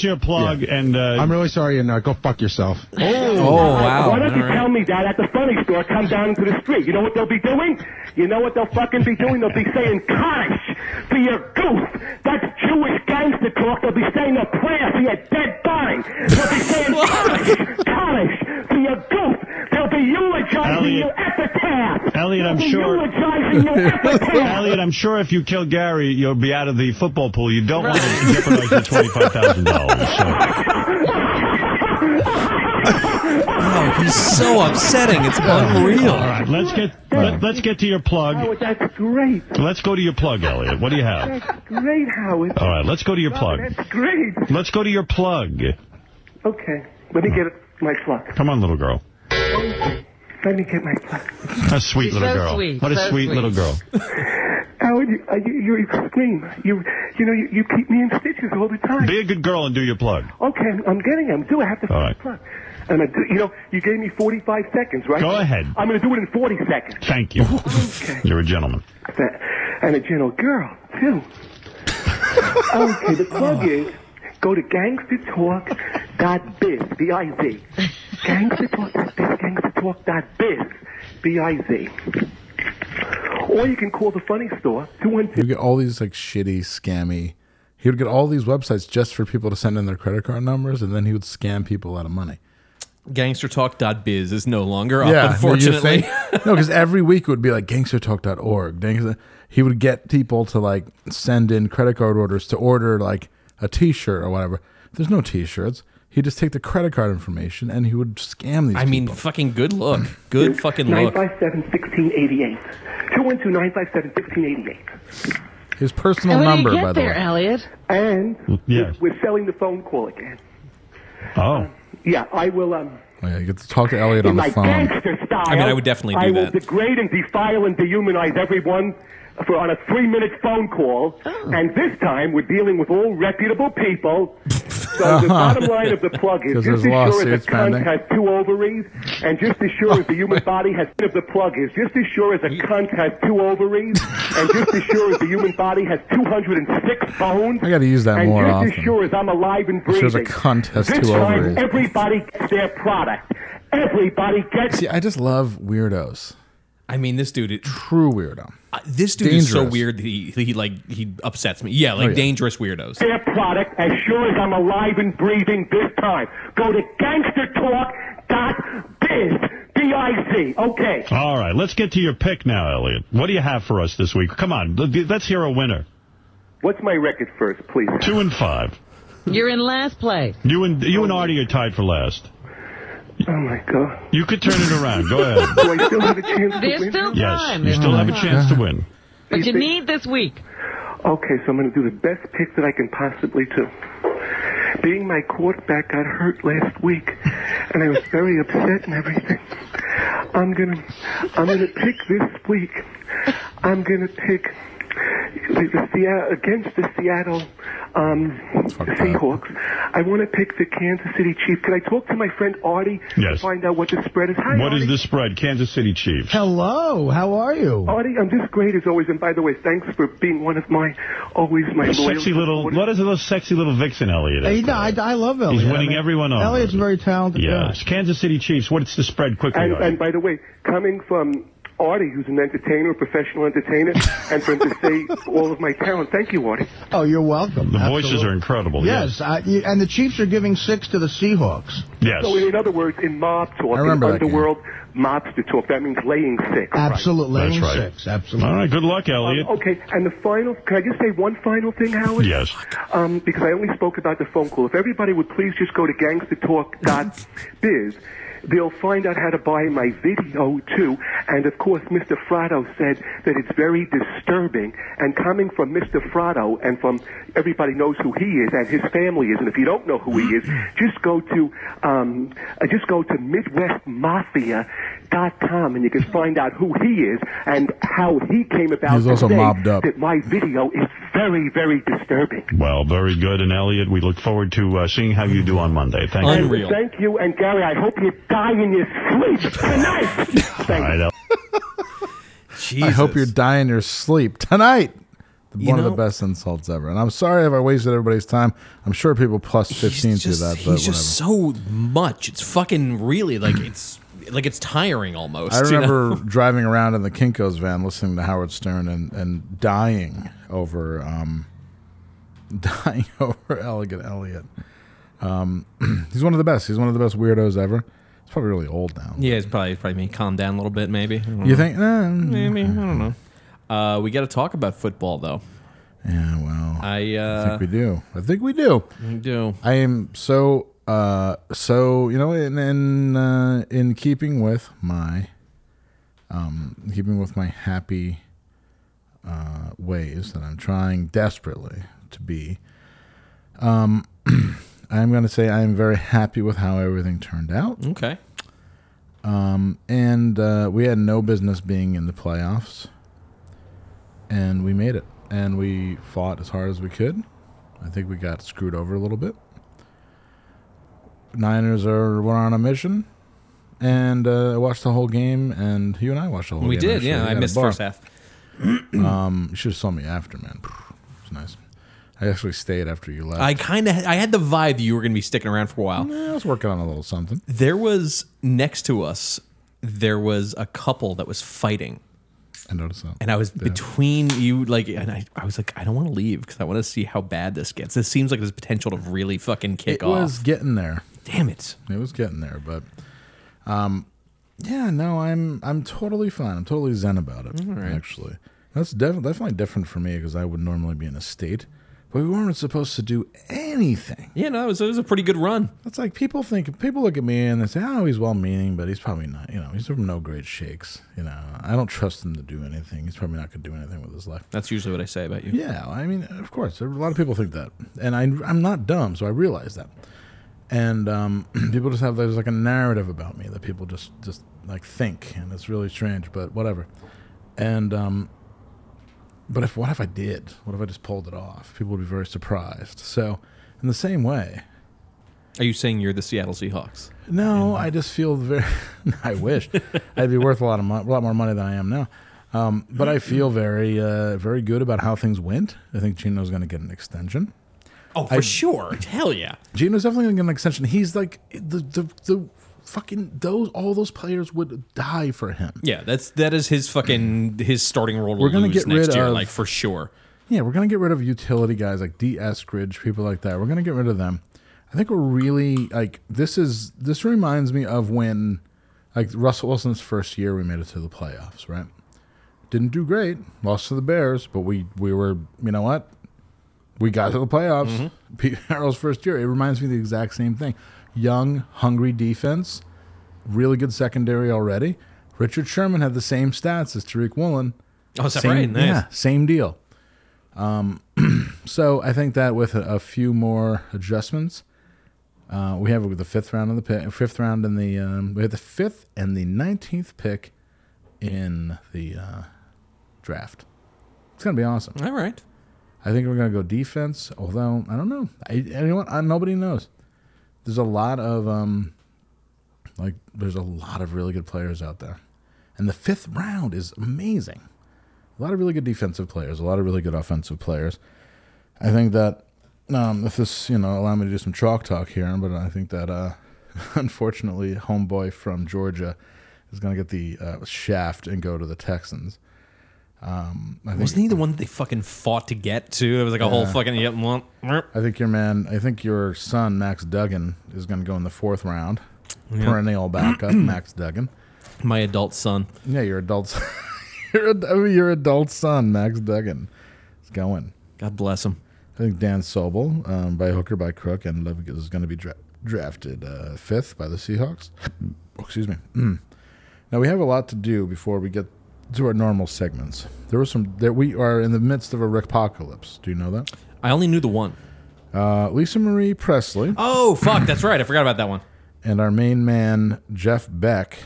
S2: the best.
S19: and uh,
S21: I'm really sorry, and uh, go fuck yourself.
S20: Oh, Why don't you tell me that at the funny store? Come down into the street. You know what they'll be doing? You know what they'll fucking be doing? They'll be saying Kaddish for your goof. That's Jewish gangster talk. They'll be saying a prayer for your dead body. They'll be saying Kaddish, Kaddish for your goof. They'll be eulogizing your epitaph.
S19: Elliot, I'm
S20: they'll be [LAUGHS]
S19: sure.
S20: Eulogizing
S19: [LAUGHS]
S20: your epitaph.
S19: Elliot, I'm sure if you kill Gary, you'll be out of the football pool. You don't want to jeopardize the twenty-five thousand dollars.
S4: Oh, he's so upsetting. It's unreal.
S19: All right, let's get let, us get to your plug.
S20: Howard, Oh, that's great.
S19: Let's go to your plug, Elliot. What do you have?
S20: That's great, Howard.
S19: All right, let's go to your plug.
S20: That's great.
S19: Let's go to your plug.
S20: Okay. Let me get my plug.
S19: Come on, little girl.
S20: Let me get my plug.
S19: A sweet
S20: She's
S19: little
S20: so
S19: girl.
S20: sweet,
S19: What a
S20: so
S19: sweet,
S20: sweet.
S19: little girl.
S20: Howard, you, uh, you, you scream. You, you know, you, you keep me in stitches all the time.
S19: Be a good girl and do your plug.
S20: Okay, I'm, I'm getting him. Do I have to
S19: All right.
S20: plug? And I do, you know, you gave me 45 seconds, right?
S19: Go ahead.
S20: I'm going to do it in 40 seconds.
S19: Thank you. You're a gentleman.
S20: That- And a gentle girl,
S19: [LAUGHS]
S20: too. okay, the plug is go to gangstertalk.biz, B-I-Z. Gangstertalk.biz, gangstertalk.biz, B-I-Z. Or you can call the funny store,
S2: You get all these like shitty, scammy He would get all these websites just for people to send in their credit card numbers, and then he would scam people out of money.
S4: Gangstertalk.biz is no longer up,
S2: no, you
S4: unfortunately.
S2: think- no, because every week it would be like gangstertalk.org. Gangster- He would get people to like send in credit card orders to order like a t shirt or whatever. There's no t shirts. He'd just take the credit card information and he would scam
S4: [LAUGHS]
S2: these
S4: I mean, fucking good
S2: [CLEARS THROAT]
S4: look. Good fucking look.
S20: 957-1688. 212-957-1688.
S2: His personal number, by the way.
S20: Elliot. And
S2: Yes.
S20: we're selling the phone call again.
S2: Oh.
S20: Yeah, I will. Um,
S2: Oh, yeah, you get to talk to Elliot
S20: in
S2: on the
S20: my
S2: phone.
S20: gangster style.
S4: I mean, I would definitely do
S20: I will
S4: that.
S20: degrade and defile and dehumanize everyone for on a three-minute phone call. And this time, we're dealing with all reputable people. So the bottom line of the plug is
S2: Uh-huh. [LAUGHS] 'Cause
S20: just as
S2: there's
S20: sure as
S2: lawsuits
S20: a cunt
S2: pending.
S20: has two ovaries, and just as sure as the
S2: [LAUGHS]
S20: human body has of the plug is just as sure as a cunt has two ovaries, and just as sure as the human body has 206 bones.
S2: I gotta use that
S20: and
S2: more
S20: just
S2: often.
S20: as sure as I'm alive and
S2: As sure
S20: breathing.
S2: as a cunt has
S20: this
S2: two
S20: time,
S2: ovaries.
S20: Everybody gets their product. Everybody gets.
S2: See, I just love weirdos.
S4: I mean, this dude,
S2: true weirdo.
S4: this dude is so
S2: Dangerous.
S4: weird that he, he like he upsets me. Yeah, like
S20: Oh, yeah.
S4: dangerous weirdos.
S20: Their product, as sure as I'm alive and breathing this time. Go to gangstertalk.biz. B-I-Z. Okay.
S21: All right, let's get to your pick now, Elliot. What do you have for us this week? Come on, let- let's hear a winner.
S20: What's my record first, please?
S21: Two and five.
S22: You're in last place.
S21: You and you and Artie are tied for last.
S20: Oh my god.
S21: You could turn it around. Go ahead.
S20: Do I still have a chance to
S22: There's
S20: win?
S22: still
S21: Yes,
S22: time.
S21: you
S22: There's
S21: still
S22: still
S21: have a
S22: time.
S21: chance to win.
S22: But you need this week.
S20: Okay, so I'm going to do the best pick that I can possibly do. Being my quarterback got hurt last week, and I was very upset and everything. I'm gonna, I'm gonna pick this week. I'm gonna pick the, the Seattle against the Seattle um, Seahawks. I want to pick the Kansas City Chiefs. Can I talk to my friend Artie
S21: Yes.
S20: to find out what the spread is? [LAUGHS] Hi,
S21: What is the spread? Kansas City Chiefs.
S20: Hello, how are you? Artie, I'm just great as always, and by the way, thanks for being one of my always my loyal
S21: Sexy little. What is a little sexy little vixen, Elliot?
S20: Hey,
S21: is.
S20: no,
S21: today.
S20: I- I love
S21: He's
S20: Elliot.
S21: winning
S20: I mean,
S21: everyone over.
S20: Elliot's
S21: very talented. Yes. Kansas City Chiefs. What's the spread quickly?
S20: And,
S21: Artie?
S20: and by the way, coming from Artie, who's an entertainer, professional entertainer, and for him to say all of my talent, thank you, Artie.
S3: Oh, you're welcome.
S21: the voices
S3: Absolutely.
S21: are incredible.
S3: Yes, I, you- and the Chiefs are giving six to the Seahawks.
S21: Yes.
S20: So in other words, in mob talk, in
S3: remember that
S20: underworld mobster talk, that means laying six.
S3: Absolutely,
S20: Right.
S3: laying That's right. six, absolutely.
S21: All right. Good luck,
S20: Um,
S21: Elliot.
S20: okay, and the final, can I just say one final thing, Howard?
S21: Yes.
S20: Um, because I only spoke about the phone call. If everybody would please just go to gangstertalk.biz, they'll find out how to buy my video too. And of course, Mr. Frotto said that it's very disturbing. And coming from Mr. Frotto and from everybody knows who he is and his family is, and if you don't know who
S2: [CLEARS THROAT]
S20: he is, just go to um, uh, just go to MidwestMafia.com and you can find out who he is and how he came about.
S2: He's
S20: to
S2: also
S20: say
S2: mobbed up.
S20: That my video is very, very disturbing.
S21: Well, very good. And Elliot, we look forward to uh, seeing how you do on Monday. Thank you.
S20: And thank you, and Gary, I hope you die in your
S21: [LAUGHS]
S20: sleep tonight.
S21: All right, El-
S2: I hope you're dying your sleep tonight.
S4: You
S2: One
S4: know-
S2: of the best insults ever. And I'm sorry if I wasted everybody's time. I'm sure people plus 15 do that, but
S4: He's
S2: whatever.
S4: just so much. It's fucking really like [CLEARS THROAT] it's like it's tiring almost.
S2: I
S4: you know?
S2: remember driving around in the Kinko's van listening to Howard Stern and, and dying over um, [LAUGHS] dying over Elegant Elliot. Um, [CLEARS THROAT] he's one of the best. He's one of the best weirdos ever. He's probably really old now.
S4: [LAUGHS] Yeah, it's probably it's probably me. Calm down a little bit, maybe. I don't
S2: You
S4: know.
S2: think? Nah,
S4: maybe I don't know. Uh, we got to talk about football though.
S2: Yeah, well,
S4: I, uh,
S2: I think we do. I think we do.
S4: We do.
S2: I am so uh so you know in in uh, in keeping with my um keeping with my happy uh ways that I'm trying desperately to be um [CLEARS THROAT] I'm going to say I am very happy with how everything turned out.
S4: Okay.
S2: Um and uh we had no business being in the playoffs and we made it and we fought as hard as we could. I think we got screwed over a little bit. Niners are were on a mission, and uh, I watched the whole game. And you and I watched the whole
S4: We
S2: game.
S4: did,
S2: actually,
S4: yeah. I
S2: at a
S4: missed the
S2: bar.
S4: first half.
S2: [CLEARS THROAT] um, you should have saw me after, man. It's nice. I actually stayed after you left.
S4: I kind of I had the vibe that you were going to be sticking around for a while.
S2: I was working on a little something.
S4: There was next to us, there was a couple that was fighting
S2: I noticed that.
S4: And I was between you, like, and I, I was like, I don't want to leave because I want to see how bad this gets. This seems like there's potential to really fucking kick
S2: it
S4: off.
S2: was getting there.
S4: Damn it!
S2: It was getting there, but um, yeah, no, I'm I'm totally fine. I'm totally zen about it. Actually, that's def- definitely different for me because I would normally be in a state, but we weren't supposed to do anything.
S4: Yeah, no, it was, it was a pretty good run.
S2: It's like people think people look at me and they say, "Oh, he's well-meaning, but he's probably not. You know, he's from no great shakes. You know, I don't trust him to do anything. He's probably not going to do anything with his life."
S4: That's usually what I say about you.
S2: Yeah, I mean, of course, a lot of people think that, and I, I'm not dumb, so I realize that. And um, [CLEARS THROAT] people just have there's like a narrative about me that people just just like think, and it's really strange, but whatever. And um, but if what if I did? What if I just pulled it off? People would be very surprised. So, in the same way,
S4: Are you saying you're the Seattle Seahawks?
S2: no, I just feel very. [LAUGHS] I wish I'd be worth a lot of mo- a lot more money than I am now. Um, but I feel very, uh, very good about how things went. I think Gino's going to get an extension.
S4: Oh, for
S2: I-
S4: sure. Hell yeah.
S2: Gino's definitely going to get an extension. He's like the the the fucking those all those players would die for him.
S4: Yeah, that's that is his fucking his starting role.
S2: We're gonna
S4: going to
S2: get
S4: next
S2: rid
S4: year,
S2: of-
S4: like for sure.
S2: Yeah, we're gonna get rid of utility guys like D. Eskridge, people like that. We're gonna get rid of them. I think we're really like this is this reminds me of when like Russell Wilson's first year we made it to the playoffs, right? Didn't do great, lost to the Bears, but we we were you know what? We got to the playoffs. Pete [LAUGHS] Carroll's first year. It reminds me of the exact same thing. Young, hungry defense, really good secondary already. Richard Sherman had the same stats as Tariq Woolen.
S4: Oh, is that
S2: Same-
S4: right? Nice.
S2: Yeah, same deal. Um, [CLEARS THROAT] so I think that with a, a few more adjustments, uh, we have the fifth round of the pick, fifth round in the um, we have the fifth and the nineteenth pick in the uh, draft. It's gonna be awesome.
S4: All right.
S2: I think we're gonna go defense. Although I don't know, I, you know what? I, nobody knows. There's a lot of um, like there's a lot of really good players out there, and the fifth round is amazing. A lot of really good defensive players, a lot of really good offensive players. I think that um, if this, you know, allow me to do some chalk talk here, but I think that uh, [LAUGHS] unfortunately, homeboy from Georgia is going to get the uh, shaft and go to the Texans. Um, I think,
S4: Wasn't he the one that they fucking fought to get to? It was like a whole
S2: Yeah.
S4: fucking yep. mwah.
S2: I think your man, I think your son Max Duggan is going to go in the fourth round.
S4: Yeah.
S2: Perennial backup, Max Duggan.
S4: My adult son.
S2: Yeah, your adult, son. your, ad- your adult son Max Duggan is going.
S4: God bless him.
S2: I think Dan Sobel, um, by hook or by crook, and Levick is going to be dra- drafted uh, fifth by the Seahawks. [CLEARS THROAT] Oh, excuse me. Mm. Now we have a lot to do before we get to our normal segments. There was some that we are in the midst of a apocalypse. Do you know that?
S4: I only knew the one.
S2: Uh, Lisa Marie Presley
S4: Oh fuck, that's right. I forgot about that one.
S2: and our main man Jeff Beck.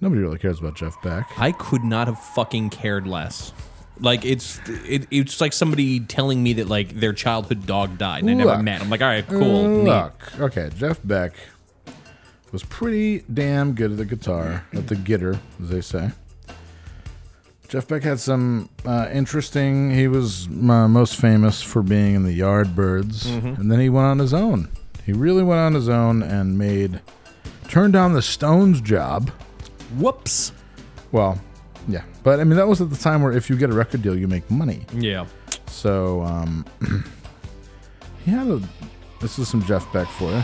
S2: Nobody really cares about Jeff Beck.
S4: I could not have fucking cared less. Like it's it, it's like somebody telling me that like their childhood dog died and I never
S2: Look.
S4: met. I'm like, all right, cool. neat.
S2: Look, okay, Jeff Beck was pretty damn good at the guitar, at the gitter, as they say. Jeff Beck had some uh, interesting. He was uh, most famous for being in the Yardbirds,
S10: Mhm.
S2: and then he went on his own. He really went on his own and made turned down the Stones job.
S4: Whoops.
S2: Well, yeah, but I mean that was at the time where if you get a record deal, you make money.
S4: Yeah.
S2: So um, [CLEARS THROAT] he had a. This is some Jeff Beck for you.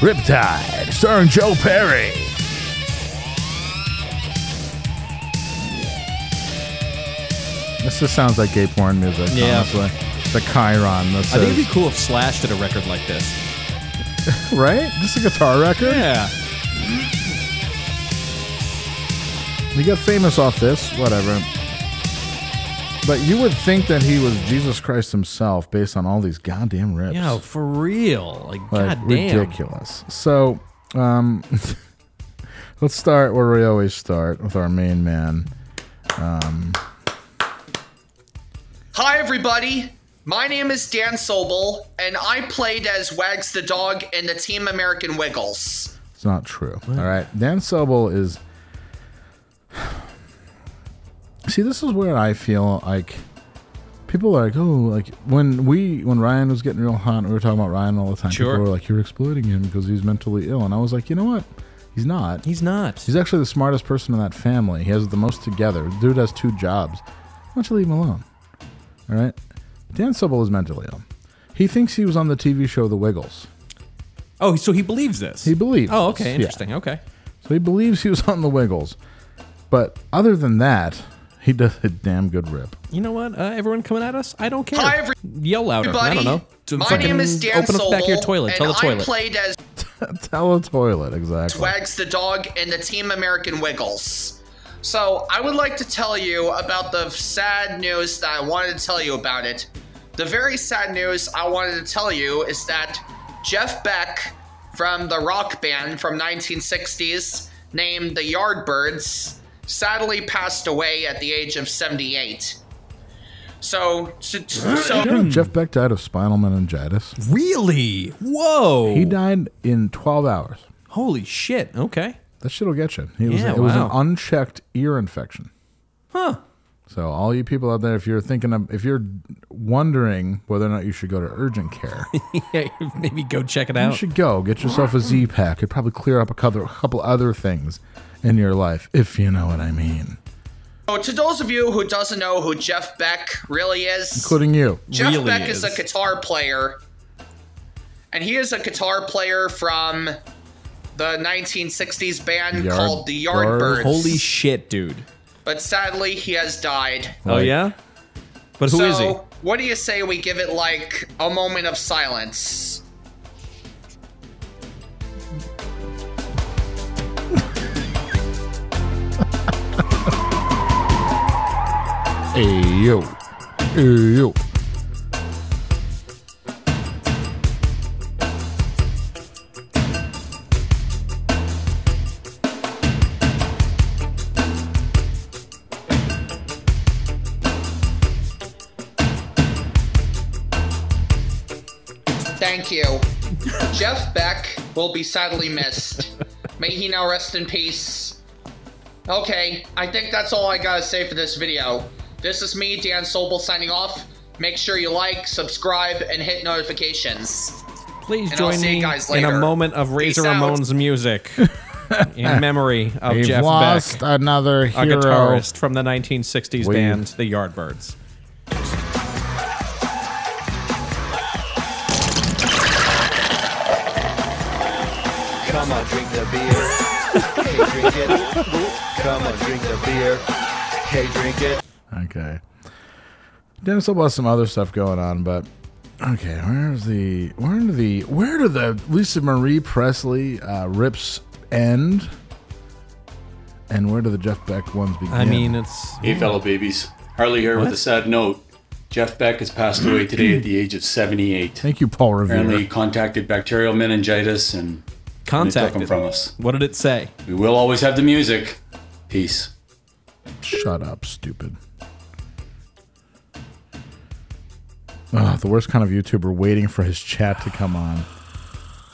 S2: Riptide, starring Joe Perry. This just sounds like gay porn music,
S4: Yeah.
S2: honestly. The Chiron. This
S4: I think it'd
S2: is,
S4: be cool if Slash did a record like this.
S2: right? This is a guitar record?
S4: Yeah.
S2: He got famous off this, whatever. But you would think that he was Jesus Christ himself based on all these goddamn rips.
S4: Yeah, for real. Like,
S2: Like,
S4: goddamn.
S2: ridiculous. So, um, [LAUGHS] let's start where we always start with our main man. Um,
S8: Hi, everybody. My name is Dan Sobel, and I played as Wags the Dog in the Team American Wiggles.
S2: it's not true. All right. Dan Sobel is. See, this is where I feel like People are like, oh, like when we when Ryan was getting real hot, we were talking about Ryan all the time.
S4: Sure.
S2: People were like, you're exploiting him because he's mentally ill, and I was like, you know what? He's not.
S4: He's not.
S2: He's actually the smartest person in that family. He has the most together. Dude has two jobs. Why don't you leave him alone? All right. Dan Sobel is mentally ill. He thinks he was on the TV show The Wiggles.
S4: Oh, so he believes this.
S2: He believes.
S4: Oh,
S2: this,
S4: okay,
S2: yeah.
S4: interesting. Okay.
S2: So he believes he was on The Wiggles, but other than that, he does a damn good rip.
S4: You know what? Uh, everyone coming at us? I don't care.
S8: Hi, every-
S4: Yell louder. I don't know.
S8: Everybody,
S4: To
S8: My
S4: fucking
S8: name is Dan
S4: Open up the back of your
S8: Sobel,
S4: toilet. Tell the
S8: and
S4: toilet.
S8: I played as
S2: Tell a toilet exactly.
S8: Wags the dog and the Team American Wiggles. So I would like to tell you about the sad news that I wanted to tell you about it. The very sad news I wanted to tell you is that Jeff Beck from the rock band from 1960s named the Yardbirds sadly passed away at the age of 78. So, so, so
S2: You know, Jeff Beck died of spinal meningitis.
S4: Really? Whoa.
S2: He died in 12 hours.
S4: Holy shit. Okay.
S2: That shit'll get you. He was,
S4: Yeah,
S2: it was an
S4: wow.
S2: unchecked ear infection.
S4: Huh.
S2: So all you people out there, if you're thinking of, if you're wondering whether or not you should go to
S4: [LAUGHS]
S2: urgent care,
S4: yeah, maybe go check it
S2: you
S4: out.
S2: should go get yourself a Z pack. It'd probably clear up a couple, a couple other things in your life, if you know what I mean,
S8: so to those of you who doesn't know who Jeff Beck really is,
S2: including you.
S8: Jeff Beck is. a guitar player, and he is a guitar player from the 1960s band
S2: E
S4: Yard-
S8: called the Yardbirds.
S4: Holy shit, dude.
S8: But sadly, he has died.
S4: oh, yeah? But who
S8: so,
S4: is he?
S8: what do you say we give it like a moment of silence?
S2: Hey yo, hey yo.
S8: Thank you. Jeff Beck will be sadly missed. May he now rest in peace. Okay, I think that's all I gotta say for this video. This is me, Dan Sobel, signing off. Make sure you like, subscribe, and hit notifications.
S4: Please
S8: and I'll
S4: join
S8: see
S4: me
S8: you guys
S4: in
S8: later.
S4: a moment of Razor
S8: Peace out.
S4: Ramon's
S2: [LAUGHS]
S4: music in memory of
S2: We've
S4: Jeff
S2: lost
S4: Beck,
S2: another
S4: a
S2: hero.
S4: guitarist from the 1960s
S2: We've-
S4: band The Yardbirds.
S15: Come on, drink the beer. Hey, drink it. Come on, drink the beer. Hey, drink it.
S2: Okay. Dennis will has some other stuff going on, but okay, where's the where do the where do the Lisa Marie Presley uh, rips end? And where do the Jeff Beck ones begin?
S4: it's.
S10: Hey, fellow babies. Harley here with a sad note. Jeff Beck has passed away today at the age of 78.
S2: Thank you, Paul Revere.
S10: Apparently, he contacted bacterial meningitis and and they took him
S4: Contacted.
S10: from us.
S4: What did it say?
S10: We will always have the music. Peace.
S2: Shut up, stupid. Ugh, Ah, the worst kind of YouTuber waiting for his chat to come on.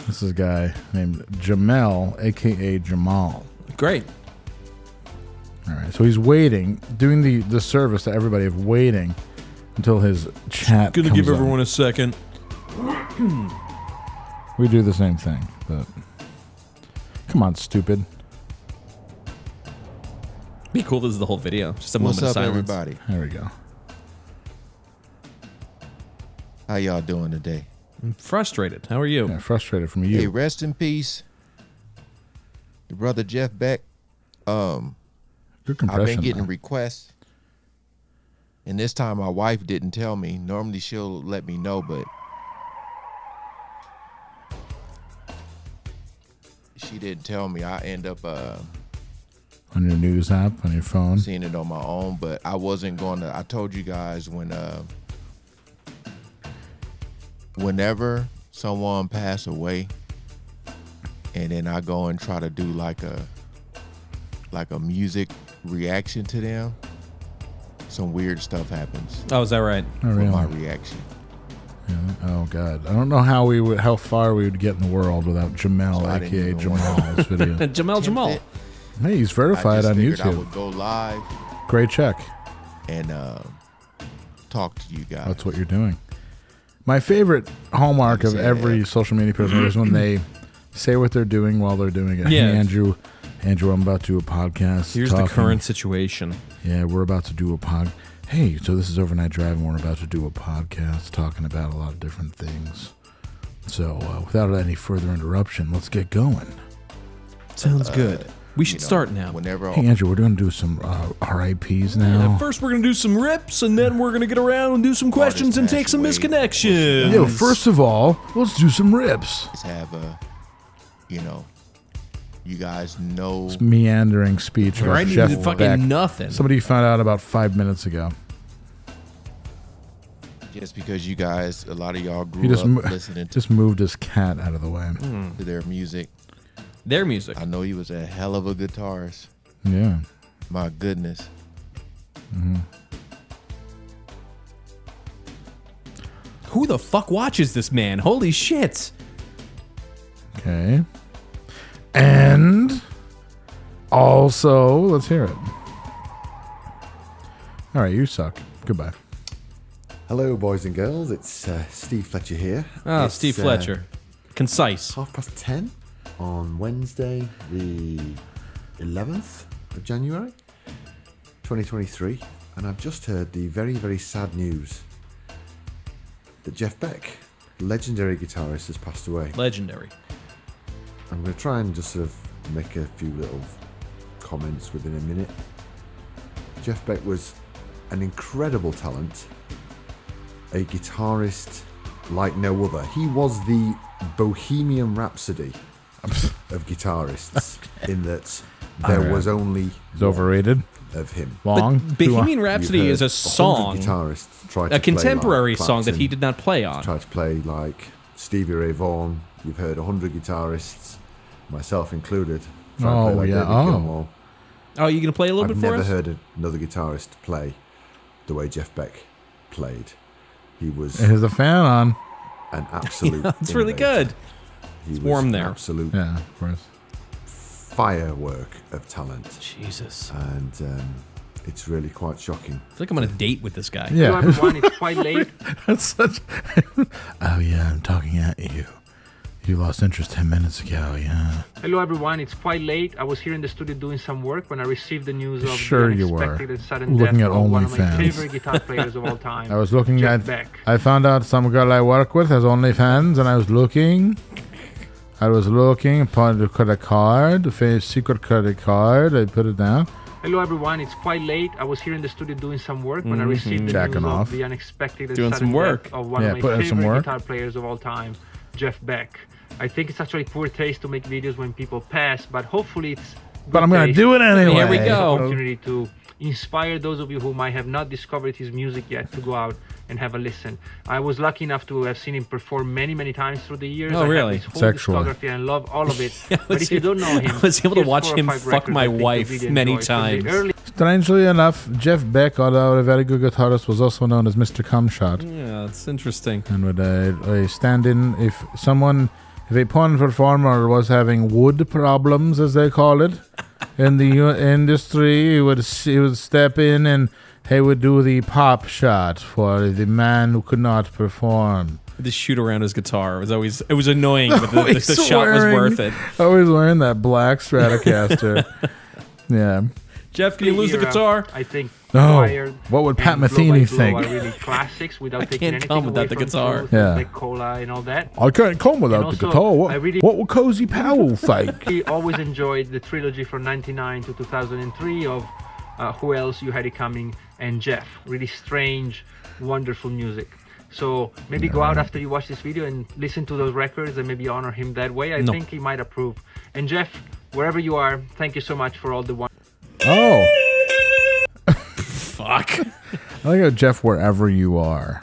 S2: This is a guy named Jamel, aka Jamal.
S4: Great.
S2: All right, so he's waiting, doing the the service to everybody of waiting until his chat.
S4: Gonna
S2: comes
S4: give
S2: on.
S4: everyone a second.
S6: Hmm.
S2: We do the same thing, but come on, stupid.
S4: Be cool. This is the whole video. Just a
S23: What's
S4: moment of
S23: up,
S4: silence.
S23: everybody?
S2: There we go.
S23: How y'all doing today?
S4: I'm frustrated. How are you?
S2: Yeah, frustrated from
S23: Hey,
S2: you.
S23: rest in peace, the brother Jeff Beck. Um,
S2: Good
S23: I've
S2: compression,
S23: been getting
S2: man.
S23: requests, and this time my wife didn't tell me. Normally she'll let me know, but she didn't tell me. I end up uh,
S2: On your news app, on your phone.
S23: seeing it on my own, but I wasn't going to. I told you guys when, uh, whenever someone pass away, and then I go and try to do like a, like a music reaction to them, some weird stuff happens.
S4: Oh, is that right?
S23: For
S2: Oh, really?
S23: my reaction.
S2: Yeah. Oh God, I don't know how we would, how far we would get in the world without Jamel,
S23: So I didn't
S2: aka
S23: even want to-
S2: Jamal's video.
S23: [LAUGHS]
S4: Jamel [LAUGHS] Jamal.
S2: Hey, he's verified
S23: I just
S2: on
S23: figured I
S2: YouTube.
S23: would go live
S2: Great check.
S23: and um talk to you guys.
S17: That's
S2: what you're doing. My favorite hallmark of
S23: Yeah.
S2: every social media person is when they say what they're doing while they're doing it.
S4: Yeah.
S2: Hey, Andrew, Andrew, I'm about to do a podcast.
S4: Here's the
S2: talking-
S4: current situation.
S2: Yeah, we're about to do a pod. Hey, so this is overnight drive, and we're about to do a podcast talking about a lot of different things. So, uh, without any further interruption, let's get going.
S4: Sounds
S2: good.
S4: Uh,
S23: Uh,
S4: We should start now.
S23: Whenever
S2: Hey, Andrew, we're going to do some uh, RIPS
S4: Yeah,
S2: now.
S4: first, we're gonna do some rips, and then we're gonna get around and do some questions and take some misconnections.
S2: Yo, first of all, let's do some rips.
S23: Just have a, you know, you guys know.
S2: This meandering speech. about
S23: Right,
S2: Jeff
S23: you fucking
S2: Beck.
S23: nothing.
S2: Somebody found out about five minutes ago.
S23: Just because you guys, a lot of y'all
S2: He
S23: grew
S2: just
S23: up
S2: mo- [LAUGHS]
S23: listening to
S2: just moved his cat out of the way.
S23: to their music.
S4: Hmm. Their music.
S23: I know he was a hell of a guitarist.
S2: Yeah.
S23: My goodness.
S2: hmm
S4: Who the fuck watches this man? Holy shit!
S2: Okay. And also, let's hear it. All right, you suck. Goodbye.
S7: Hello, boys and girls. It's uh, Steve Fletcher here.
S4: Ah,
S7: It's,
S4: Steve
S7: uh,
S4: Fletcher. Concise.
S7: Half past ten on Wednesday, the eleventh of January, twenty twenty-three, and I've just heard the very, very sad news that Jeff Beck, legendary guitarist, has passed away.
S4: Legendary.
S7: I'm going to try and just sort of make a few little comments within a minute. Jeff Beck was an incredible talent, a guitarist like no other. He was the Bohemian Rhapsody of
S2: [LAUGHS]
S7: guitarists, in that there
S2: Alright.
S7: was only
S2: It's overrated.
S7: of him.
S2: Long.
S4: But Bohemian Rhapsody
S7: You've
S4: is a
S7: heard 100
S4: song,
S7: guitarists try to
S4: a
S7: play
S4: contemporary
S7: like
S4: song that he
S7: Clapton,
S4: did not play on.
S7: Try to play like Stevie Ray Vaughan. You've heard 100 guitarists, myself included. try and play
S2: Oh,
S7: like
S2: yeah.
S7: David
S2: Oh.
S7: Gilmour.
S4: Oh, you gonna play a little
S7: I've
S4: bit for
S7: never
S4: us?
S7: heard another guitarist play the way Jeff Beck played. He was
S2: It has a [LAUGHS] fan on.
S7: an
S23: [LAUGHS]
S7: absolute.
S4: Yeah, it's really
S7: innovator.
S4: good.
S7: He was
S4: It's warm
S7: an
S4: there.
S7: Absolute
S2: Yeah, of course.
S7: firework of talent.
S4: Jesus.
S7: And um, it's really quite shocking.
S4: I feel like I'm on a date with this guy.
S7: Yeah. Hello, everyone.
S2: It's quite late. [LAUGHS] That's
S4: [LAUGHS]
S2: such. [LAUGHS] oh yeah, I'm talking at you. You lost interest ten minutes ago. Yeah.
S24: Hello everyone, it's quite late. I was here in the studio doing some work when I received the news of
S2: Sure
S24: the
S2: you were.
S24: unexpected and sudden
S2: Looking
S24: death
S2: at
S24: of one of my
S2: OnlyFans.
S24: favorite guitar
S2: [LAUGHS]
S24: players of all time.
S2: I was looking
S24: Jeff
S2: at.
S24: Beck.
S2: I found out some girl I work with has OnlyFans, and I was looking. I was looking upon the credit card, the secret credit card. I put it down.
S24: Hello everyone, it's quite late. I was here in the studio doing some work when I
S2: Mhm.
S24: received the
S2: Jacking
S24: news
S2: off.
S24: of the unexpected and
S2: Doing
S24: sudden
S2: some work.
S24: death of one
S2: Yeah,
S24: of my
S2: put in
S24: favorite
S2: some work.
S24: guitar players of all time, Jeff Beck. I think it's actually poor taste to make videos when people pass, but hopefully it's.
S2: But
S24: good
S2: I'm gonna
S24: taste.
S2: do it anyway. Here we
S24: It's an
S2: go.
S24: Opportunity to inspire those of you who might have not discovered his music yet to go out and have a listen. I was lucky enough to have seen him perform many, many times through the years.
S4: Oh,
S24: I have
S4: really?
S24: his whole
S4: Sexually.
S24: discography and love all of it.
S2: [LAUGHS]
S4: [LAUGHS] I
S24: but
S4: was
S24: if you
S4: able-
S24: don't know him,
S4: [LAUGHS] I was able to
S24: here's
S4: watch
S24: four or
S4: him
S24: five
S4: fuck
S24: records
S4: my
S24: I think you'll
S4: wife
S24: really
S4: many
S24: enjoy. From
S4: times.
S24: the early
S2: Strangely enough, Jeff Beck, although a very good guitarist, was also known as Mr. Cumshot.
S4: Yeah, it's interesting.
S2: and would uh, uh, stand in if someone, if a porn performer was having wood problems, as they call
S24: [LAUGHS]
S2: it, in the u- industry, he would s- he would step in and he would do the pop shot for the man who could not perform.
S4: This shoot around his guitar was always it was annoying, but the, the,
S2: Always
S4: the shot was
S2: wearing-
S4: worth it.
S2: [LAUGHS] Always wearing that black
S4: [LAUGHS]
S2: Stratocaster. yeah.
S4: Jeff, can you lose the
S24: era,
S4: guitar?
S24: I think.
S2: No.
S24: Wired
S2: Oh, What would Pat
S24: and Blow by
S2: Metheny
S24: Blow
S2: think?
S24: Are really classics
S4: [LAUGHS]
S24: without
S4: I
S24: taking
S4: can't
S24: anything
S4: come
S24: away
S4: without the
S24: from
S4: guitar.
S24: Smooth,
S2: Yeah.
S24: Like cola and all that.
S2: I can't come without
S24: And
S2: the
S24: also,
S2: guitar.
S24: I
S2: What,
S24: really-
S2: what would Cozy
S4: Oh,
S2: Powell think?
S24: We always enjoyed the trilogy from 99 to 2003 of uh, Who Else, You Had It Coming, and Jeff. Really strange, wonderful music. So maybe go out after you watch this video and listen to those records and maybe honor him that way. I
S4: No.
S24: think he might approve. And Jeff, wherever you are, thank you so much for all the one.
S2: Oh.
S4: Fuck.
S2: I like how Jeff, wherever you are,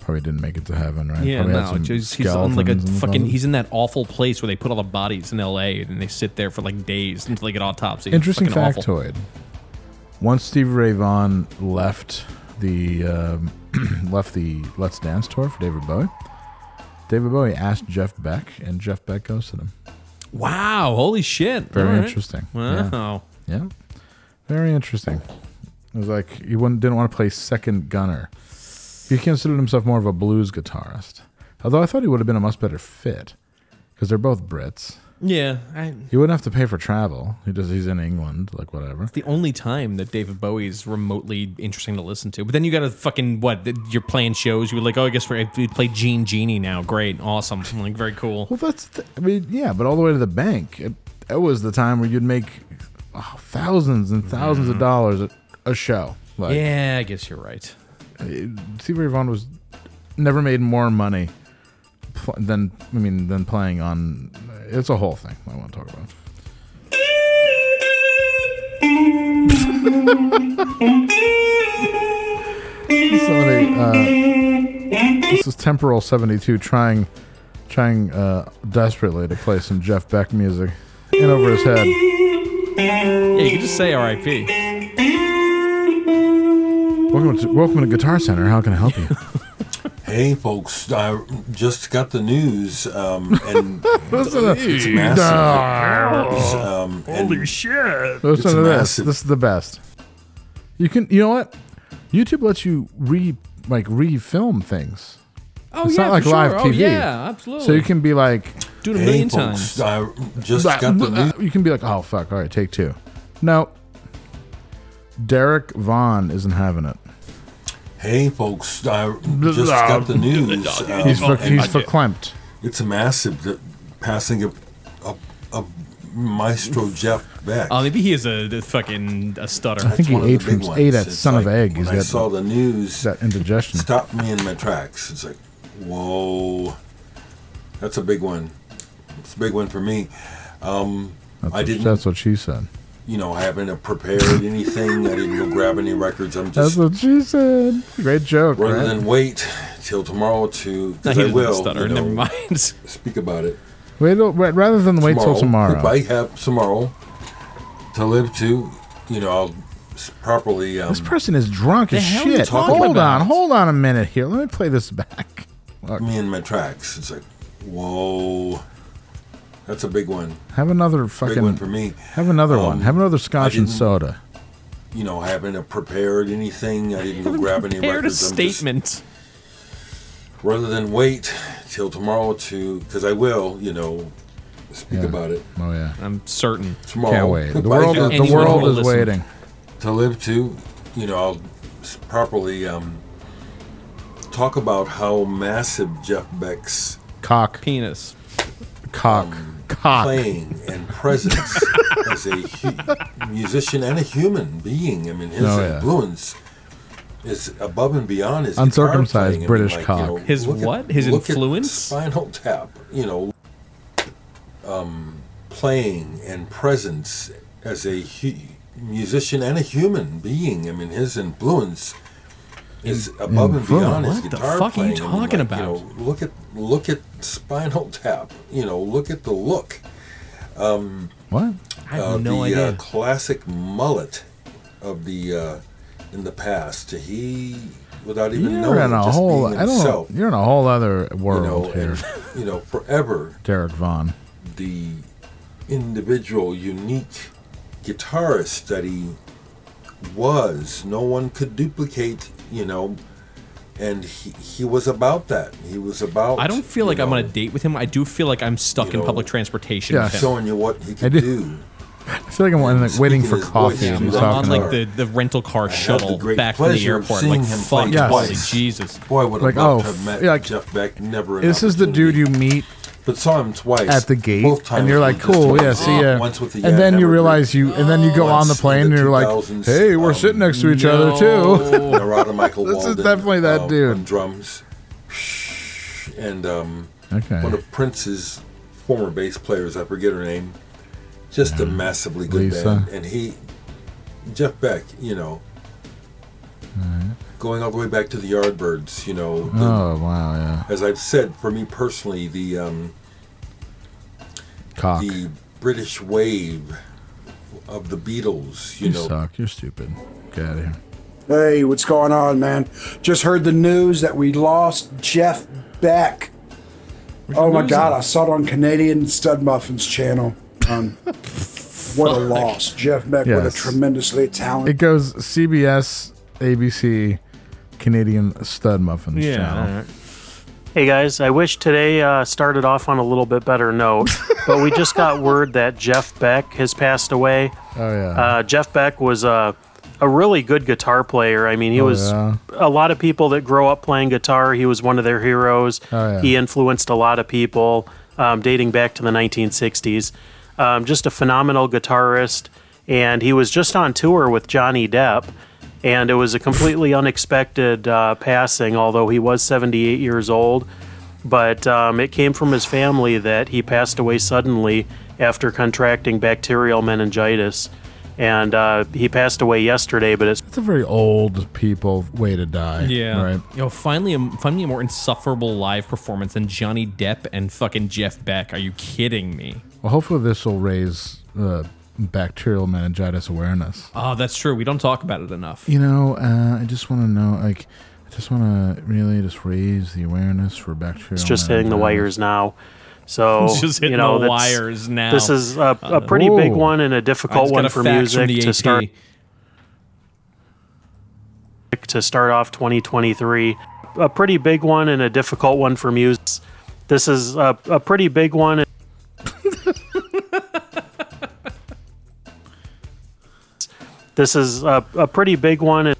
S2: probably didn't make it to heaven, right?
S4: Yeah,
S2: probably had
S4: no,
S2: some
S4: just- he's on like a
S2: skeletons in the
S4: fucking.
S2: closet.
S4: He's in that awful place where they put all the bodies in L.A. and they sit there for like days until they get autopsy.
S2: Interesting
S4: Fucking awful.
S2: factoid. Once Steve Ray Vaughan left the um, [CLEARS THROAT] left the Let's Dance tour for David Bowie, David Bowie asked Jeff Beck, and Jeff Beck ghosted him.
S4: Wow! Holy shit!
S2: Very
S4: All right.
S2: interesting.
S4: Wow.
S2: Yeah. Yeah. Very interesting. It was like he wouldn't, didn't want to play second gunner. He considered himself more of a blues guitarist, although I thought he would have been a much better fit because they're both Brits.
S4: Yeah, I,
S2: He wouldn't have to pay for travel. He just he's in England, like whatever.
S4: the only time that David Bowie's remotely interesting to listen to. But then you got to fucking what? th- You're playing shows. You were like, oh, I guess we're, we play Gene Genie now. Great, awesome, like very cool.
S2: Well, that's the, I mean, yeah, but all the way to the bank. It, that was the time where you'd make oh, thousands and 1000s of dollars at a show. Like,
S4: yeah, I guess you're right.
S2: Stevie Ray Vaughan was never made more money pl- than I mean than playing on. It's a whole thing. I want to talk about. Somebody, uh, this is Temporal Seventy Two trying, trying uh, desperately to play some Jeff Beck music in over his head.
S4: Yeah, you can just say R.I.P.
S2: Welcome to, welcome to Guitar Center. How can I help you?
S25: Hey, folks, I just got the news, um,
S2: [LAUGHS]
S25: and
S2: Listen to
S25: it's
S2: that.
S25: massive. It's, um, and
S2: shit! Listen to this.
S25: massive.
S2: This is the best. You can. You know what? YouTube lets you re like refilm things.
S4: Oh,
S2: it's
S4: yeah,
S2: not like
S4: for sure.
S2: live
S4: Oh,
S2: TV.
S4: yeah, absolutely.
S2: So you can be like,
S4: Do it a Hey, million folks, times.
S25: I just got the news.
S2: You can be like, oh fuck, all right, take two. No, Derek Vaughn isn't having it.
S25: Hey, folks, I just got the news. um,
S2: he's for,
S25: and
S2: he's verklempt.
S25: It's massive. The passing of a, a maestro Jeff Beck.
S4: Oh, maybe he is a, a fucking a stutter.
S2: I think he
S25: one of the
S2: ate from
S25: big
S2: ate
S25: ones.
S2: that
S25: It's
S2: son of
S25: like
S2: egg. He's
S25: when I
S2: got
S25: saw the news.
S2: that indigestion.
S25: Stopped me in my tracks. It's like, whoa, that's a big one. It's a big one for me. Um,
S2: That's,
S25: [LAUGHS] I
S2: what-
S25: didn't,
S2: that's what she said.
S25: you know, I haven't prepared anything. I didn't go grab any records. I'm
S2: That's
S25: just
S2: what she said. Great joke,
S25: rather
S2: right?
S25: than wait till tomorrow to.
S4: No,
S25: 'cause
S4: he
S25: I
S4: doesn't
S25: will.
S4: stutter,
S25: you know,
S4: never mind.
S25: [LAUGHS] Speak about it.
S2: Wait, till- ra- rather than wait till
S25: [LAUGHS]
S2: tomorrow.
S25: If I have tomorrow to live to, you know, I'll s- properly. Um,
S2: This person is drunk
S25: The
S2: as
S25: hell are you
S2: shit.
S25: talking
S2: Hold
S25: about?
S2: on, hold on a minute here. Let me play this back.
S25: me in my tracks. It's like, whoa, that's a big one.
S2: Have another fucking
S25: one for me.
S2: Have another one.
S25: Um,
S2: Have another scotch and
S25: didn't-
S2: soda.
S25: You know, I haven't prepared anything. I didn't go
S4: Haven't
S25: grab any
S4: prepared a
S25: records. I'm just-
S4: statement.
S25: rather than wait till tomorrow to, because I will, you know, speak
S2: Yeah.
S25: about it
S2: Oh yeah.
S4: I'm certain.
S25: tomorrow.
S2: Can't wait.
S25: [LAUGHS]
S2: The
S25: If I
S2: world
S25: have
S2: is, the
S25: anyone
S2: world
S25: who'll
S2: is
S25: listen
S2: waiting.
S25: To live to, you know, I'll s- properly um, talk about how massive Jeff Beck's
S2: Cock.
S4: Penis.
S2: Cock. Cock.
S25: Um, playing
S2: [LAUGHS]
S25: and presence as a hu- musician and a human being. I mean, his
S2: Oh, yeah.
S25: influence is above and beyond his guitar
S2: Uncircumcised
S25: playing. I mean,
S2: British
S25: like, you
S2: cock.
S25: know,
S4: His
S25: look at-
S4: what? His
S25: look at
S4: influence?
S25: Spinal Tap. You know, um, playing and presence as a hu- musician and a human being. I mean, his influence. Is above and beyond his
S4: Influence? What the
S25: guitar
S4: fuck are you
S25: playing. I mean,
S4: talking
S25: like, you
S4: about?
S25: know, look at look at Spinal Tap. You know, look at the look. Um,
S2: What?
S4: I have
S25: uh,
S4: no
S25: the,
S4: idea.
S25: Uh, classic mullet of the uh, in the past. He, without even
S2: You're
S25: knowing,
S2: in a
S25: just
S2: whole.
S25: being
S2: I don't. know.
S25: himself.
S2: You're in a whole other
S25: You
S2: world
S25: know, [LAUGHS]
S2: here, [LAUGHS]
S25: and, you know, forever
S2: Derek Vaughn.
S25: the individual, unique guitarist that he was. No one could duplicate. You know. And he, he was about that. He was about.
S4: I don't feel
S25: you
S4: like I'm
S25: know,
S4: on a date with him. I do feel like I'm stuck in
S25: know,
S4: public transportation.
S2: Yeah.
S4: with him.
S25: showing you what he
S2: I
S25: could
S2: did.
S25: do.
S2: I feel like I'm like, waiting for
S25: his voice,
S2: coffee.
S25: yeah,
S2: and he's
S25: I'm
S4: I'm on
S2: talking
S4: like
S2: about-
S4: the, the rental car
S25: I had
S4: shuttle
S25: the great
S4: back from the
S25: pleasure of
S4: airport.
S25: seeing
S4: Like,
S25: him
S4: fuck,
S25: play
S2: Yes.
S4: holy
S25: twice.
S4: Jesus.
S25: Boy, would
S2: Like,
S25: have loved
S2: oh,
S25: to have
S2: f-
S25: met
S2: like,
S25: Jeff Beck. Never an
S2: This is the dude
S25: opportunity.
S2: you meet
S25: But saw him twice
S2: at the gate,
S25: Both times
S2: and you're like,
S25: with just
S2: "Cool,
S25: one
S2: yeah,
S25: song,
S2: see ya."
S25: Once with the
S2: and
S25: Yad
S2: then you
S25: Evergreen,
S2: realize you, and then you go on
S25: once
S2: the plane, and
S25: in Oh, the
S2: you're like,
S25: 2000s,
S2: "Hey, we're
S25: um,
S2: sitting next to each
S4: no.
S2: [LAUGHS] other too."
S25: Narada Michael
S2: This is
S25: Walden,
S2: definitely that
S25: uh, on
S2: dude.
S25: drums, and um,
S2: Okay.
S25: one of Prince's former bass players. I forget her name. Just a massively good
S2: Lisa.
S25: band, and he, Jeff Beck, you know, going all the way back to the Yardbirds. You know, the-
S2: Oh wow, yeah,
S25: as I've said, for me personally, the um,
S2: cock.
S25: the British wave of the Beatles. You,
S2: You
S25: know,
S2: suck. You're stupid. Get out of here.
S3: Hey, what's going on, man? Just heard the news that we lost Jeff Beck. oh my
S4: lose
S3: God,
S4: him?
S2: [LAUGHS]
S3: I saw it on Canadian Stud Muffins channel on What a Um, loss. Jeff Beck, what a
S2: Yes.
S3: tremendously talented.
S2: It goes CBS, ABC, Canadian Stud Muffins
S26: Yeah,
S2: channel.
S26: alright. Hey guys, I wish today uh, started off on a little bit better
S2: [LAUGHS]
S26: note, but we just got word that Jeff Beck has passed away.
S2: Oh yeah.
S26: Uh, Jeff Beck was a a really good guitar player. I mean, he
S2: Oh,
S26: was
S2: yeah.
S26: a lot of people that grow up playing guitar. He was one of their heroes.
S2: Oh, yeah.
S26: He influenced a lot of people, um, dating back to the 1960s. Um, just a phenomenal guitarist, and he was just on tour with Johnny Depp, and it was a completely unexpected uh, passing. Although he was 78 years old, but um, it came from his family that he passed away suddenly after contracting bacterial meningitis. And uh, he passed away yesterday, but it's
S2: It's a very old people way to die.
S4: Yeah.
S2: Right.
S4: You know, finally, a, finally a more insufferable live performance than Johnny Depp and fucking Jeff Beck. Are you kidding me?
S2: Well, hopefully this will raise uh, bacterial meningitis awareness.
S4: Oh, that's true. We don't talk about it
S2: [SIGHS]
S4: enough.
S2: You know, uh, I just want to know, like, I just want to really just raise the awareness for bacterial.
S26: It's just hitting the
S2: meningitis.
S26: wires now.
S4: [LAUGHS]
S26: So
S4: It's just hitting
S26: you know,
S4: the
S26: that's-
S4: wires now.
S26: This is a,
S4: Uh,
S26: a pretty big
S4: Whoa.
S26: one and
S4: I
S26: a
S4: just
S26: difficult
S4: got
S26: one
S4: a
S26: for
S4: fax from
S26: music
S4: the
S26: to
S4: AP.
S26: start to start off 2023. A pretty big one and a difficult one for music. This is a, a pretty big one. this is a, a pretty big one.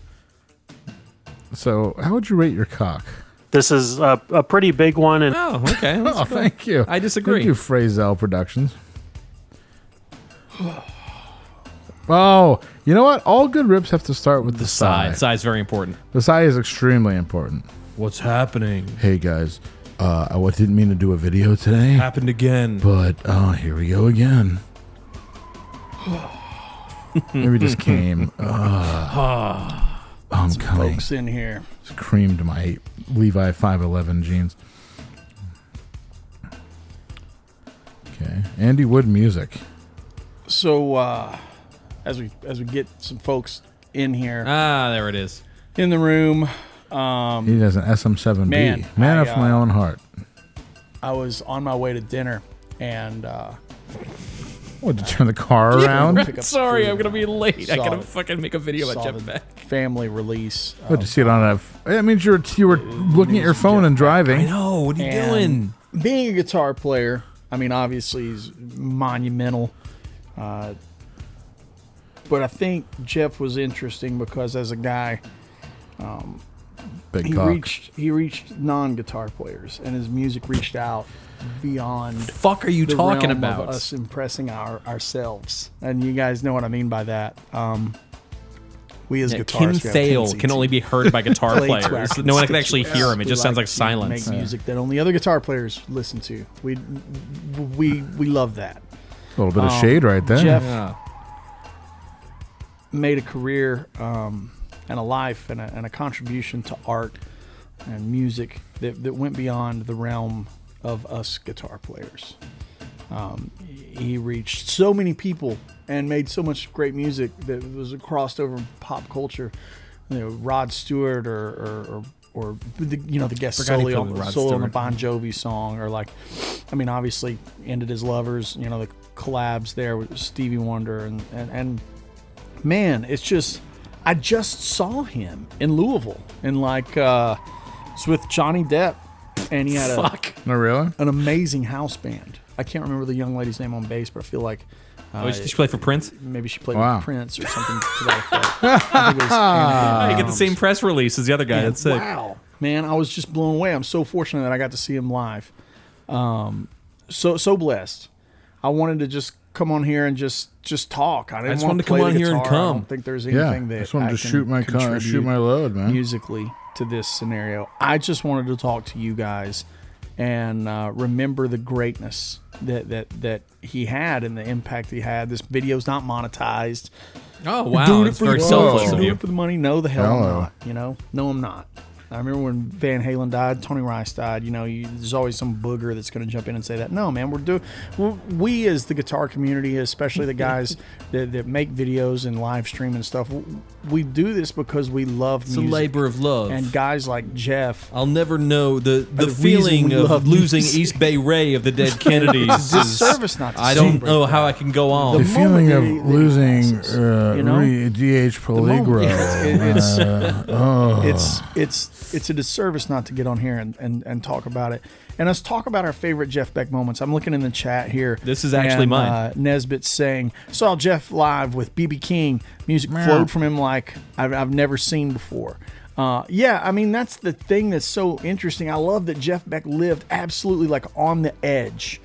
S2: So, how would you rate your cock?
S26: This is a, a pretty big one. And
S4: oh,
S2: [LAUGHS]
S4: okay.
S2: oh, thank you.
S26: I disagree.
S2: Thank you, Frazel Productions. Oh, you know what? All good rips have to start with the, sigh.
S4: Side. Side's very important.
S2: The sigh is extremely important.
S4: What's happening?
S2: Hey guys, uh, I wa- didn't mean to do a video today.
S4: Happened again.
S2: But oh, here we go again. Maybe
S10: [LAUGHS]
S2: just came. Uh, I'm coming.
S10: Ah. Folks in here.
S2: Just creamed my Levi 511 jeans. Okay, Andy Wood music.
S10: So uh, as we as we get some folks in here.
S4: Ah, there it is.
S10: In the
S4: [LAUGHS]
S10: room. Um,
S2: He has an SM7B.
S10: Man,
S2: Man,
S10: I,
S2: after my
S10: uh,
S2: own heart.
S10: I was on my way to dinner and uh,
S2: What to turn the
S10: [LAUGHS]
S2: car
S10: Yeah,
S2: around?
S10: right. Pick up
S4: Sorry,
S10: food.
S4: I'm gonna be late. I
S10: Saw
S4: gotta
S10: the-
S4: fucking make a video about
S10: saw
S4: Jeff
S10: the
S4: Beck.
S10: family release. um,
S2: What to see it on a? f- That means you're you were looking at your phone and driving. I
S4: know. What
S10: And Being a guitar player, I mean, obviously he's monumental. Uh, but I think Jeff was interesting because as a guy, um,
S2: Big
S10: he
S2: cock.
S10: reached he reached non-guitar players, and his music reached out beyond.
S4: Fuck are you
S10: the realm
S4: talking
S10: of
S4: about?
S10: us impressing our ourselves, and you guys know what I mean by that. Um, we as
S4: Yeah,
S10: guitarists
S4: Kim
S10: we have a
S4: Thale
S10: tendency
S4: can
S10: to
S4: only be heard
S10: [LAUGHS]
S4: by guitar
S10: play to our
S4: players. No one can actually
S10: constituents.
S4: hear him. It
S10: We
S4: just sounds like
S10: to
S4: silence.
S10: Make
S4: Yeah.
S10: music that only other guitar players listen to. We we we love that. Um,
S2: A little bit of shade right there.
S10: Jeff
S2: Yeah.
S10: made a career um, and a life and a, and a contribution to art and music that, that went beyond the realm of us guitar players. Um, he reached so many people and made so much great music that was crossed over in pop culture. You know, Rod Stewart or or, or, or the, you know the guest
S4: Forgot he
S10: solo,
S4: played with Rod
S10: solo on the
S4: Stewart.
S10: Bon Jovi song, or like, I mean, obviously ended his lovers. You know the collabs there with Stevie Wonder and and, and man, it's just I just saw him in Louisville and like uh, it's with Johnny Depp, and he had a
S4: Fuck.
S2: No, really?
S10: an amazing house band. I can't remember the young lady's name on bass, but I feel like uh,
S4: Oh, she- she played for Prince?
S10: Maybe she played
S4: Wow.
S10: with Prince or something to that effect. I
S4: [LAUGHS]
S10: think it was Anthony
S4: I
S2: [LAUGHS]
S4: get the
S10: Adams.
S4: same press release as the other guy.
S10: And
S4: That's sick.
S10: Wow, man, I was just blown away. I'm so fortunate that I got to see him live. Um, so so blessed. I wanted to just come on here and just just talk. I didn't
S4: I just
S10: want to
S4: wanted to come
S10: play the
S4: on here and
S10: guitar. I
S4: come.
S10: don't think there's
S4: Yeah,
S10: anything
S4: I
S10: that
S4: just wanted
S10: I
S4: to
S10: can
S4: shoot my
S2: car-
S10: contribute
S2: shoot my load, man.
S10: Musically to this scenario, I just wanted to talk to you guys and uh, remember the greatness that that that he had and the impact he had. This video's not monetized.
S4: Oh, wow.
S10: Doing it
S4: That's
S10: for the
S4: very
S10: money.
S4: selfless of
S10: Doing
S4: you.
S10: it for the money. No, the hell I'm
S4: Hello.
S10: not. You know, no, I'm not. I remember when Van Halen died, Tony Rice died. You know, you, there's always some booger that's going to jump in and say that. No, man, we're doing. We as the guitar community, especially the guys
S4: [LAUGHS]
S10: that, that make videos and live stream and stuff, w- we do this because we love
S4: It's a
S10: music.
S4: labor of love.
S10: And guys like Jeff,
S4: I'll never know
S10: Are
S4: the
S10: the
S4: the,
S10: reason
S4: feeling
S10: we
S4: of
S10: love
S4: losing
S10: music.
S4: East Bay Ray of the [LAUGHS] dead Kennedys.
S10: It's a disservice
S4: is-
S10: not to
S4: I don't
S10: celebrate
S4: know how I can go on.
S2: the feeling of losing uh,
S10: you know?
S2: re- DH Peligro.
S10: It- it's,
S2: uh,
S4: [LAUGHS]
S2: oh.
S10: [LAUGHS] it's it's it's a disservice not to get on here and, and, and talk about it. And let's talk about our favorite Jeff Beck moments. I'm looking in the chat here.
S4: This is actually
S10: and,
S4: mine.
S10: Uh, Nesbitt's saying, "Saw Jeff live with BB King. Music
S4: Meow.
S10: flowed from him like I've, I've never seen before." Uh, yeah, I mean that's the thing that's so interesting. I love that Jeff Beck lived absolutely like on the edge,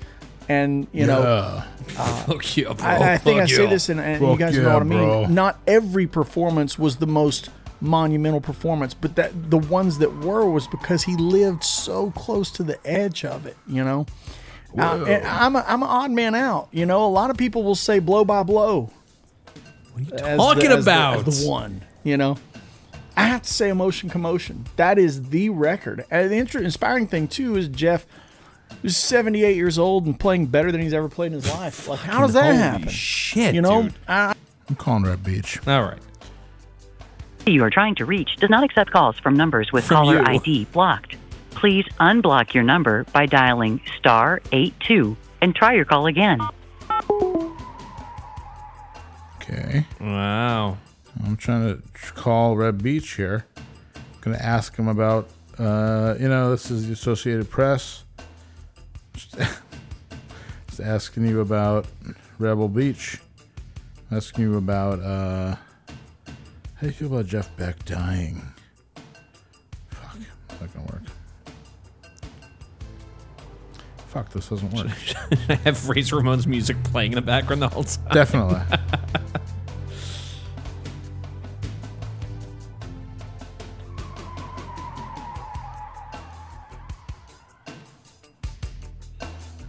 S10: and you know, uh,
S4: [LAUGHS] Fuck you, bro.
S10: I, I think I
S4: Fuck
S10: say
S4: you.
S10: this, and, and you
S4: Fuck
S10: guys know
S4: yeah,
S10: what I mean.
S4: bro.
S10: Not every performance was the most monumental performance, but that the ones that were was because he lived so close to the edge of it. You know, I,
S4: Whoa.
S10: and I'm a, I'm an odd man out. You know, a lot of people will say blow by blow. What are you
S4: talking about?
S10: the, one? You know, I have to say emotion commotion. That is the record. And the inter- inspiring thing too is Jeff. is 78 years old and playing better than he's ever played in his life. Like, how does that
S2: Holy
S10: happen?
S4: Shit,
S10: you know,
S2: dude.
S10: I,
S2: I'm calling Red Beach.
S4: All right.
S6: You are trying to reach does not accept calls from numbers with
S4: From
S6: caller
S4: you.
S6: ID blocked. Please unblock your number by dialing star 82 and try your call again.
S2: Okay.
S4: Wow.
S2: I'm trying to tr- call Red Beach here. gonna ask him about, uh, you know, this is the Associated Press. Just, [LAUGHS] just asking you about Rebel Beach. Asking you about, uh, how do you feel about Jeff Beck dying? Fuck, it's not gonna work. Fuck, this doesn't work.
S4: I [LAUGHS] have Razor Ramon's music playing in the background the whole time.
S2: Definitely.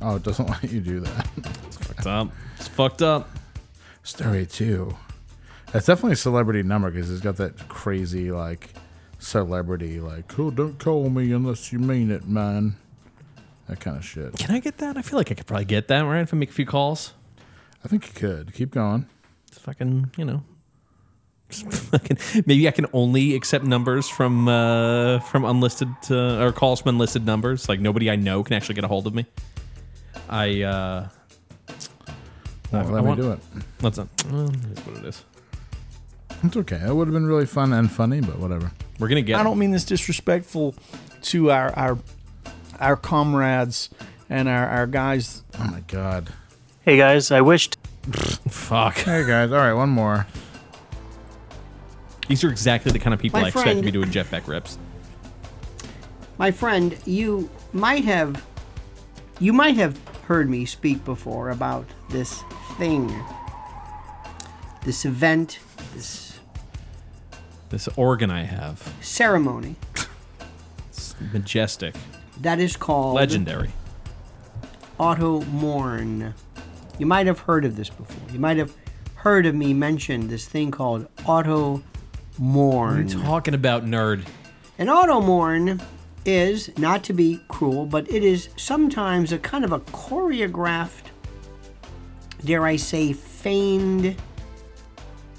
S2: Oh, it doesn't [LAUGHS] let you do that.
S4: it's fucked up. It's fucked up.
S2: Story two. That's definitely a celebrity number because it's got that crazy like celebrity like, "Oh, don't call me unless you mean it, man." That kind of shit.
S4: Can I get that? I feel like I could probably get that, right? If I make a few calls.
S2: I think you could. Keep going.
S4: It's fucking, you know. just fucking- [LAUGHS] Maybe I can only accept numbers from uh, from unlisted uh, or calls from unlisted numbers. Like nobody I know can actually get a hold of me. I uh,
S2: Won't let me do it.
S4: That's not. Well, that's what it is.
S2: It's okay. It would have been really fun and funny, but whatever.
S4: We're gonna get.
S10: I don't mean this disrespectful to our our our comrades and our, our guys.
S2: Oh my god.
S26: Hey guys, I wished.
S4: Fuck.
S2: Hey guys. All right, one more.
S4: These are exactly the kind of people
S27: My
S4: I expect to
S27: friend-
S4: be doing jetpack rips.
S27: My friend, you might have you might have heard me speak before about this thing. This event, this
S4: This organ I have,
S27: ceremony
S4: it's majestic,
S27: that is called
S4: legendary.
S27: Auto Mourn. You might have heard of this before. You might have heard of me mention this thing called Auto
S4: What are
S27: Mourn.
S4: you talking about, nerd?
S27: An automorn is, not to be cruel, but it is sometimes a kind of a choreographed, dare I say, feigned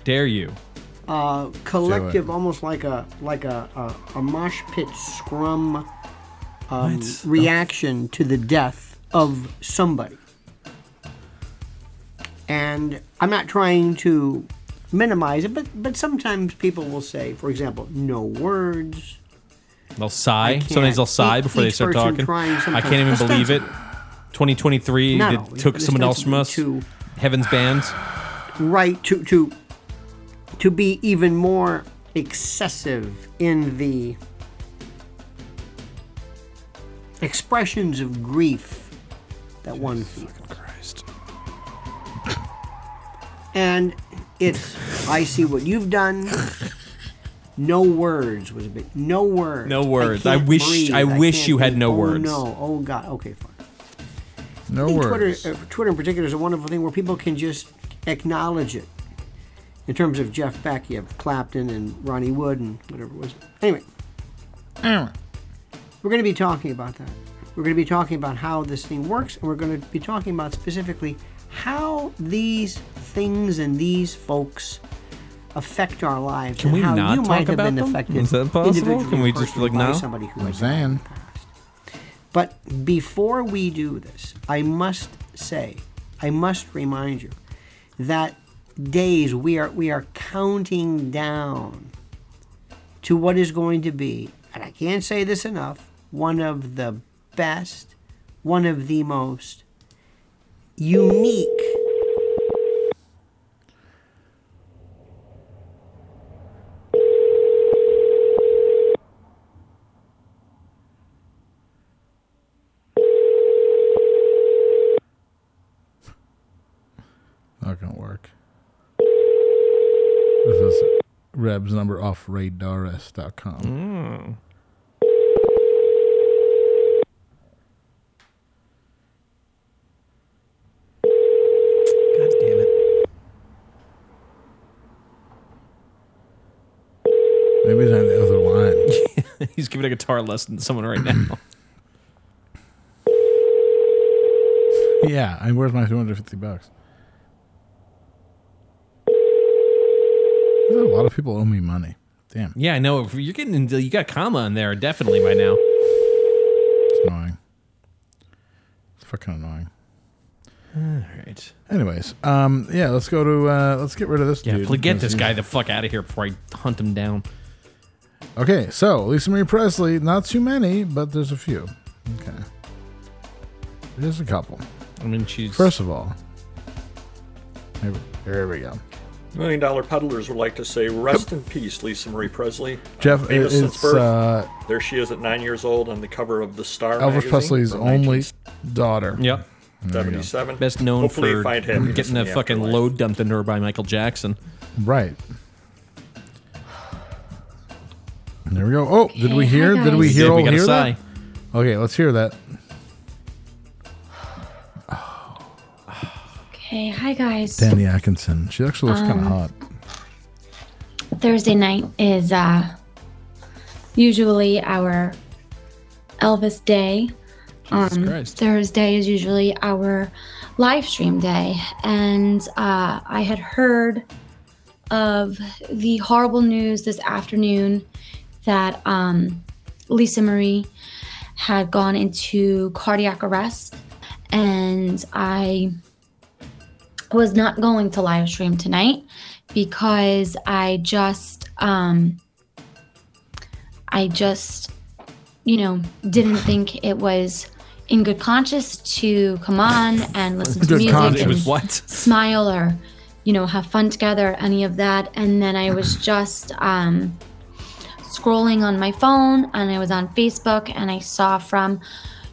S4: Dare you?
S27: uh, collective, almost like a like a, a, a mosh pit scrum um,
S4: What?
S27: reaction to the death of somebody. And I'm not trying to minimize it, but but sometimes people will say, for example, no words.
S4: They'll sigh.
S27: can't.
S4: Sometimes they'll sigh
S27: Each-
S4: before they
S27: each
S4: start
S27: person
S4: talking.
S27: trying
S4: I
S27: sometimes.
S4: can't even believe it. 2023
S27: No,
S4: that took
S27: but
S4: someone else from us. Heaven's bands.
S27: right to to to be even more excessive in the expressions of grief that one feels. And it's I see what you've done. No words was a bit. No words.
S4: No words. I
S27: can't
S4: wish-
S27: breathe.
S4: I wish
S27: can't
S4: you had
S27: breathe.
S4: no
S27: Oh,
S4: words.
S27: No. Oh God. Okay. Fine.
S2: No
S27: I think
S2: words.
S27: [LAUGHS] Twitter, uh, Twitter in particular is a wonderful thing where people can just acknowledge it. In terms of Jeff Beck, you have Clapton and Ronnie Wood and whatever it was. Anyway, We're going to be talking about that. We're going to be talking about how this thing works, and we're going to be talking about specifically how these things and these folks affect our lives.
S4: Can
S27: and
S4: we
S27: how
S4: not
S27: you
S4: talk
S27: might have
S4: about
S27: been
S4: them?
S27: affected
S4: Is that possible?
S27: individually
S4: Can we
S27: or
S4: just,
S27: personally
S4: like,
S27: by
S4: now?
S27: Somebody who
S4: I'm
S27: i But before we do this, I must say, I must remind you that days we are we are counting down to what is going to be, and I can't say this enough, one of the best, one of the most unique
S2: Not gonna work. This is Reb's number off
S19: Hmm.
S2: radarist.com.
S4: God damn it.
S2: Maybe it's on the other
S4: [LAUGHS]
S2: line.
S4: He's giving a guitar lesson to someone right now.
S2: Yeah, and where's my 250 bucks? There's a lot of people owe me money. Damn,
S4: [CLEARS THROAT] yeah, I know. If You're getting into, you got a comma in there definitely by now.
S2: it's annoying. It's fucking annoying.
S4: All right.
S2: Anyways, um, yeah, let's go to uh, let's get rid of this
S4: Yeah,
S2: dude.
S4: pl- get
S2: because
S4: this
S2: he's-
S4: guy the fuck out of here before I hunt him down.
S2: Okay, so Lisa Marie Presley, not too many, but there's a few. Okay. There's a couple.
S4: I mean, she's.
S2: First of all, here we, here we go.
S5: Million Dollar Peddlers would like to say, Rest in peace, Lisa Marie Presley.
S2: Jeff,
S5: Famous
S2: it-
S5: since
S2: it's,
S5: birth.
S2: uh,
S5: there she is at nine years old on the cover of the Star.
S2: Elvis
S5: magazine
S2: Presley's
S5: from
S2: only daughter.
S4: Yep.
S2: There you go.
S5: 1977.
S4: Best known
S5: Hopefully
S4: for
S5: find happiness
S4: getting
S5: in
S4: the
S5: the
S4: fucking load dumped into her by Michael Jackson.
S2: Right. There we go. Oh, did we hear? Did we hear?
S4: Did
S2: all
S4: we got a
S2: hear
S4: sigh.
S2: that? Okay, let's hear that.
S1: Okay, hi guys.
S2: Danny Atkinson. She actually looks kind of
S1: Um,
S2: hot.
S1: Thursday night is uh, usually our Elvis day.
S28: Jesus
S1: um,
S28: Christ.
S1: Thursday is usually our live stream day, and uh, I had heard of the horrible news this afternoon that um, Lisa Marie had gone into cardiac arrest, and I was not going to live stream tonight because I just um I just you know didn't think it was in good conscience to come on and listen to
S4: Good
S1: music
S4: conscience. It was
S1: and
S4: what?
S1: smile or you know have fun together any of that and then I was just um scrolling on my phone and I was on Facebook and I saw from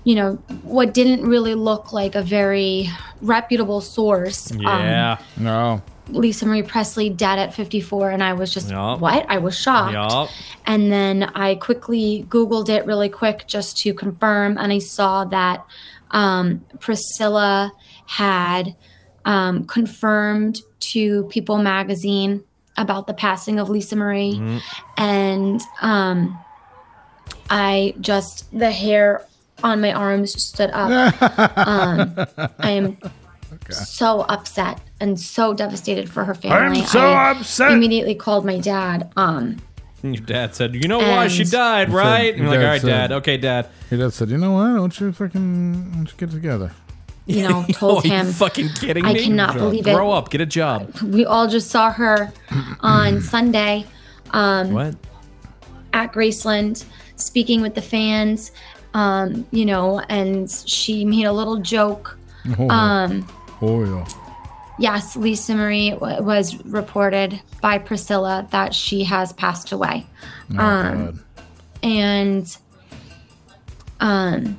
S1: you know what didn't really look like a very reputable source um,
S2: no.
S1: Lisa Marie Presley dead at 54, and I was just,
S28: Yup.
S1: what? I was shocked. And then I quickly Googled it really quick just to confirm, and I saw that um, Priscilla had um, confirmed to People magazine about the passing of Lisa Marie
S3: Mm.
S1: and um, I just the hair on my arms stood
S4: [LAUGHS]
S1: up. um, I am so upset and so devastated for her family.
S4: so
S1: I
S4: upset.
S1: Immediately called my dad. Um,
S4: And your dad said, "You know why she
S1: And-
S4: died,
S2: He
S4: right?"
S2: said-
S4: and you're like,
S2: dad
S4: "All right,
S2: said-
S4: dad. Okay, dad."
S2: Your dad said, "You know what? Why don't you fucking why don't you get together?"
S4: [LAUGHS]
S1: you know,
S4: oh,
S1: told him.
S4: Are you fucking kidding
S1: I
S4: me?
S1: cannot
S4: Grow up.
S1: believe it.
S4: Grow up. Get a job. [LAUGHS]
S1: We all just saw her
S4: [CLEARS THROAT]
S1: on Sunday. Um,
S4: What?
S1: at Graceland speaking with the fans, um, you know, and she made a little joke.
S2: Oh,
S1: Um,
S2: oh yeah.
S1: yes, Lisa Marie w- was reported by Priscilla that she has passed away.
S2: Oh,
S1: Um,
S2: God.
S1: And um,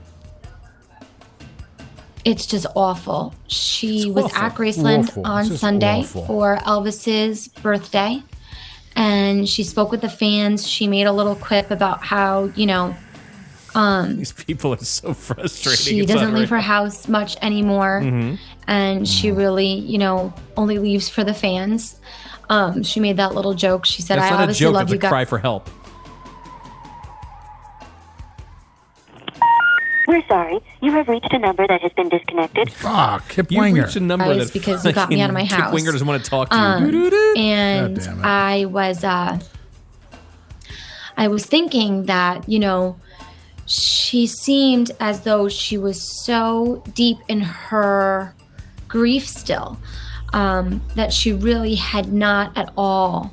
S1: it's just awful. She was at
S28: awful.
S1: Graceland
S28: Awful.
S1: on
S28: It's just
S1: Sunday
S28: awful.
S1: for Elvis's birthday. And she spoke with the fans. She made a little quip about how, you know, um,
S4: These people are so frustrating.
S1: she
S4: It's
S1: doesn't leave her
S4: unreal.
S1: house much anymore
S4: Mhm.
S1: and she really you know only leaves for the fans um, she made that little joke she said
S4: That's
S1: i
S4: not a
S1: obviously
S4: joke.
S1: love
S4: That's
S1: you
S4: a
S1: guys
S4: cry for help.
S16: We're sorry. You have reached a number that has been disconnected.
S2: Ah, Kip
S4: You
S2: Winger.
S4: reached a number
S1: That
S4: that [LAUGHS]
S1: was Oh, because you got me out of my
S4: fucking Kip
S1: house.
S4: Winger doesn't want to talk to
S1: Um,
S4: you.
S1: and
S4: God damn it.
S1: I was uh, I was thinking that you know she seemed as though she was so deep in her grief still um, that she really had not at all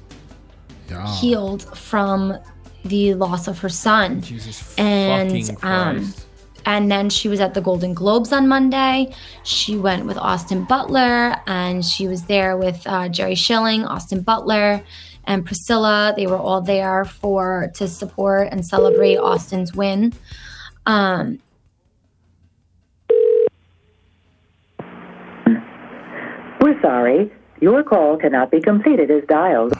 S2: Ah.
S1: healed from the loss of her son.
S4: Jesus
S1: and
S4: fucking
S1: um,
S4: Christ.
S1: and then she was at the Golden Globes on Monday. She went with Austin Butler, and she was there with uh, Jerry Schilling, Austin Butler, and Priscilla. They were all there for to support and celebrate Austin's win. Um,
S16: We're sorry. Your call cannot be completed as dialed.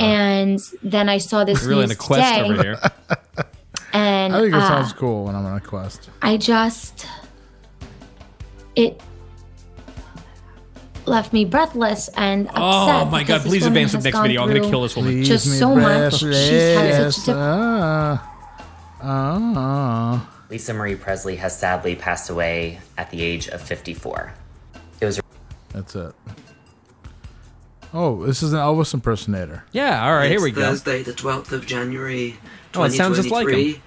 S1: and then I saw this
S2: Really in
S1: news
S2: a quest
S1: today,
S2: over here.
S1: [LAUGHS] and
S2: I think it
S1: uh,
S2: sounds cool when I'm on a quest.
S1: I just it left me breathless and upset.
S4: Oh my
S1: because
S4: God,
S1: this
S4: please
S1: woman
S4: advance to
S1: has
S4: the next
S1: gone
S4: video. I'm gonna
S1: through
S4: kill this woman.
S1: Just
S2: Leaves me
S1: so much. She's had
S2: breathless.
S1: such a diff-
S2: Ah, ah.
S21: Lisa Marie Presley has sadly passed away at the age of 54. It was
S2: That's it. Oh, this is an Elvis impersonator.
S4: Yeah, all right,
S28: it's
S4: here we go.
S28: Thursday, the 12th of January,
S4: Oh, it sounds just like
S28: 2023.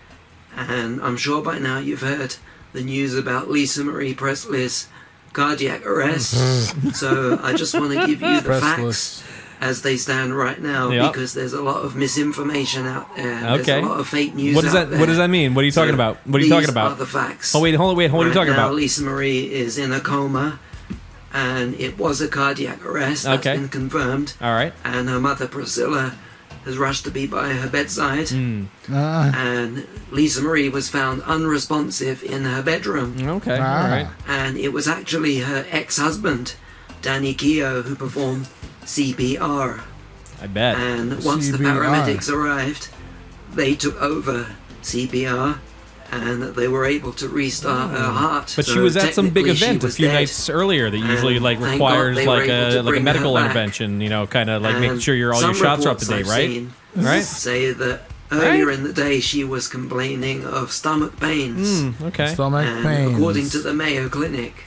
S28: And I'm sure by now you've heard the news about Lisa Marie Presley's cardiac
S4: [LAUGHS]
S28: arrest.
S29: Mhm.
S28: so I just want to give you the
S29: Presley's.
S28: facts as they stand right now
S4: Yep.
S28: because there's a lot of misinformation out there.
S4: Okay.
S28: There's a lot of fake news
S4: what does
S28: out
S4: that
S28: there.
S4: What does that mean? What are you talking about? What are you
S28: these
S4: talking about?
S28: are the facts.
S4: Oh wait, hold on, wait, hold on. What are you
S28: Right
S4: talking
S28: now,
S4: about?
S28: Lisa Marie is in a coma, and it was a cardiac arrest. That's
S4: Okay.
S28: been confirmed.
S4: All right.
S28: And her mother Priscilla has rushed to be by her bedside.
S4: Hmm.
S28: And Lisa Marie was found unresponsive in her bedroom.
S4: Okay. Ah. all right.
S28: And it was actually her ex-husband, Danny Keogh, who performed CPR.
S4: I bet.
S28: And once the
S4: CPR.
S28: paramedics arrived, they took over CPR and they were able to restart her heart.
S4: Mm. But she
S28: So
S4: was at some big
S28: technically she
S4: event a
S28: was
S4: few
S28: dead.
S4: nights earlier that usually
S28: Um,
S4: like
S28: thank
S4: requires
S28: God they were
S4: like
S28: able to
S4: a like a
S28: bring her
S4: medical
S28: back.
S4: intervention, you know, kind of like making
S28: And
S4: sure your all your
S28: some
S4: shots are up to
S28: reports
S4: date,
S28: I've
S4: right?
S28: seen
S4: Right.
S28: Say that earlier in the day she was complaining of stomach pains.
S4: Mm, okay.
S2: Stomach
S28: and
S2: pains.
S28: According to the Mayo Clinic,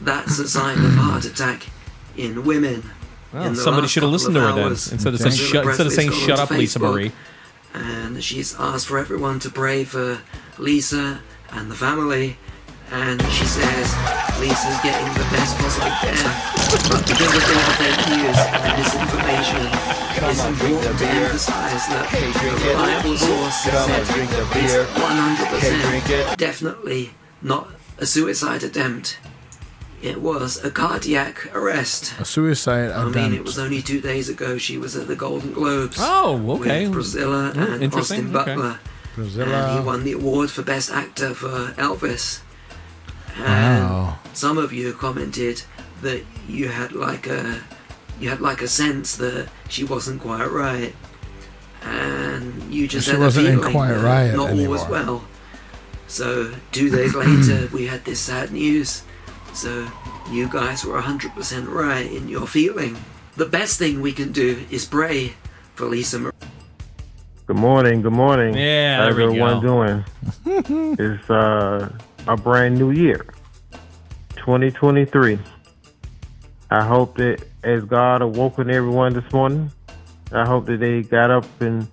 S28: that's a sign of heart attack in women.
S4: Well,
S28: In the
S4: somebody
S28: last
S4: should have
S28: couple
S4: listened
S28: of
S4: to her then,
S28: hours,
S4: instead of saying,
S28: Priscilla
S4: "Shut- instead
S28: Presley's
S4: of saying,
S28: gone
S4: shut
S28: on
S4: up, Lisa
S28: Facebook,
S4: Marie."
S28: And she's asked for everyone to pray for Lisa and the family. And she says Lisa's getting the best possible care, but because of all the fake news and misinformation, it's important to emphasise that a reliable source
S15: Come on,
S28: said
S15: drink the
S28: it's
S15: beer.
S28: 100%
S15: Hey, drink it.
S28: definitely not a suicide attempt. It was a cardiac arrest.
S2: A suicide
S28: I mean, it
S2: attempt.
S28: was only two days ago she was at the Golden Globes.
S4: Oh, okay.
S28: With Priscilla
S4: Oh,
S28: and
S4: interesting,
S28: Austin
S4: okay.
S28: Butler. And he
S2: Priscilla.
S28: won the award for Best Actor for Elvis. And
S2: Wow.
S28: some of you commented that you had like a you had like a sense that she wasn't quite right. And you just
S2: She
S28: had
S2: wasn't
S28: a
S2: in
S28: feeling
S2: quite
S28: that
S2: right
S28: not all was
S2: anymore.
S28: well. So two days later we had this sad news. So you guys were 100% right in your feeling. The best thing we can do is pray for Lisa Marie.
S30: Good morning. Good morning.
S4: Yeah,
S30: how's
S4: there we
S30: everyone doing?
S21: Mm.
S30: it's uh, a brand new year, 2023. I hope that as God awoken everyone this morning, I hope that they got up and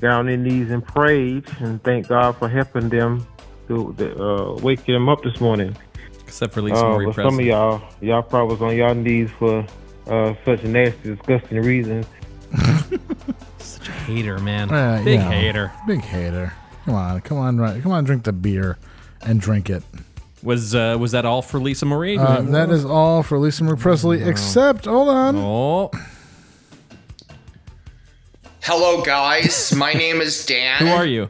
S30: got on their knees and prayed and thank God for helping them to uh, waking them up this morning.
S4: Except for Lisa
S30: Uh,
S4: Marie
S30: but Some
S4: Presley.
S30: of y'all, y'all probably was on y'all knees for uh, such nasty, disgusting reasons.
S4: Such a hater, man.
S2: Yeah,
S4: Big
S2: you know,
S4: hater.
S2: Big hater. Come on, come on, right. Come on, drink the beer and drink it.
S4: Was uh, was that all for Lisa Marie?
S2: Uh, that is all for Lisa Marie Presley, except, hold on.
S4: Oh.
S8: Hello, guys. My name is Dan.
S4: Who are you?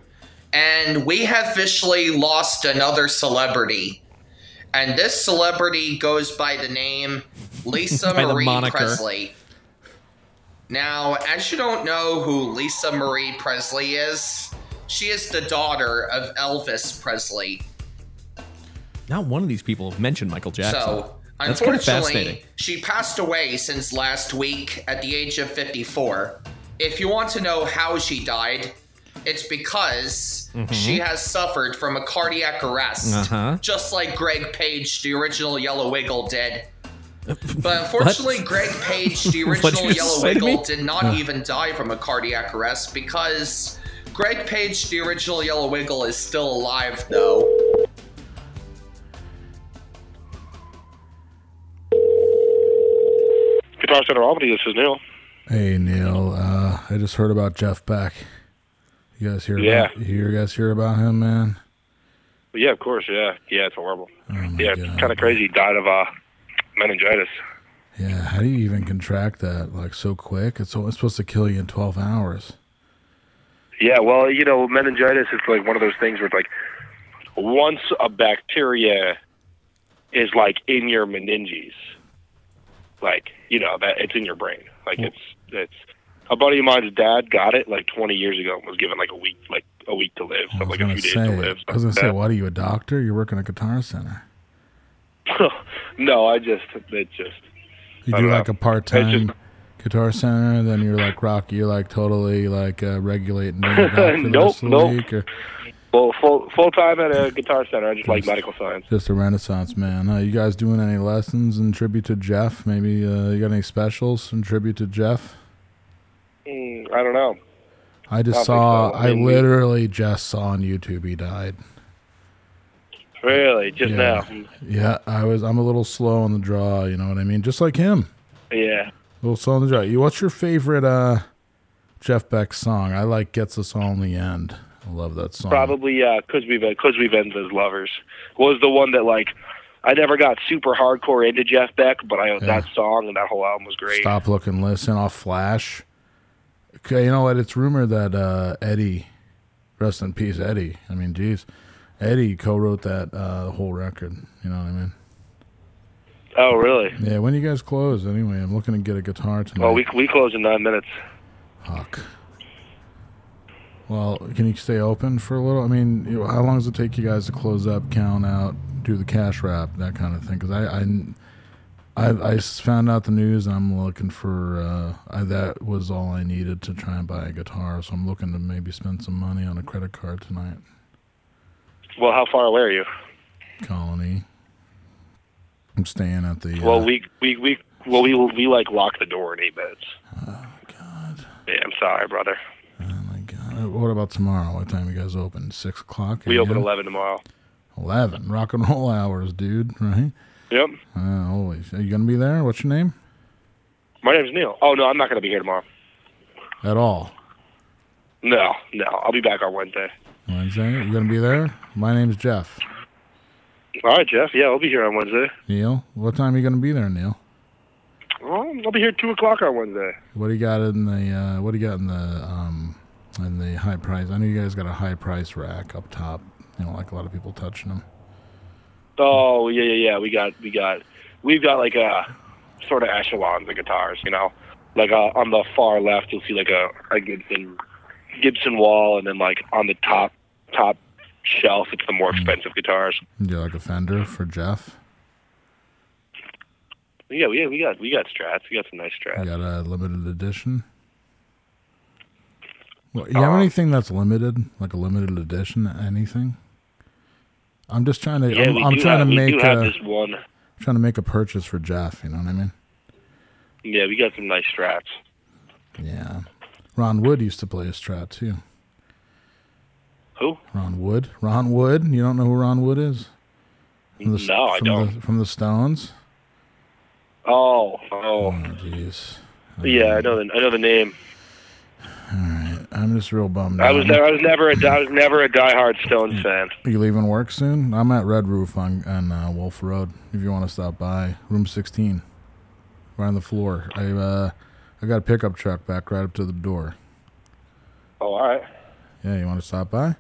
S8: And we have officially lost another celebrity. And this celebrity goes by the name Lisa
S4: [LAUGHS] By the
S8: Marie
S4: moniker.
S8: Presley. Now, as you don't know who Lisa Marie Presley is, she is the daughter of Elvis Presley.
S4: Not one of these people have mentioned Michael Jackson.
S8: So,
S4: That's kind
S8: unfortunately,
S4: of fascinating. [LAUGHS]
S8: she passed away since last week at the age of 54. If you want to know how she died, it's because
S4: Mhm.
S8: she has suffered from a cardiac arrest,
S4: Uh-huh.
S8: just like Greg Page, the original Yellow Wiggle,
S4: [LAUGHS]
S8: did. But unfortunately, Greg Page, the
S4: What'd you
S8: original
S4: just
S8: Yellow
S4: say to me?
S8: Wiggle, did not
S4: Huh.
S8: even die from a cardiac arrest because Greg Page, the original Yellow Wiggle, is still alive, though.
S19: Guitar Center Albany, this is Neil.
S2: Hey Neil, uh, I just heard about Jeff Beck. You guys hear?
S19: Yeah.
S2: About, you guys hear about him, man?
S19: Well, yeah, of course, yeah. Yeah, it's horrible.
S2: Oh,
S19: yeah, it's kind of crazy. He died of uh, meningitis.
S2: Yeah. How do you even contract that like so quick? It's only supposed to kill you in twelve hours.
S19: Yeah, well, you know, meningitis is like one of those things where it's like once a bacteria is like in your meninges, like, you know, that it's in your brain. Like it's it's a buddy of mine's dad got it like 20 years ago and was given like a week like a week to live,
S2: I
S19: something
S2: was
S19: like a
S2: gonna
S19: few days to
S2: say.
S19: live.
S2: I was gonna say,
S19: Yeah.
S2: what are you a doctor? You're working at a guitar center.
S19: [LAUGHS] no, I just it just
S2: You
S19: I
S2: do
S19: don't
S2: like
S19: know.
S2: a part time guitar center, then you're like rock. You're like totally like
S19: [LAUGHS]
S2: uh, regulating. being a doctor the
S19: Nope,
S2: rest of the
S19: nope.
S2: week, or
S19: Well, full full time at a guitar center. I just like medical science.
S2: Just a renaissance man. Uh, you guys doing any lessons in tribute to Jeff? Maybe uh, you got any specials in tribute to Jeff?
S19: Mm, I don't know.
S2: I
S19: I
S2: just
S19: think
S2: saw.
S19: so.
S2: I
S19: Maybe.
S2: literally just saw on YouTube he died.
S19: Really, just
S2: Yeah.
S19: now.
S2: Yeah, I was. I'm a little slow on the draw. You know what I mean? Just like him,
S19: Yeah.
S2: a little slow on the draw. You, what's your favorite uh, Jeff Beck song? I like "Gets Us All in the End." I love that song.
S19: Probably uh, cause we've been cause we've been as lovers was the one that like I never got super hardcore into Jeff Beck, but I
S2: Yeah.
S19: that song and that whole album was great.
S2: Stop, look, and listen. I'll flash. Okay, you know what? It's rumored that uh, Eddie, rest in peace, Eddie. I mean, geez, Eddie co-wrote that uh, whole record. You know what I mean?
S19: Oh, really?
S2: Yeah. When you guys close? Anyway, I'm looking to get a guitar tonight.
S19: Well, we we close in nine minutes.
S2: Fuck. Well, can you stay open for a little? I mean, you know, how long does it take you guys to close up, count out, do the cash wrap, that kind of thing? Because I, I, I, I s- found out the news, and I'm looking for uh, I, that was all I needed to try and buy a guitar. So I'm looking to maybe spend some money on a credit card tonight.
S19: Well, how far away are you?
S2: Colony. I'm staying at the.
S19: Well,
S2: uh,
S19: we we we well we we like lock the door in eight minutes. Oh God. Yeah, I'm sorry, brother.
S2: uh, what about tomorrow? What time you guys open? Six o'clock.
S19: We open
S2: AM?
S19: eleven tomorrow.
S2: Eleven. Rock and roll hours, dude. Right.
S19: Yep.
S2: Uh, holy! sh- Are you gonna be there? What's your name?
S19: My name's Neil. Oh no, I'm not going to be here tomorrow.
S2: At all?
S19: No, no, I'll be back on Wednesday.
S2: Wednesday? You gonna be there? My name's Jeff.
S19: All right, Jeff. Yeah, I'll be here on Wednesday.
S2: Neil, what time are you gonna be there, Neil?
S19: Well, I'll be here two o'clock on Wednesday.
S2: What do you got in the? Uh, what do you got in the? Um, in the high price? I know you guys got a high price rack up top. You know, like a lot of people touching them.
S19: Oh yeah, yeah, yeah. We got we got we've got like a sort of echelons of guitars. You know, like uh, on the far left, you'll see like a, a Gibson Gibson wall, and then like on the top top shelf, it's the more
S2: Mm-hmm.
S19: expensive guitars.
S2: You like a Fender for Jeff?
S19: Yeah, we we got we got strats. We got some nice strats.
S2: You got a limited edition. Well, you have
S19: Uh,
S2: anything that's limited, like a limited edition? Anything? I'm just trying to.
S19: Yeah,
S2: I'm,
S19: we
S2: I'm
S19: do
S2: trying
S19: have-
S2: to
S19: we do
S2: make
S19: have
S2: a,
S19: this one.
S2: Trying to make a purchase for Jeff. You know what I mean?
S19: Yeah, we got some nice strats.
S2: Yeah. Ron Wood used to play a strat too.
S19: Who?
S2: Ron Wood. Ron Wood. You don't know who Ron Wood is?
S19: No, I
S2: from The,
S19: don't.
S2: from the Stones.
S19: Oh, oh.
S2: Jeez.
S19: yeah, I know the I know the name.
S2: I'm just real bummed.
S19: I was
S2: out.
S19: never, I was never a I was never a diehard
S2: Mm.
S19: Stones fan.
S2: You leaving work soon? I'm at Red Roof on on uh, Wolf Road. If you want to stop by, room 16, right on the floor. I uh, I got a pickup truck back right up to the door.
S19: Oh, all right.
S2: Yeah, you want to stop by?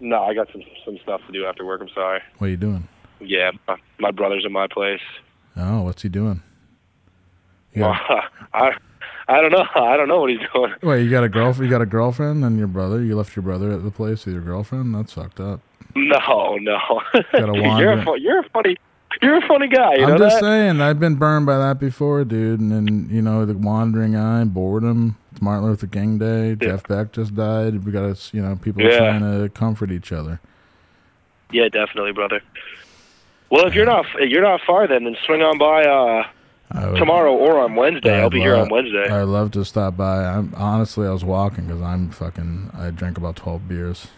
S19: No, I got some some stuff to do after work. I'm sorry.
S2: What are you doing?
S19: Yeah, my, my brother's in my place.
S2: Oh, what's he doing? You
S19: Oh,
S2: got,
S19: [LAUGHS] I I don't know. I don't know what he's doing.
S2: wait, you got a girlfriend? You got a girlfriend and your brother? You left your brother at the place with your girlfriend? That's fucked up.
S19: No, no.
S2: Gotta
S19: Dude, [LAUGHS] you're
S2: wander.
S19: a fu- you're a funny You're a funny guy. Ah, You
S2: I'm
S19: know
S2: just
S19: that?
S2: saying, I've been burned by that before, dude. And then you know, the wandering eye, boredom. It's Martin Luther King Day. Jeff Beck just died. We got to, you know, people are
S19: Yeah.
S2: trying to comfort each other.
S19: Yeah, definitely, brother. Well, if you're not if you're not far, then then swing on by
S2: Oh.
S19: uh, tomorrow or on Wednesday. I'll
S2: I'd
S19: be here
S2: lo-
S19: on Wednesday.
S2: I'd love to stop by. I'm honestly, I was walking because I'm fucking. I drank about twelve beers.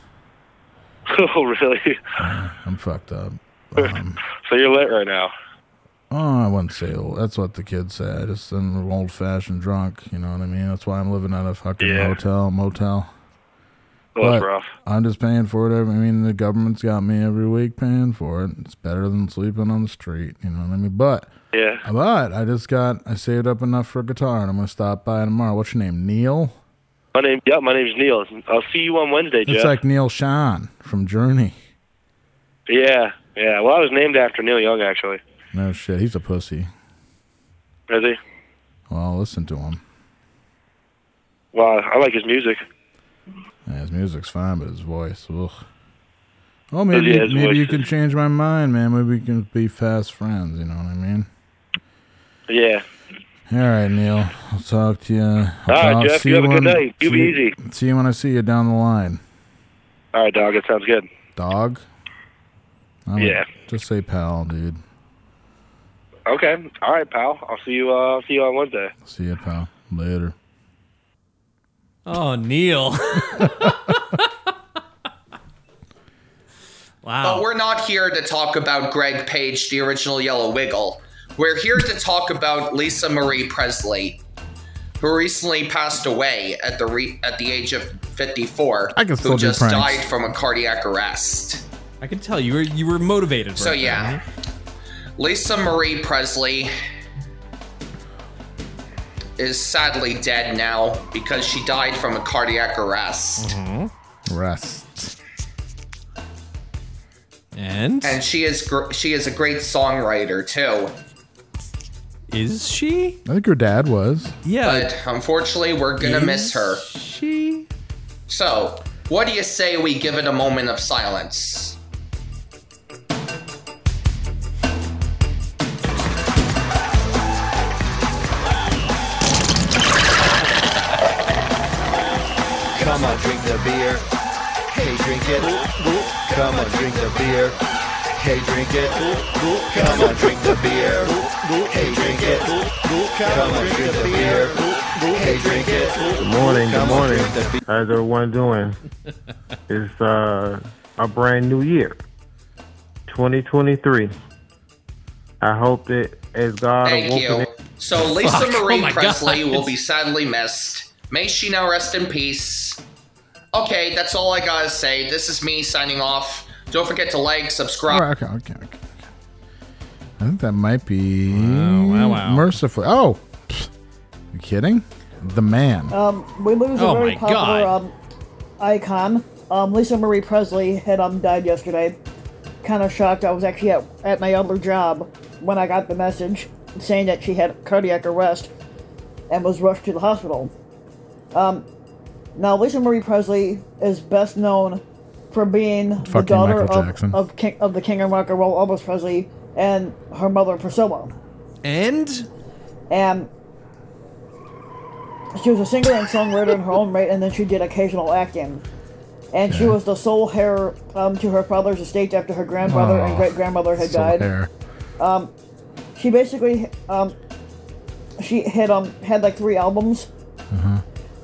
S19: [LAUGHS] oh, really?
S2: I'm fucked up.
S19: so you're lit right now.
S2: Oh, I wouldn't say old. That's what the kids say. I just am old fashioned drunk. You know what I mean? That's why I'm living at a fucking
S19: Yeah.
S2: hotel, motel.
S19: Well, that's
S2: But
S19: rough.
S2: I'm just paying for it. every- I mean, the government's got me every week paying for it. It's better than sleeping on the street. You know what I mean? But
S19: yeah,
S2: but I just got I saved up enough for a guitar, and I'm gonna stop by tomorrow. What's your name? Neil.
S19: My name, yeah, my name's Neil. I'll see you on Wednesday,
S2: It's
S19: Jeff.
S2: like Neil Sean from Journey.
S19: yeah, yeah. Well, I was named after Neil Young, actually.
S2: No shit, he's a pussy.
S19: Is he?
S2: Well, listen to him.
S19: Well, I like his music.
S2: Yeah, his music's fine, but his voice, ugh. Oh, maybe
S19: Yeah, his
S2: maybe
S19: voice
S2: you can change my mind, man. Maybe we can be fast friends. You know what I mean?
S19: Yeah.
S2: All right, Neil. I'll talk to you. I'll
S19: All right,
S2: talk-
S19: Jeff,
S2: see
S19: you have a
S2: when-
S19: good night. You be
S2: see-
S19: easy.
S2: See you when I see you down the line,
S19: All right, dog. It sounds good.
S2: dog. I'm
S19: Yeah.
S2: just say pal, dude.
S19: Okay. All right, pal. I'll see you. Uh, I'll see you on Wednesday.
S2: See you, pal. Later.
S4: Oh,
S2: [LAUGHS]
S4: Neil.
S2: Mm-hmm.
S8: But we're not here to talk about Greg Page, the original Yellow Wiggle. We're here to talk about Lisa Marie Presley, who recently passed away at the re- at the age of 54.
S4: I can still
S8: who
S4: do
S8: just
S4: pranks.
S8: died from a cardiac arrest.
S4: I can tell you were you were motivated.
S8: So yeah, Lisa Marie Presley is sadly dead now because she died from a cardiac arrest.
S2: Rest.
S4: And
S8: And she is gr- she is a great songwriter too.
S4: is she?
S2: I think her dad was.
S4: Yeah.
S8: But unfortunately, we're gonna miss her.
S4: She.
S8: So, what do you say we give it a moment of silence?
S15: Come on, drink the beer. Hey, drink it. Come on, drink the beer. Hey, drink it. Come on, drink the beer. Hey, drink it. Come on, drink the beer. Hey, drink it.
S30: Good morning. Good
S15: Come on,
S30: morning.
S15: drink the beer.
S30: How's everyone
S15: [LAUGHS]
S30: doing? It's uh, a brand new year, 2023. I hope that as God
S8: Thank you.
S30: awoken it-
S8: So, Lisa
S30: Fuck, oh
S8: Marie
S30: my
S8: Presley
S30: God.
S8: will be sadly missed. May she now rest in peace. Okay, that's all I gotta say. This is me signing off. Don't forget to like, subscribe.
S2: All right, okay, okay, okay. I think that might be
S8: wow, wow.
S2: mercifully. Oh, pfft. you kidding? The man.
S17: Um, we lose
S2: Oh
S17: a very
S2: my
S17: popular
S2: God.
S17: um, icon. Um, Lisa Marie Presley had um, died yesterday. Kind of shocked. I was actually at, at my other job when I got the message saying that she had cardiac arrest and was rushed to the hospital. Um, now, Lisa Marie Presley is best known for being the
S2: Fucking
S17: daughter
S2: Michael
S17: of,
S2: Jackson.
S17: of, King, of the King of Rock and Roll, Elvis Presley, and her mother, Priscilla.
S4: And
S17: And she was a singer and songwriter in her own right, and then she did occasional acting. And she was the sole heir um, to her father's estate after her grandfather and
S2: Aw,
S17: great grandmother had
S2: Still
S17: died.
S2: there.
S17: Um, she basically um, she had um had like three albums.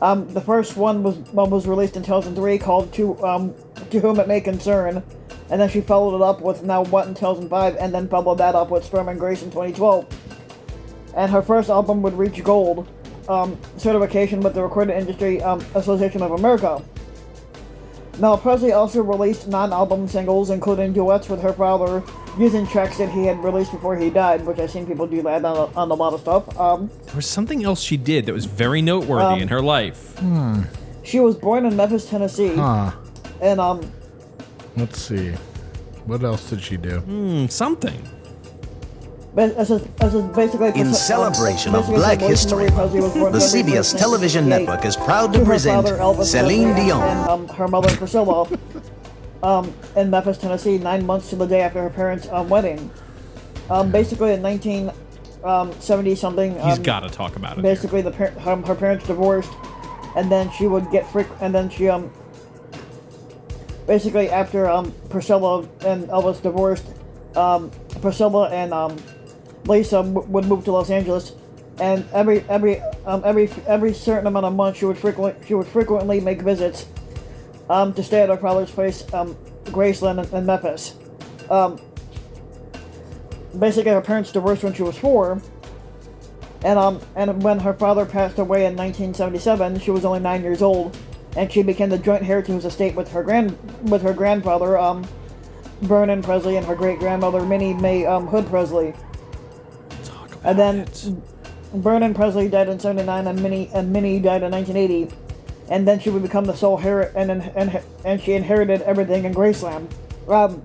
S17: Um, the first one was one was released in 2003 called "To um, To Whom It May Concern," and then she followed it up with "Now What" in 2005, and then followed that up with "Storm and Grace" in 2012. And her first album would reach gold um, certification with the Recording Industry um, Association of America. Now, Presley also released non album singles, including duets with her father, using tracks that he had released before he died, which I've seen people do that on a, on a lot of stuff. Um,
S4: there was something else she did that was very noteworthy
S17: Um,
S4: in her life.
S2: Hmm.
S17: she was born in Memphis, Tennessee,
S2: Huh.
S17: and um,
S2: Let's see. What else did she do?
S4: Hmm. something.
S17: ba- this is, this is basically.
S12: In
S17: um,
S12: celebration of
S17: basically
S12: Black
S17: Marie
S12: History
S17: Presley was born
S12: the
S17: February
S12: CBS
S17: 1st,
S12: television
S17: 1968.
S12: network is proud to
S17: her
S12: present
S17: father, Elvis
S12: Celine
S17: Presley,
S12: Dion.
S17: And, um, her mother, Priscilla, um, in Memphis, Tennessee, nine months to the day after her parents' um, wedding. Um, basically, in 1970 something,
S4: He's
S17: um,
S4: got to talk about it.
S17: basically the par- um, her parents divorced, and then she would get freak, and then she um. Basically, after um Priscilla and Elvis divorced, um Priscilla and um Lisa w- would move to Los Angeles, and every every um every every certain amount of months she would frequently she would frequently make visits, um to stay at her father's place um Graceland and, and Memphis, um. Basically, her parents divorced when she was four, and um, and when her father passed away in 1977, she was only nine years old, and she became the joint heir to his estate with her grand with her grandfather, um, Vernon Presley, and her great grandmother Minnie May um, Hood Presley. and then Vernon Presley died in 79, and Minnie and Minnie died in 1980, and then she would become the sole heir, and and, and, and she inherited everything in Graceland. Um,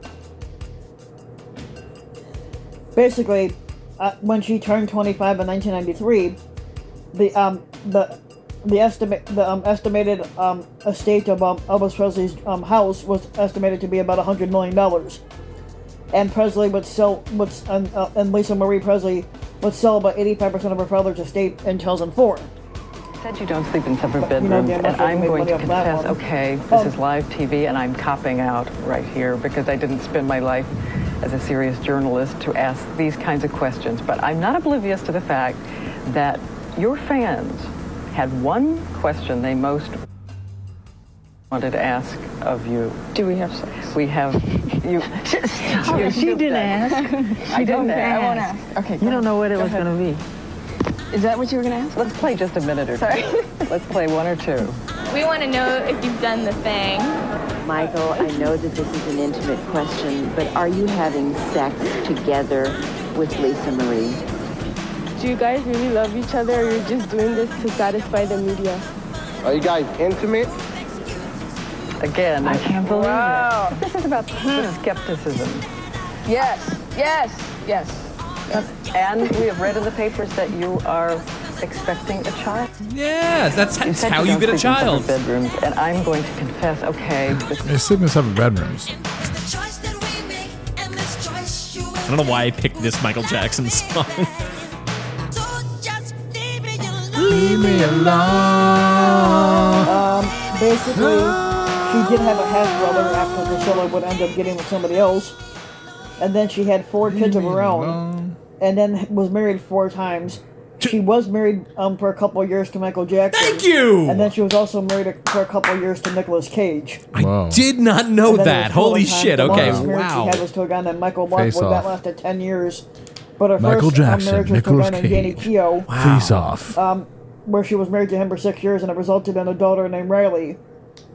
S17: basically, uh, when she turned 25 in 1993, the um the the estimate the um, estimated um, estate of um, Elvis Presley's um, house was estimated to be about 100 million dollars, and Presley would sell would s- and, uh, and Lisa Marie Presley would sell about 85 percent of her father's estate in 2004.
S12: Said you don't sleep in separate
S17: But, you know,
S12: bedrooms,
S17: damn,
S12: and
S17: I
S12: I'm
S17: make
S12: going
S17: money
S12: to
S17: off that
S12: confess,
S17: one.
S12: okay, this
S17: Oh.
S12: is live TV, and I'm copping out right here because I didn't spend my life as a serious journalist to ask these kinds of questions. But I'm not oblivious to the fact that your fans had one question they most wanted to ask of you. Do we have sex? We have you.
S20: She didn't ask.
S12: I
S20: She
S12: didn't.
S20: don't
S12: ask.
S20: [LAUGHS] I won't ask. Okay,
S12: You
S20: go
S12: don't know what it
S20: Go
S12: was
S20: ahead.
S12: going to be. Is that what you were going to ask? Let's play just a minute or
S20: Sorry.
S12: two. Let's play one or two.
S20: We want to know if you've done the thing.
S22: Michael, I know that this is an intimate question, but are you having sex together with Lisa Marie?
S20: Do you guys really love each other or you're just doing this to satisfy the media?
S23: Are you guys intimate?
S12: Again. I can't believe it. This is about the skepticism.
S20: Yes, yes, yes.
S12: And we have read in the papers that you are expecting a child.
S4: Yeah, that's,
S12: You
S4: that's
S12: said
S4: how you
S12: don't
S4: get a
S12: sleep in separate
S4: child.
S12: Bedrooms, and I'm going to confess. Okay, this
S2: They sleep in separate bedrooms.
S4: I don't know why I picked this Michael Jackson [LAUGHS] song.
S2: Leave me alone.
S17: Um, basically, she did have a half brother after Priscilla would end up getting with somebody else, and then she had four kids of her own, and then was married four times. She was married um, for a couple of years to Michael Jackson. Thank
S4: you.
S17: And then she was also married for a couple of years to Nicolas Cage.
S4: I did not know
S17: And then it
S4: that.
S17: was four
S4: Holy
S17: times.
S4: shit.
S17: The
S4: Okay,
S17: longest marriage
S4: wow.
S17: She had was to a guy named Michael Blackwood
S4: Face
S17: that
S4: off.
S17: lasted ten years, but her
S2: Michael
S17: first um,
S2: Jackson,
S17: marriage was to a
S2: Nicolas
S17: guy named Danny
S2: Cage.
S17: Keough.
S2: Wow. Face off.
S17: Um, where she was married to him for six years, and it resulted in a daughter named Riley.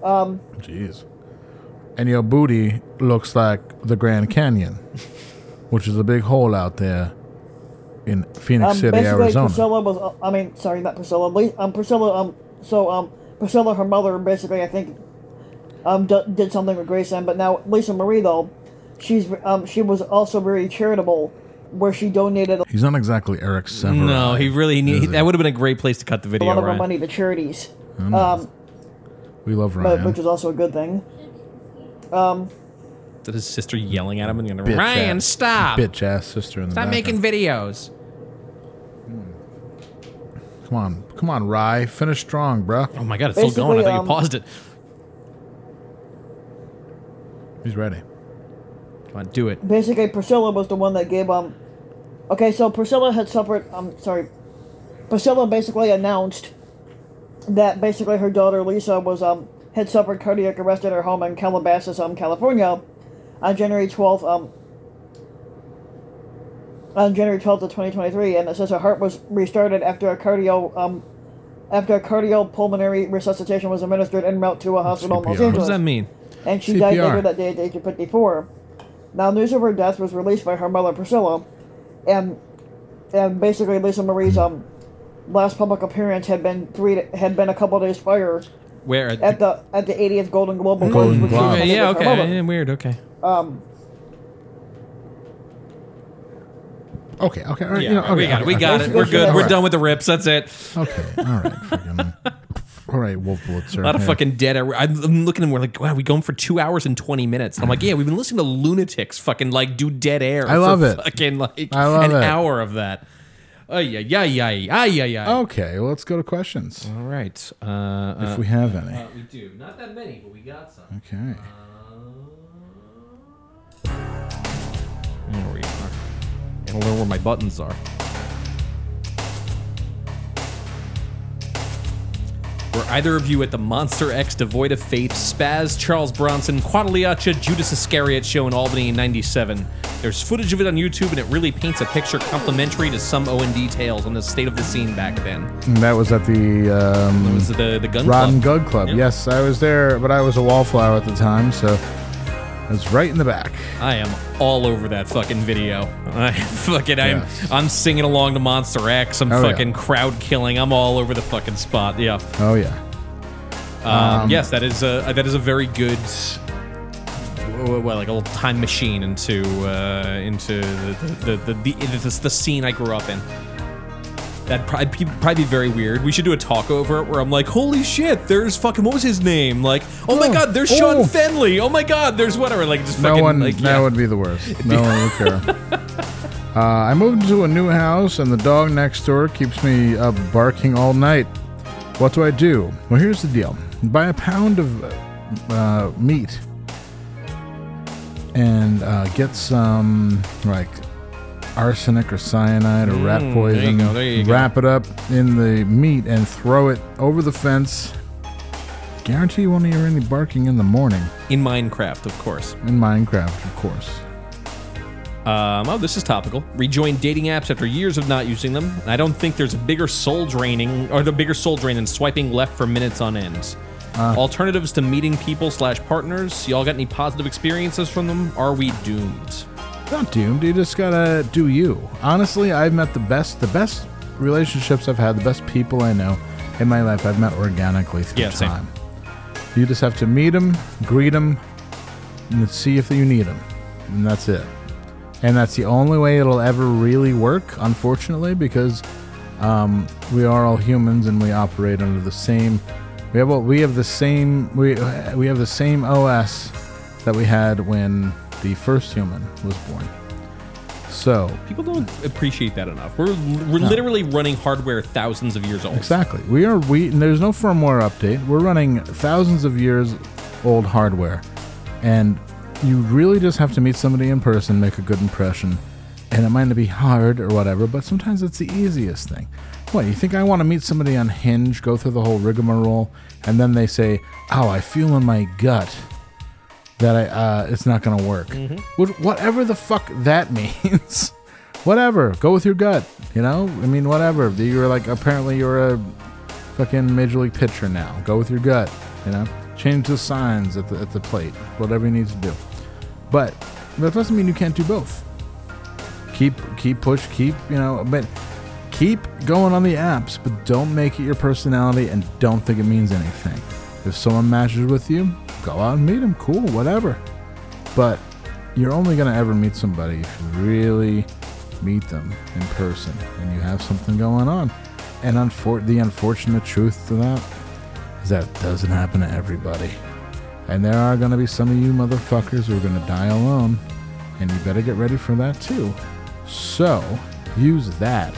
S17: Um,
S2: Jeez. And your booty looks like the Grand Canyon, which is a big hole out there in Phoenix
S17: um,
S2: City,
S17: basically,
S2: Arizona.
S17: Priscilla was. uh, I mean, sorry, not Priscilla. Lee- Um, Priscilla. Um, so um, Priscilla, her mother, basically, I think, um, d- did something with Graceland. But now Lisa Marie, though, she's um, she was also very charitable, where she donated
S2: He's not exactly Eric Severin.
S4: No, he really need, that would have been a great place to cut the
S17: a
S4: video,
S17: lot of her
S4: Ryan.
S17: money to charities.
S4: Mm.
S17: Um,
S2: We love
S17: but,
S2: Ryan.
S17: which is also a good thing. Um,
S4: That his sister yelling at him in the
S2: Bitch
S4: room. Ryan,
S2: ass-
S4: stop!
S2: Bitch ass sister in the
S4: Stop
S2: background.
S4: making videos.
S2: Come on, come on, Rye, finish strong, bruh. Oh
S4: my god, it's still going. I thought
S17: um,
S4: you paused it.
S2: He's ready.
S4: Come on, do it.
S17: basically Priscilla was the one that gave um okay so Priscilla had suffered um sorry Priscilla basically announced that basically her daughter Lisa was um had suffered cardiac arrest at her home in Calabasas um California on January 12th um on January 12th of 2023 and it says her heart was restarted after a cardio um after a cardiopulmonary resuscitation was administered en route
S4: Oh,
S17: to a hospital in Los
S4: What does
S17: Angeles
S4: that mean?
S17: and she died
S4: CPR.
S17: later that day at the age of 54. Now, news of her death was released by her mother, Priscilla, and and basically Lisa Marie's um, last public appearance had been three had been a couple days prior
S4: Where?
S17: at the at the 80th Golden Globe Awards. which she
S4: Okay,
S17: attended
S4: yeah,
S17: with her
S4: okay.
S17: mother.
S4: yeah, weird, okay.
S17: Um,
S2: Okay, okay, all right.
S4: Yeah,
S2: you know,
S4: we
S2: okay,
S4: got it. We
S2: okay,
S4: got
S2: okay.
S4: it. We're good.
S2: All
S4: We're
S2: right.
S4: [LAUGHS] done with the rips. That's it.
S2: Okay, all right. Freaking. All right, Wolf Blitzer.
S4: A lot of
S2: yeah.
S4: fucking dead. air. I'm, I'm looking and we're like, wow, we going for two hours and 20 minutes. And I'm like, yeah, we've been listening to lunatics fucking like do dead air.
S2: I
S4: for
S2: love it.
S4: Fucking like
S2: I love
S4: an
S2: it.
S4: hour of that. Ay, yeah, yeah, yeah, yeah, yeah.
S2: Okay, well, let's go to questions.
S4: All right. Uh,
S2: If
S4: uh,
S2: we have any.
S4: Uh, we do. Not that many, but we got some.
S2: Okay.
S4: There we are. And learn where my buttons are. Were either of you at the Monster X devoid of fate, Spaz, Charles Bronson, Quadaliacha, Judas Iscariot show in Albany in 97? There's footage of it on YouTube, and it really paints a picture complimentary to some O and D tales on the state of the scene back then.
S2: And that was at the um,
S4: was at the- the gun
S2: Rod
S4: club.
S2: and Gun Club. Yes, I was there, but I was a wallflower at the time, so I was right in the back.
S4: I am all over that fucking video. I [LAUGHS] fucking I'm I'm singing along to Monster X. I'm
S2: Oh, yeah.
S4: fucking crowd killing. I'm all over the fucking spot. Yeah.
S2: Oh yeah.
S4: Um,
S2: Um,
S4: yes, that is a that is a very good, well, like a little time machine into uh, into the the, the, the, the, the the scene I grew up in. That'd probably be, probably be very weird. We should do a talk over it where I'm like, holy shit, there's fucking what was his name? Like, oh, my god, there's Sean
S2: oh.
S4: Fenley. Oh my god, there's whatever. Like just fucking
S2: no one,
S4: like
S2: that would be the
S4: [LAUGHS]
S2: worst. No one would care. Uh, I moved into a new house, and the dog next door keeps me up barking all night. What do I do? Well, here's the deal: buy a pound of uh, meat and uh, get some like arsenic or cyanide or
S4: Mm,
S2: rat
S4: there you
S2: poison.
S4: go, there you go.
S2: wrap it up in the meat and throw it over the fence. Guarantee you won't hear any barking in the morning.
S4: in Minecraft, of course.
S2: In Minecraft, of course.
S4: Um, oh, this is topical. Rejoined dating apps after years of not using them. I don't think there's a bigger soul draining or the bigger soul drain than swiping left for minutes on end. Alternatives to meeting people slash partners. Y'all got any positive experiences from them? Are we doomed?
S2: Not doomed. You just gotta do you. Honestly, I've met the best, the best relationships I've had, the best people I know in my life. I've met organically through
S4: Yeah, same.
S2: time. You just have to meet them, greet them, and see if you need them, and that's it. And that's the only way it'll ever really work, unfortunately, because um, we are all humans and we operate under the same. We have we have the same we we have the same OS that we had when the first human was born. So
S4: People don't appreciate that enough. We're we're
S2: No.
S4: literally running hardware thousands of years [LAUGHS] old.
S2: Exactly. We are we and there's no firmware update. We're running thousands of years old hardware. And you really just have to meet somebody in person, make a good impression. And it might not be hard or whatever, but sometimes it's the easiest thing. What, you think I want to meet somebody on Hinge, go through the whole rigmarole, and then they say, Oh, I feel in my gut that I uh, it's not gonna work.
S7: Mhm.
S2: Wh- whatever the fuck that [LAUGHS] means. whatever. Go with your gut. You know. I mean, whatever. You're like apparently you're a fucking major league pitcher now. Go with your gut. You know. Change the signs at the at the plate. Whatever you need to do. But that doesn't mean you can't do both. Keep keep push. Keep you know. But keep going on the apps, but don't make it your personality and don't think it means anything. If someone matches with you, go out and meet them. Cool, whatever. But you're only going to ever meet somebody if you really meet them in person and you have something going on. And unfor- the unfortunate truth to that is that doesn't happen to everybody. And there are going to be some of you motherfuckers who are going to die alone. And you better get ready for that too. So use that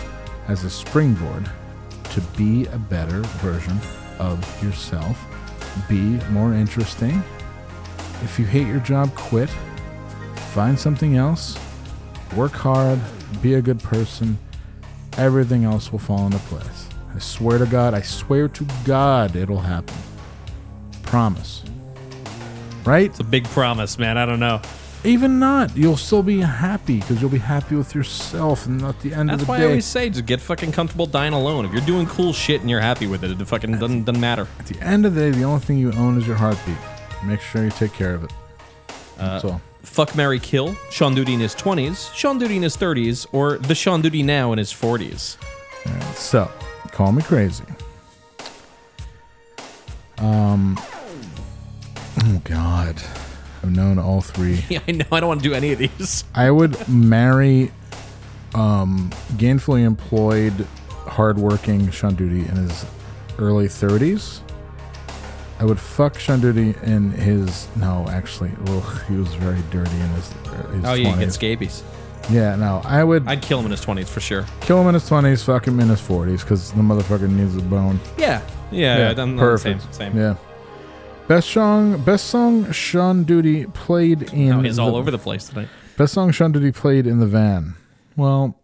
S2: as a springboard to be a better version of yourself, be more interesting. If you hate your job, quit. Find something else. Work hard. Be a good person. Everything else will fall into place. I swear to God, I swear to God it'll happen. Promise. Right?
S4: It's a big promise, man. I don't know.
S2: Even not, you'll still be happy because you'll be happy with yourself, and at the end
S4: That's
S2: of the
S4: why
S2: day,
S4: I always say, just get fucking comfortable dying alone. If you're doing cool shit and you're happy with it, it fucking doesn't, doesn't matter.
S2: at the end of the day, the only thing you own is your heartbeat. Make sure you take care of it. That's all.
S4: Uh, Fuck Mary Kill, Sean Duty in his 20s, Sean Duty in his 30s, or the Sean Duty now in his 40s.
S2: So, call me crazy. Um. Oh God, I've known all three.
S4: [LAUGHS] Yeah, I know. I don't want to do any of these.
S2: I would marry, um, gainfully employed, hardworking Sean Duty in his early 30s. I would fuck Shanduti in his. No, actually, ugh, he was very dirty in his. uh, his
S4: oh yeah, you
S2: 20s.
S4: get scabies.
S2: Yeah, no, I would
S4: I'd kill him in his twenties for sure.
S2: kill him in his twenties, fuck him in his forties, because the motherfucker needs a bone.
S4: Yeah. Yeah, I'm- I'm the
S2: perfect.
S4: same- same.
S2: Yeah. Best song, best song, Sean Duty played in.
S4: Now Oh, he's all over the place tonight.
S2: Best song Sean Duty played in the van. Well,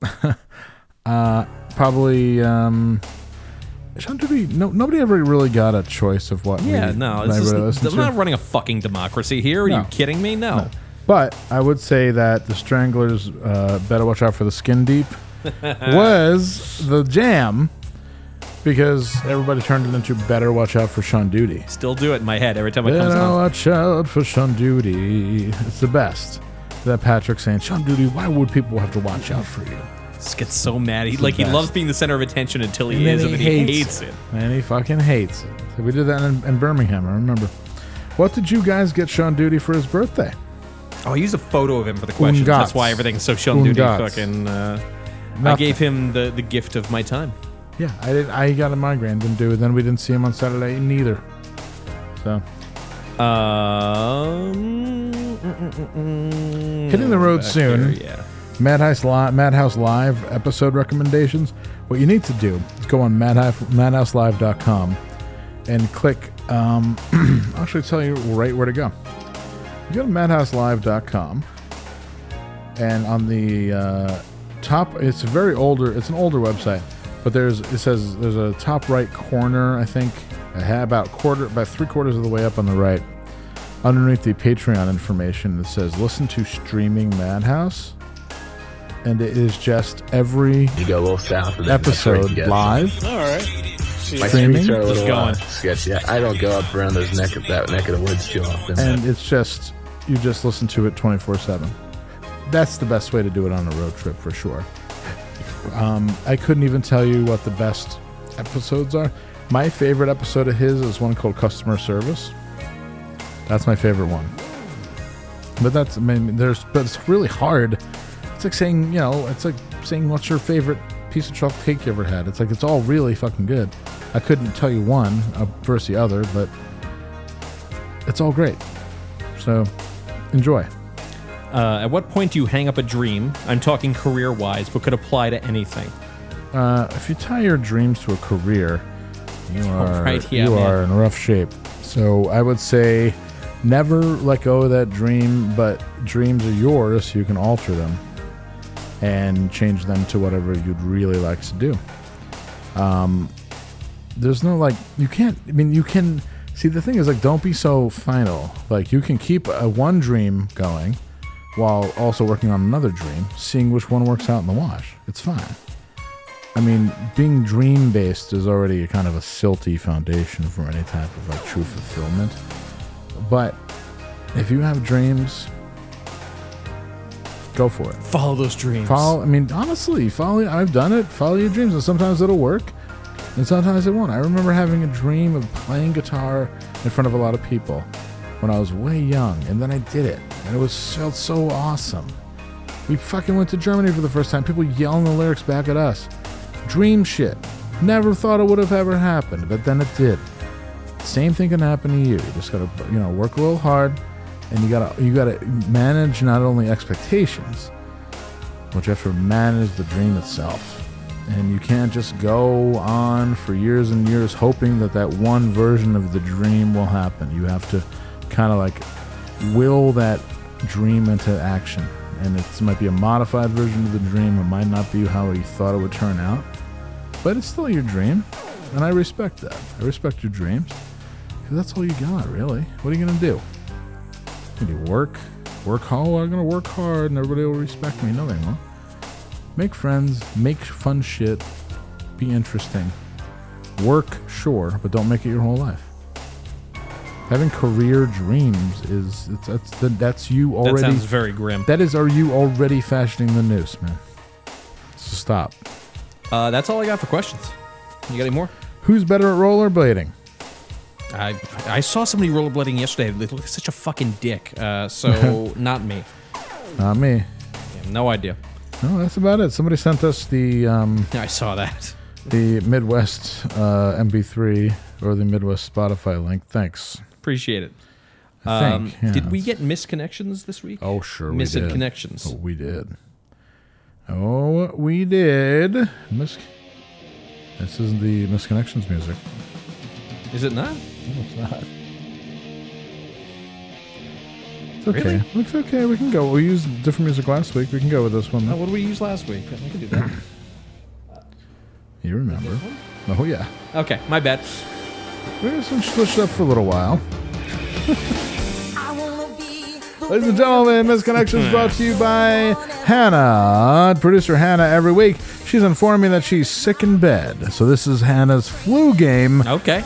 S2: [LAUGHS] uh, probably um, Sean Duty. No, nobody ever really got a choice of what.
S4: Yeah,
S2: we,
S4: no,
S2: I
S4: it's
S2: really
S4: just,
S2: listened
S4: I'm
S2: to.
S4: not running a fucking democracy here. Are you
S2: No.
S4: kidding me? No.
S2: But I would say that the Stranglers uh, better watch out for the
S4: [LAUGHS]
S2: skin deep was the jam because everybody turned it into better watch out for Sean Duty.
S4: Still do it in my head every time it comes
S2: Better
S4: on.
S2: watch out for Sean Duty. It's the best. That Patrick saying, Sean Duty, why would people have to watch out for you?
S4: Just gets so mad. He
S2: It's the
S4: like he
S2: best.
S4: loves being the center of attention until he is, and then he hates it.
S2: And he fucking hates it. So we did that in, in Birmingham, I remember. What did you guys get Sean Duty for his birthday?
S4: Oh, I used a photo of him for the questions. That's
S2: Ungats.
S4: why everything's so Sean Duty
S2: Ungats.
S4: fucking. Uh, I
S2: Nothing.
S4: gave him the, the gift of my time.
S2: Yeah, I did, I got a migraine, didn't do it. Then we didn't see him on Saturday neither. So
S4: Um, mm, mm, mm, mm.
S2: hitting the road
S4: Back
S2: soon.
S4: there, yeah.
S2: Madhouse Live, Madhouse Live episode recommendations. What you need to do is go on madhouse, madhouselive.com and click. Um, [CLEARS THROAT] I'll actually tell you right where to go. You go to madhouselive.com and on the uh, top, it's a very older. It's an older website, but there's it says there's a top right corner. I think a ha- about quarter, about three quarters of the way up on the right. Underneath the Patreon information, it says listen to streaming Madhouse and it is just every
S7: of that, that's where you
S2: episode
S7: get it.
S2: live.
S7: All right. My
S2: Streaming?
S7: streets are a
S2: Just
S7: little
S2: going.
S7: uh, sketchy. I don't go up around those neck of that neck of the woods too often.
S2: and it's just you just listen to it 24 7 that's the best way to do it on a road trip for sure um, i couldn't even tell you what the best episodes are my favorite episode of his is one called customer service that's my favorite one but that's i mean there's but it's really hard it's like saying you know it's like saying what's your favorite piece of chocolate cake you ever had it's like it's all really fucking good i couldn't tell you one uh, versus the other but it's all great. So enjoy.
S4: Uh, at what point do you hang up a dream? I'm talking career wise, but could apply to anything.
S2: Uh, if you tie your dreams to a career, you are
S4: right, yeah,
S2: you
S4: man.
S2: are in rough shape. So I would say never let go of that dream, but dreams are yours. You can alter them and change them to whatever you'd really like to do. Um, there's no like you can't. I mean, you can see the thing is like don't be so final. Like you can keep a one dream going while also working on another dream, seeing which one works out in the wash. It's fine. I mean, being dream based is already a kind of a silty foundation for any type of like true fulfillment. But if you have dreams, go for it.
S4: Follow those dreams.
S2: Follow. I mean, honestly, follow. I've done it. Follow your dreams, and sometimes it'll work, and sometimes it won't. I remember having a dream of playing guitar in front of a lot of people when I was way young, and then I did it, and it was felt so awesome. We fucking went to Germany for the first time. People yelling the lyrics back at us. Dream shit. Never thought it would have ever happened, but then it did. Same thing can happen to you. You just gotta, you know, work a little hard, and you gotta, you gotta manage not only expectations, but you have to manage the dream itself. And you can't just go on for years and years hoping that that one version of the dream will happen. You have to kind of like will that dream into action. And it might be a modified version of the dream. It might not be how you thought it would turn out, but it's still your dream. And I respect that. I respect your dreams. 'Cause that's all you got, really. What are you going to do? Can you work? Work hard. I'm gonna work hard, and everybody will respect me. No, they won't. Make friends. Make fun shit. Be interesting. Work, sure, but don't make it your whole life. Having career dreams is it's, that's the, that's you already.
S4: sounds very grim.
S2: That is, are you already fashioning the noose, man? So stop.
S4: Uh, that's all I got for questions. You got any more?
S2: Who's better at rollerblading?
S4: I I saw somebody rollerblading yesterday. They look such a fucking dick. Uh, so
S2: [LAUGHS]
S4: not me.
S2: Not me.
S4: Yeah, No idea.
S2: No, that's about it. Somebody sent us the um,
S4: I saw that.
S2: the Midwest uh, MB3 or the Midwest Spotify link. Thanks.
S4: Appreciate it. Um,
S2: I think, yeah,
S4: Did we get misconnections this week?
S2: Oh, sure. we
S4: Missing
S2: did.
S4: connections.
S2: Oh, we did. Oh, we did. Mis- this isn't the Misconnections music.
S4: Is it not?
S2: No, it's not. It's okay.
S4: Really?
S2: It's okay. We can go. We used different music last week. We can go with this one.
S4: Oh, what did we use last week? We can do
S2: [CLEARS THROAT]
S4: that.
S2: You remember. Oh, yeah.
S4: okay, my bad.
S2: We're going to switch it up for a little while. Ladies and gentlemen, Misconnections brought to you by Hannah. Producer Hannah every week. She's informed me that she's sick in bed. So this is Hannah's flu game.
S4: Okay.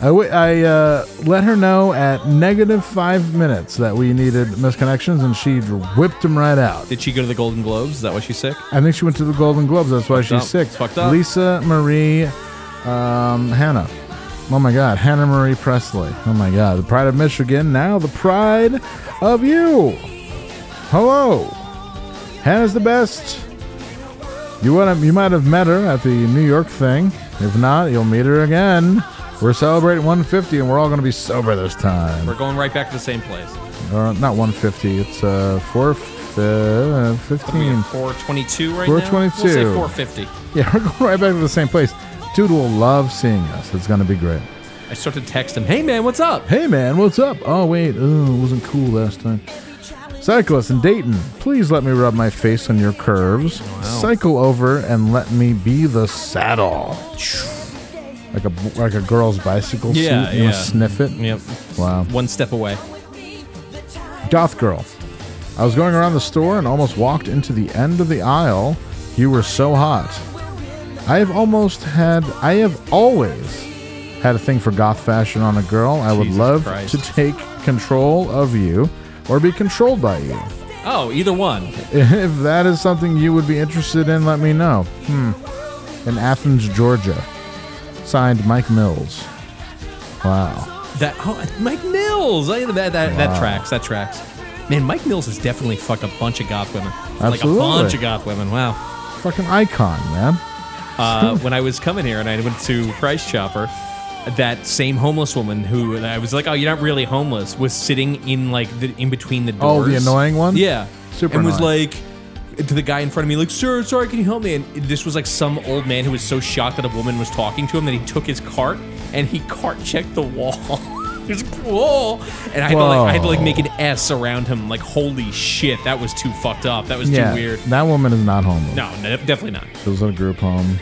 S2: I, w- I uh, let her know at negative five minutes that we needed Misconnections, and she whipped them right out.
S4: Did she go to the Golden Globes? Is that why she's sick?
S2: I think she went to the Golden Globes. That's why
S4: Fucked
S2: she's
S4: up.
S2: sick.
S4: It's fucked up.
S2: Lisa Marie um, Hannah. Oh my God, Hannah Marie Presley. Oh my God, the pride of Michigan. Now the pride of you. Hello, Hannah's the best. You would have, you might have met her at the New York thing. If not, you'll meet her again. We're celebrating 150, and we're all going to be sober this time.
S4: We're going right back to the same place.
S2: Or not 150. It's uh, four f- uh,
S4: What are we
S2: 15.
S4: at, 422 right now?
S2: 422.
S4: We'll say 450.
S2: Yeah, [LAUGHS] we're going right back to the same place. Dude will love seeing us. It's going to be great.
S4: I start to text him, hey man, what's up?
S2: Hey, man, what's up? Oh, wait. Oh, it wasn't cool last time. Cyclist in Dayton, please let me rub my face on your
S4: Oh,
S2: curves. Cycle over and let me be the saddle. Like a like a girl's bicycle
S4: Yeah,
S2: seat. You wanna
S4: yeah.
S2: sniff it.
S4: Yep.
S2: Wow.
S4: One step away.
S2: Goth Girl. I was going around the store and almost walked into the end of the aisle. You were so hot. I have almost had, I have always had a thing for goth fashion on a girl. I would
S4: Jesus
S2: love
S4: Christ.
S2: to take control of you or be controlled by you. [LAUGHS]
S4: Oh, either one.
S2: If that is something you would be interested in, let me know. Hmm. In Athens, Georgia. Signed Mike Mills. Wow.
S4: That oh, Mike Mills. I, that, that,
S2: Wow.
S4: that tracks. That tracks. Man, Mike Mills has definitely fucked a bunch of goth women. Like a
S2: Absolutely.
S4: bunch of goth women. Wow.
S2: Fucking icon, man.
S4: uh, when I was coming here and I went to Price Chopper, that same homeless woman who and I was like, "Oh, you're not really homeless," was sitting in like the in between the
S2: Oh,
S4: doors.
S2: the annoying one?
S4: Yeah,
S2: Super
S4: And was
S2: annoying.
S4: like to the guy in front of me, like, "Sir, sorry, can you help me?" And this was like some old man who was so shocked that a woman was talking to him that he took his cart and he cart checked the wall. [LAUGHS] It was whoa, and I had, to, like, I had to like
S2: Whoa.
S4: make an S around him. Like, holy shit, that was too fucked up. That was
S2: yeah,
S4: too weird.
S2: That woman is not homeless.
S4: No, no, definitely not.
S2: She was in a group home.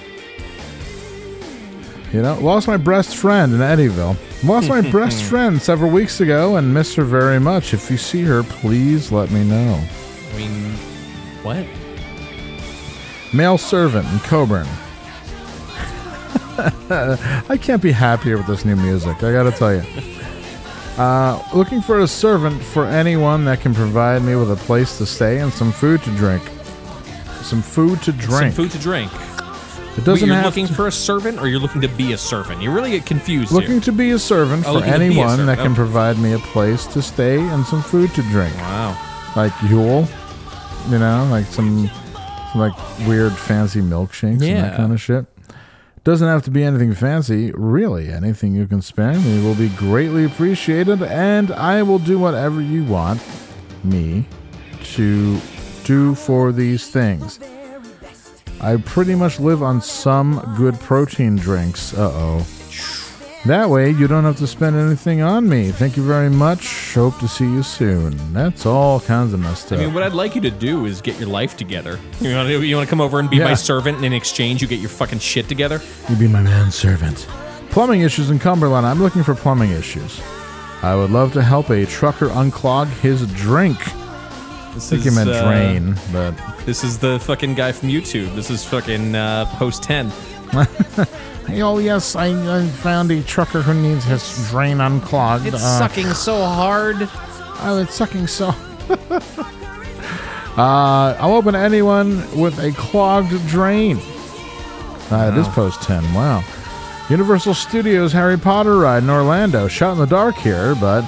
S2: You know, lost my best friend in Eddyville. Lost my best friend several weeks ago and miss her very much. If you see her, please let me know.
S4: I mean, what?
S2: Male servant in Coburn. [LAUGHS] I can't be happier with this new music. I gotta tell you. Uh, looking for a servant for anyone that can provide me with a place to stay and some food to drink. Some food to drink.
S4: Some food to drink.
S2: It doesn't
S4: Wait, you're
S2: have
S4: looking for a servant or you're looking to be a servant? You really get confused
S2: Looking
S4: here.
S2: to be a servant
S4: Oh,
S2: for
S4: looking to be a
S2: anyone
S4: servant.
S2: that can
S4: Okay.
S2: provide me a place to stay and some food to drink.
S4: Wow.
S2: Like Yule, you know, like some, some like weird fancy milkshakes and that
S4: Yeah.
S2: kind of shit. Doesn't have to be anything fancy, really. Anything you can spare me will be greatly appreciated, and I will do whatever you want me to do for these things. I pretty much live on some good protein drinks. Uh oh. That way, you don't have to spend anything on me. Thank you very much. Hope to see you soon. That's all kinds of messed
S4: I
S2: up.
S4: mean, what I'd like you to do is get your life together. You want to, you want to come over and be
S2: Yeah.
S4: my servant, and in exchange, you get your fucking shit together?
S2: You be my manservant. Plumbing issues in Cumberland. I'm looking for plumbing issues. I would love to help a trucker unclog his drink.
S4: This
S2: I think you
S4: is,
S2: meant
S4: uh,
S2: drain, [LAUGHS] but
S4: This is the fucking guy from YouTube. This is fucking uh, Post 10.
S2: Hey, oh yes, I, I found a trucker who needs his drain unclogged.
S4: It's
S2: Uh,
S4: sucking so hard.
S2: Oh, it's sucking so. Uh, I'm open to anyone with a clogged drain. Uh, This post 10. Wow. Universal Studios Harry Potter ride in Orlando. Shot in the dark here, but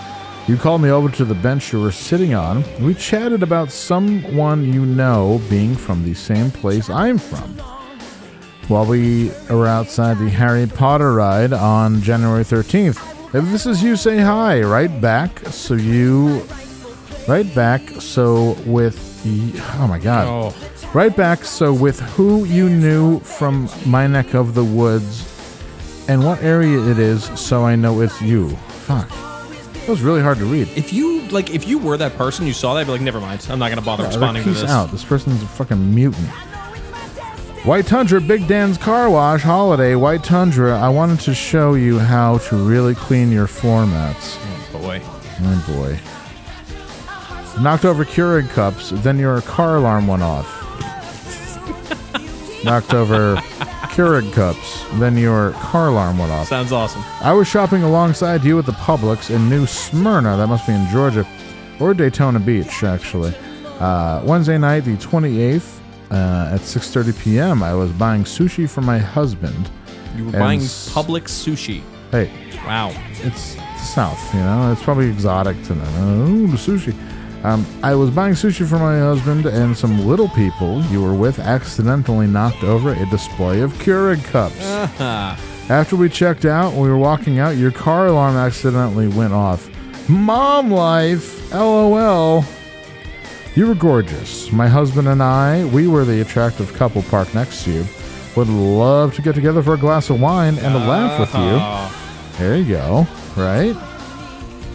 S2: you called me over to the bench you were sitting on. We chatted about someone you know being from the same place I'm from. while we are outside the Harry Potter ride on January 13th. If this is you, say hi right back. So you, right back. So with, y- oh my God, right back. So with who you knew from my neck of the woods, and what area it is, so I know it's you. Fuck, that was really hard to read.
S4: If you like, if you were that person, you saw that, I'd be like, never mind. I'm not gonna bother
S2: Yeah,
S4: responding to
S2: peace
S4: this.
S2: out. This person's a fucking mutant. White Tundra, Big Dan's Car Wash, Holiday, White Tundra. I wanted to show you how to really clean your formats.
S4: Boy.
S2: Oh boy. Knocked over Keurig cups, then your car alarm
S4: [LAUGHS]
S2: went off. Knocked over Keurig cups, then your car alarm went off.
S4: Sounds awesome.
S2: I was shopping alongside you at the Publix in New Smyrna, that must be in Georgia, or Daytona Beach, actually. Uh, Wednesday night, the 28th, uh, at 6:30 p.m., I was buying sushi for my husband.
S4: You were
S2: And
S4: buying
S2: s-
S4: public sushi.
S2: Hey,
S4: Wow.
S2: it's the South, you know. It's probably exotic to them. Ooh, sushi. Um, I was buying sushi for my husband, and some little people you were with accidentally knocked over a display of Keurig cups. After we checked out, we were walking out. Your car alarm accidentally went off. Mom life, lol. You were gorgeous. My husband and I, we were the attractive couple parked next to you. Would love to get together for a glass of wine and a laugh with
S4: Ah.
S2: you. There you go, right?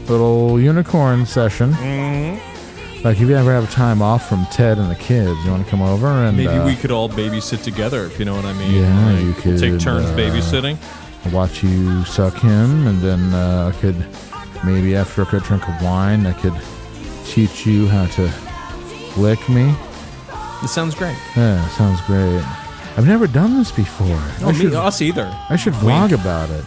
S2: Little unicorn session.
S4: Mm-hmm.
S2: Like, if you ever have time off from Ted and the kids, you want to come over and
S4: Maybe
S2: uh,
S4: we could all babysit together, if you know what I mean.
S2: Yeah,
S4: Like,
S2: you
S4: we'll
S2: could
S4: take turns
S2: uh,
S4: babysitting.
S2: Watch you suck him, and then uh, I could maybe after a good drink of wine, I could teach you how to lick me.
S4: This sounds great. [LAUGHS]
S2: Yeah, sounds great. I've never done this before.
S4: No,
S2: I
S4: me,
S2: should,
S4: us either.
S2: I should
S4: Wink.
S2: vlog about it.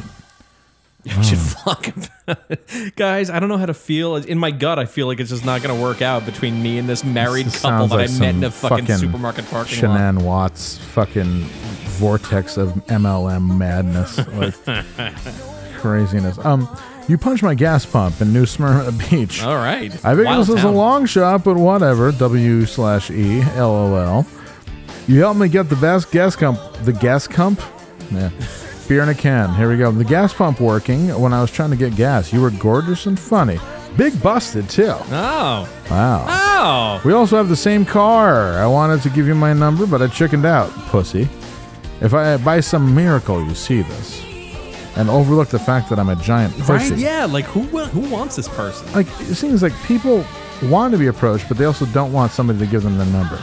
S4: I should vlog about it. Guys, I don't know how to feel. In my gut, I feel like it's just not going to work out between me and this married
S2: This
S4: couple
S2: Oh, sounds
S4: that
S2: like
S4: I met in
S2: some
S4: a fucking, supermarket parking lot.
S2: Shanann Watts fucking vortex of
S4: [LAUGHS]
S2: MLM madness. like craziness. Um, you punch my gas pump in New Smyrna [LAUGHS] Beach.
S4: All right.
S2: I think
S4: Wild
S2: this is a
S4: town.
S2: long shot, but whatever. W slash E L O L. You helped me get the best gas pump. The gas pump?
S4: [LAUGHS]
S2: Yeah. Beer in a can. Here we go. The gas pump working when I was trying to get gas. You were gorgeous and funny. Big busted, too.
S4: Oh.
S2: Wow.
S4: Oh.
S2: We also have the same car. I wanted to give you my number, but I chickened out, pussy. If I by some miracle you see this and overlook the fact that I'm a giant pussy.
S4: Right? Yeah. Like, who wa- who wants this person?
S2: Like it seems like people want to be approached, but they also don't want somebody to give them their number.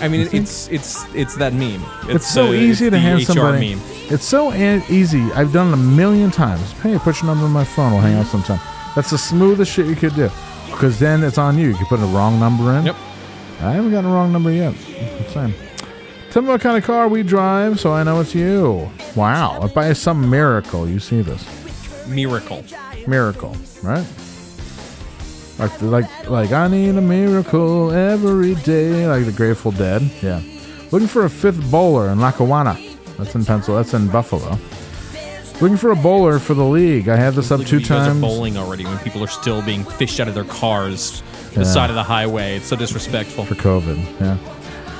S4: I mean, it's it's it's that meme.
S2: It's, so
S4: the-
S2: easy
S4: it's
S2: to
S4: the
S2: hand
S4: HR
S2: somebody.
S4: meme.
S2: It's so an- easy. I've done it a million times. Hey, put your number on my phone. We'll hang out sometime. That's the smoothest shit you could do, because then it's on you. You could put a wrong number in. Yep. I haven't gotten a wrong number yet. I'm saying. Tell me what kind of car we drive, so I know it's you. Wow! If by some miracle you see this
S4: Miracle.
S2: miracle, right? Like, like, like, I need a miracle every day, like the Grateful Dead. Yeah. Looking for a fifth bowler in Lackawanna. That's in Pencil. That's in Buffalo. Looking for a bowler for the league. I had this up
S4: Like
S2: two
S4: when you guys are
S2: times.
S4: bowling already when people are still being fished out of their cars, the
S2: Yeah.
S4: side of the highway. It's so disrespectful.
S2: for COVID. Yeah.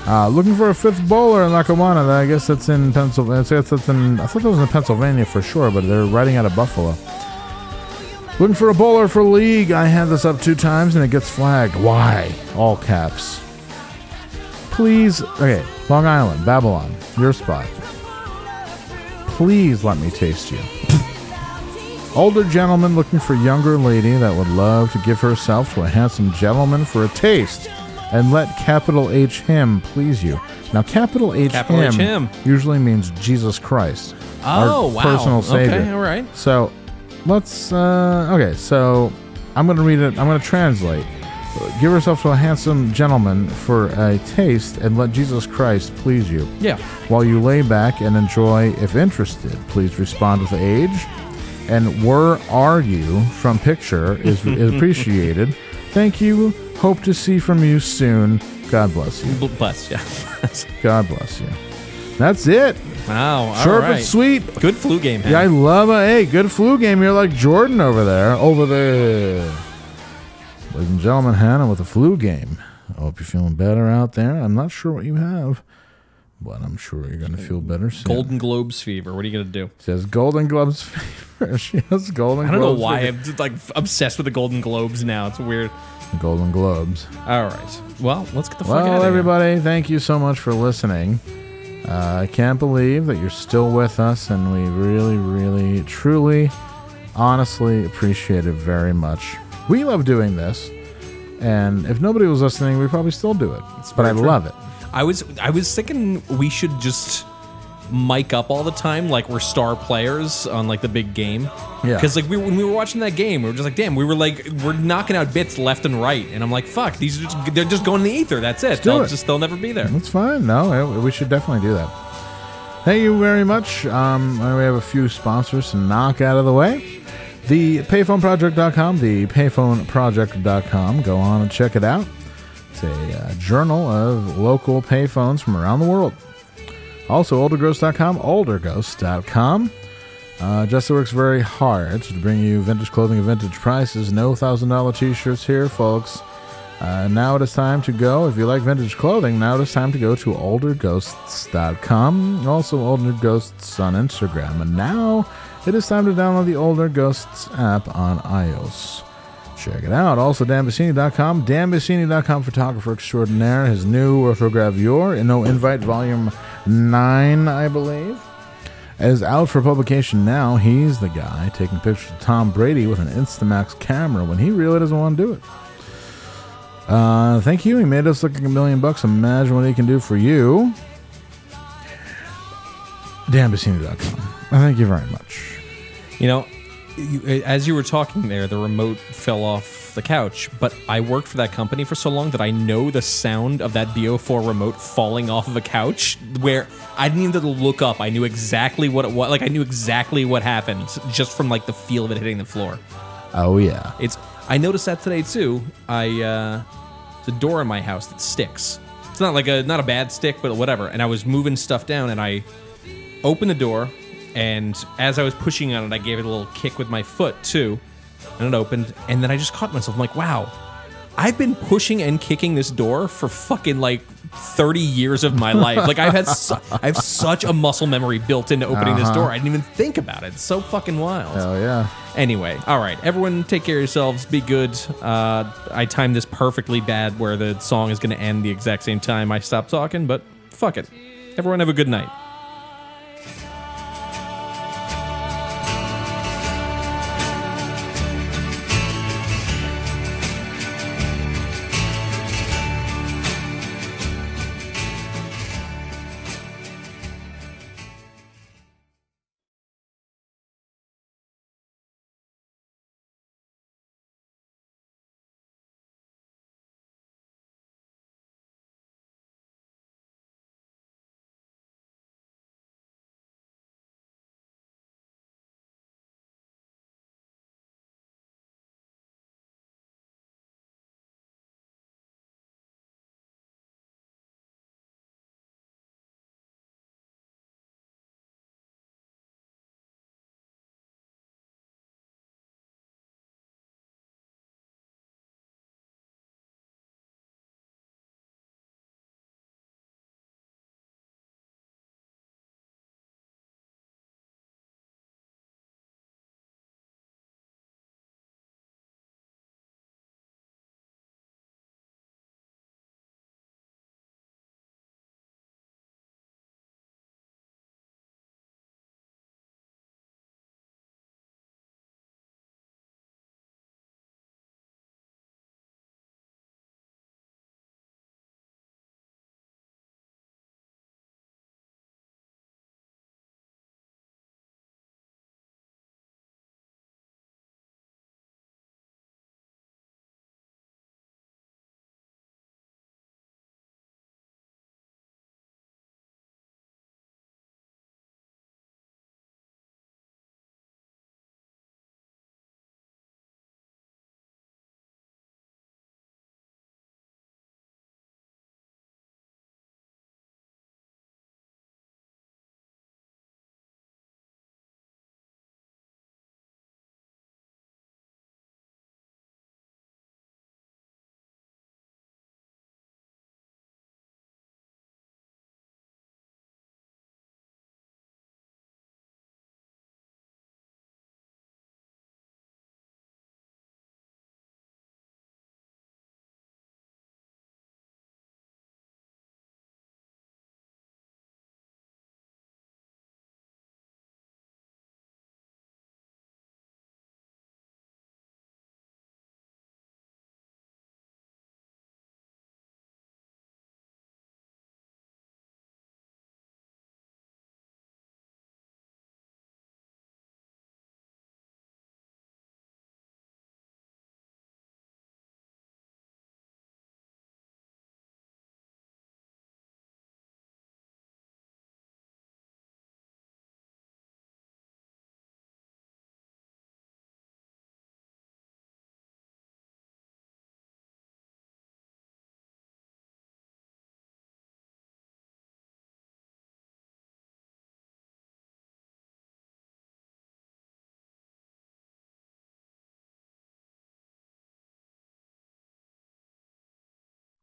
S2: Uh, looking for a fifth bowler in Lackawanna. I guess that's in Pennsylvania. I guess that's in. I thought that was in Pennsylvania for sure, but they're riding out of Buffalo. Looking for a bowler for league. I had this up two times and it gets flagged. Why? All caps. Please. Okay. Long Island, Babylon, your spot. Please let me taste you. Older gentleman looking for younger lady that would love to give herself to a handsome gentleman for a taste and let capital H him please you. Now, capital H,
S4: Capital H
S2: him
S4: him.
S2: usually means Jesus Christ.
S4: Oh,
S2: our
S4: wow.
S2: Personal
S4: Okay,
S2: savior.
S4: all right.
S2: So, let's. Uh, okay, so I'm going to read it. I'm going to translate. Give herself to a handsome gentleman for a taste and let Jesus Christ please you.
S4: Yeah.
S2: While you lay back and enjoy, if interested, please respond with age. And where are you from picture is, is appreciated. Thank you. Hope to see from you soon. God bless you.
S4: Bl- Bless. Yeah. [LAUGHS]
S2: God bless you. That's it.
S4: wow. all
S2: Short but
S4: right.
S2: sweet.
S4: Good flu game. Man.
S2: Yeah, I love a hey, good flu game. You're like Jordan over there. Over there. Ladies and gentlemen, Hannah with a flu game. I hope you're feeling better out there. I'm not sure what you have, but I'm sure you're going to feel better soon.
S4: Golden Globes fever. What are you gonna do?
S2: She has Golden Gloves [LAUGHS] fever. She has Golden
S4: I don't know
S2: Globes
S4: why
S2: fever.
S4: I'm just, like obsessed with the Golden Globes now. It's weird.
S2: Golden Globes.
S4: All right. Well, let's get the fuck out
S2: Well,
S4: of here.
S2: everybody, thank you so much for listening. Uh, I can't believe that you're still with us, and we really, really, truly, honestly appreciate it very much. We love doing this, and if nobody was listening, we probably still do it. but I
S4: very true.
S2: love it.
S4: I was I was thinking we should just mic up all the time like we're star players on like the big game.
S2: Yeah.
S4: Because like we when we were watching that game, we were just like, damn, we were like we're knocking out bits left and right, and I'm like, fuck, these are just they're just going in the ether. That's it.
S2: do
S4: They'll
S2: it.
S4: just they'll never be there.
S2: That's fine. No, I- we should definitely do that. Thank you very much. Um, we have a few sponsors to knock out of the way. The payphoneproject.com, the payphoneproject.com. Go on and check it out. It's a uh, journal of local payphones from around the world. Also, olderghost.com, olderghost.com. Uh, Jessa works very hard to bring you vintage clothing at vintage prices. No $1,000 t shirts here, folks. Uh, now it is time to go. If you like vintage clothing, now it is time to go to olderghosts.com. Also, Older Ghosts on Instagram. And now it is time to download the Older Ghosts app on iOS. Check it out. Also, danbassini.com. Danbassini.com, photographer extraordinaire. His new orthogravure, in No Invite, volume 9, I believe is out for publication now. He's the guy taking pictures of Tom Brady with an Instamax camera when he really doesn't want to do it. Uh, thank you. He made us look like a million bucks. Imagine what he can do for you. DanBassini.com. Thank you very much.
S4: You know, you, as you were talking there, the remote fell off the couch, but I worked for that company for so long that I know the sound of that BO4 remote falling off of a couch where I didn't even have to look up. I knew exactly what it was. Like, I knew exactly what happened just from, like, the feel of it hitting the floor.
S2: Oh, yeah.
S4: It's. I noticed that today, too. I, uh, the door in my house that sticks. It's not like a, not a bad stick, but whatever. And I was moving stuff down and I opened the door, and as I was pushing on it, I gave it a little kick with my foot too, and it opened. And then I just caught myself. I'm like, wow, I've been pushing and kicking this door for fucking like 30 years of my life. like I've had, su- I have such a muscle memory built into opening this
S2: Uh-huh.
S4: door. I didn't even think about it. It's so fucking wild.
S2: Hell yeah.
S4: Anyway, all right, everyone, take care of yourselves. Be good. Uh, I timed this perfectly bad, where the song is going to end the exact same time I stop talking. But fuck it. Everyone, have a good night.
S31: [LAUGHS]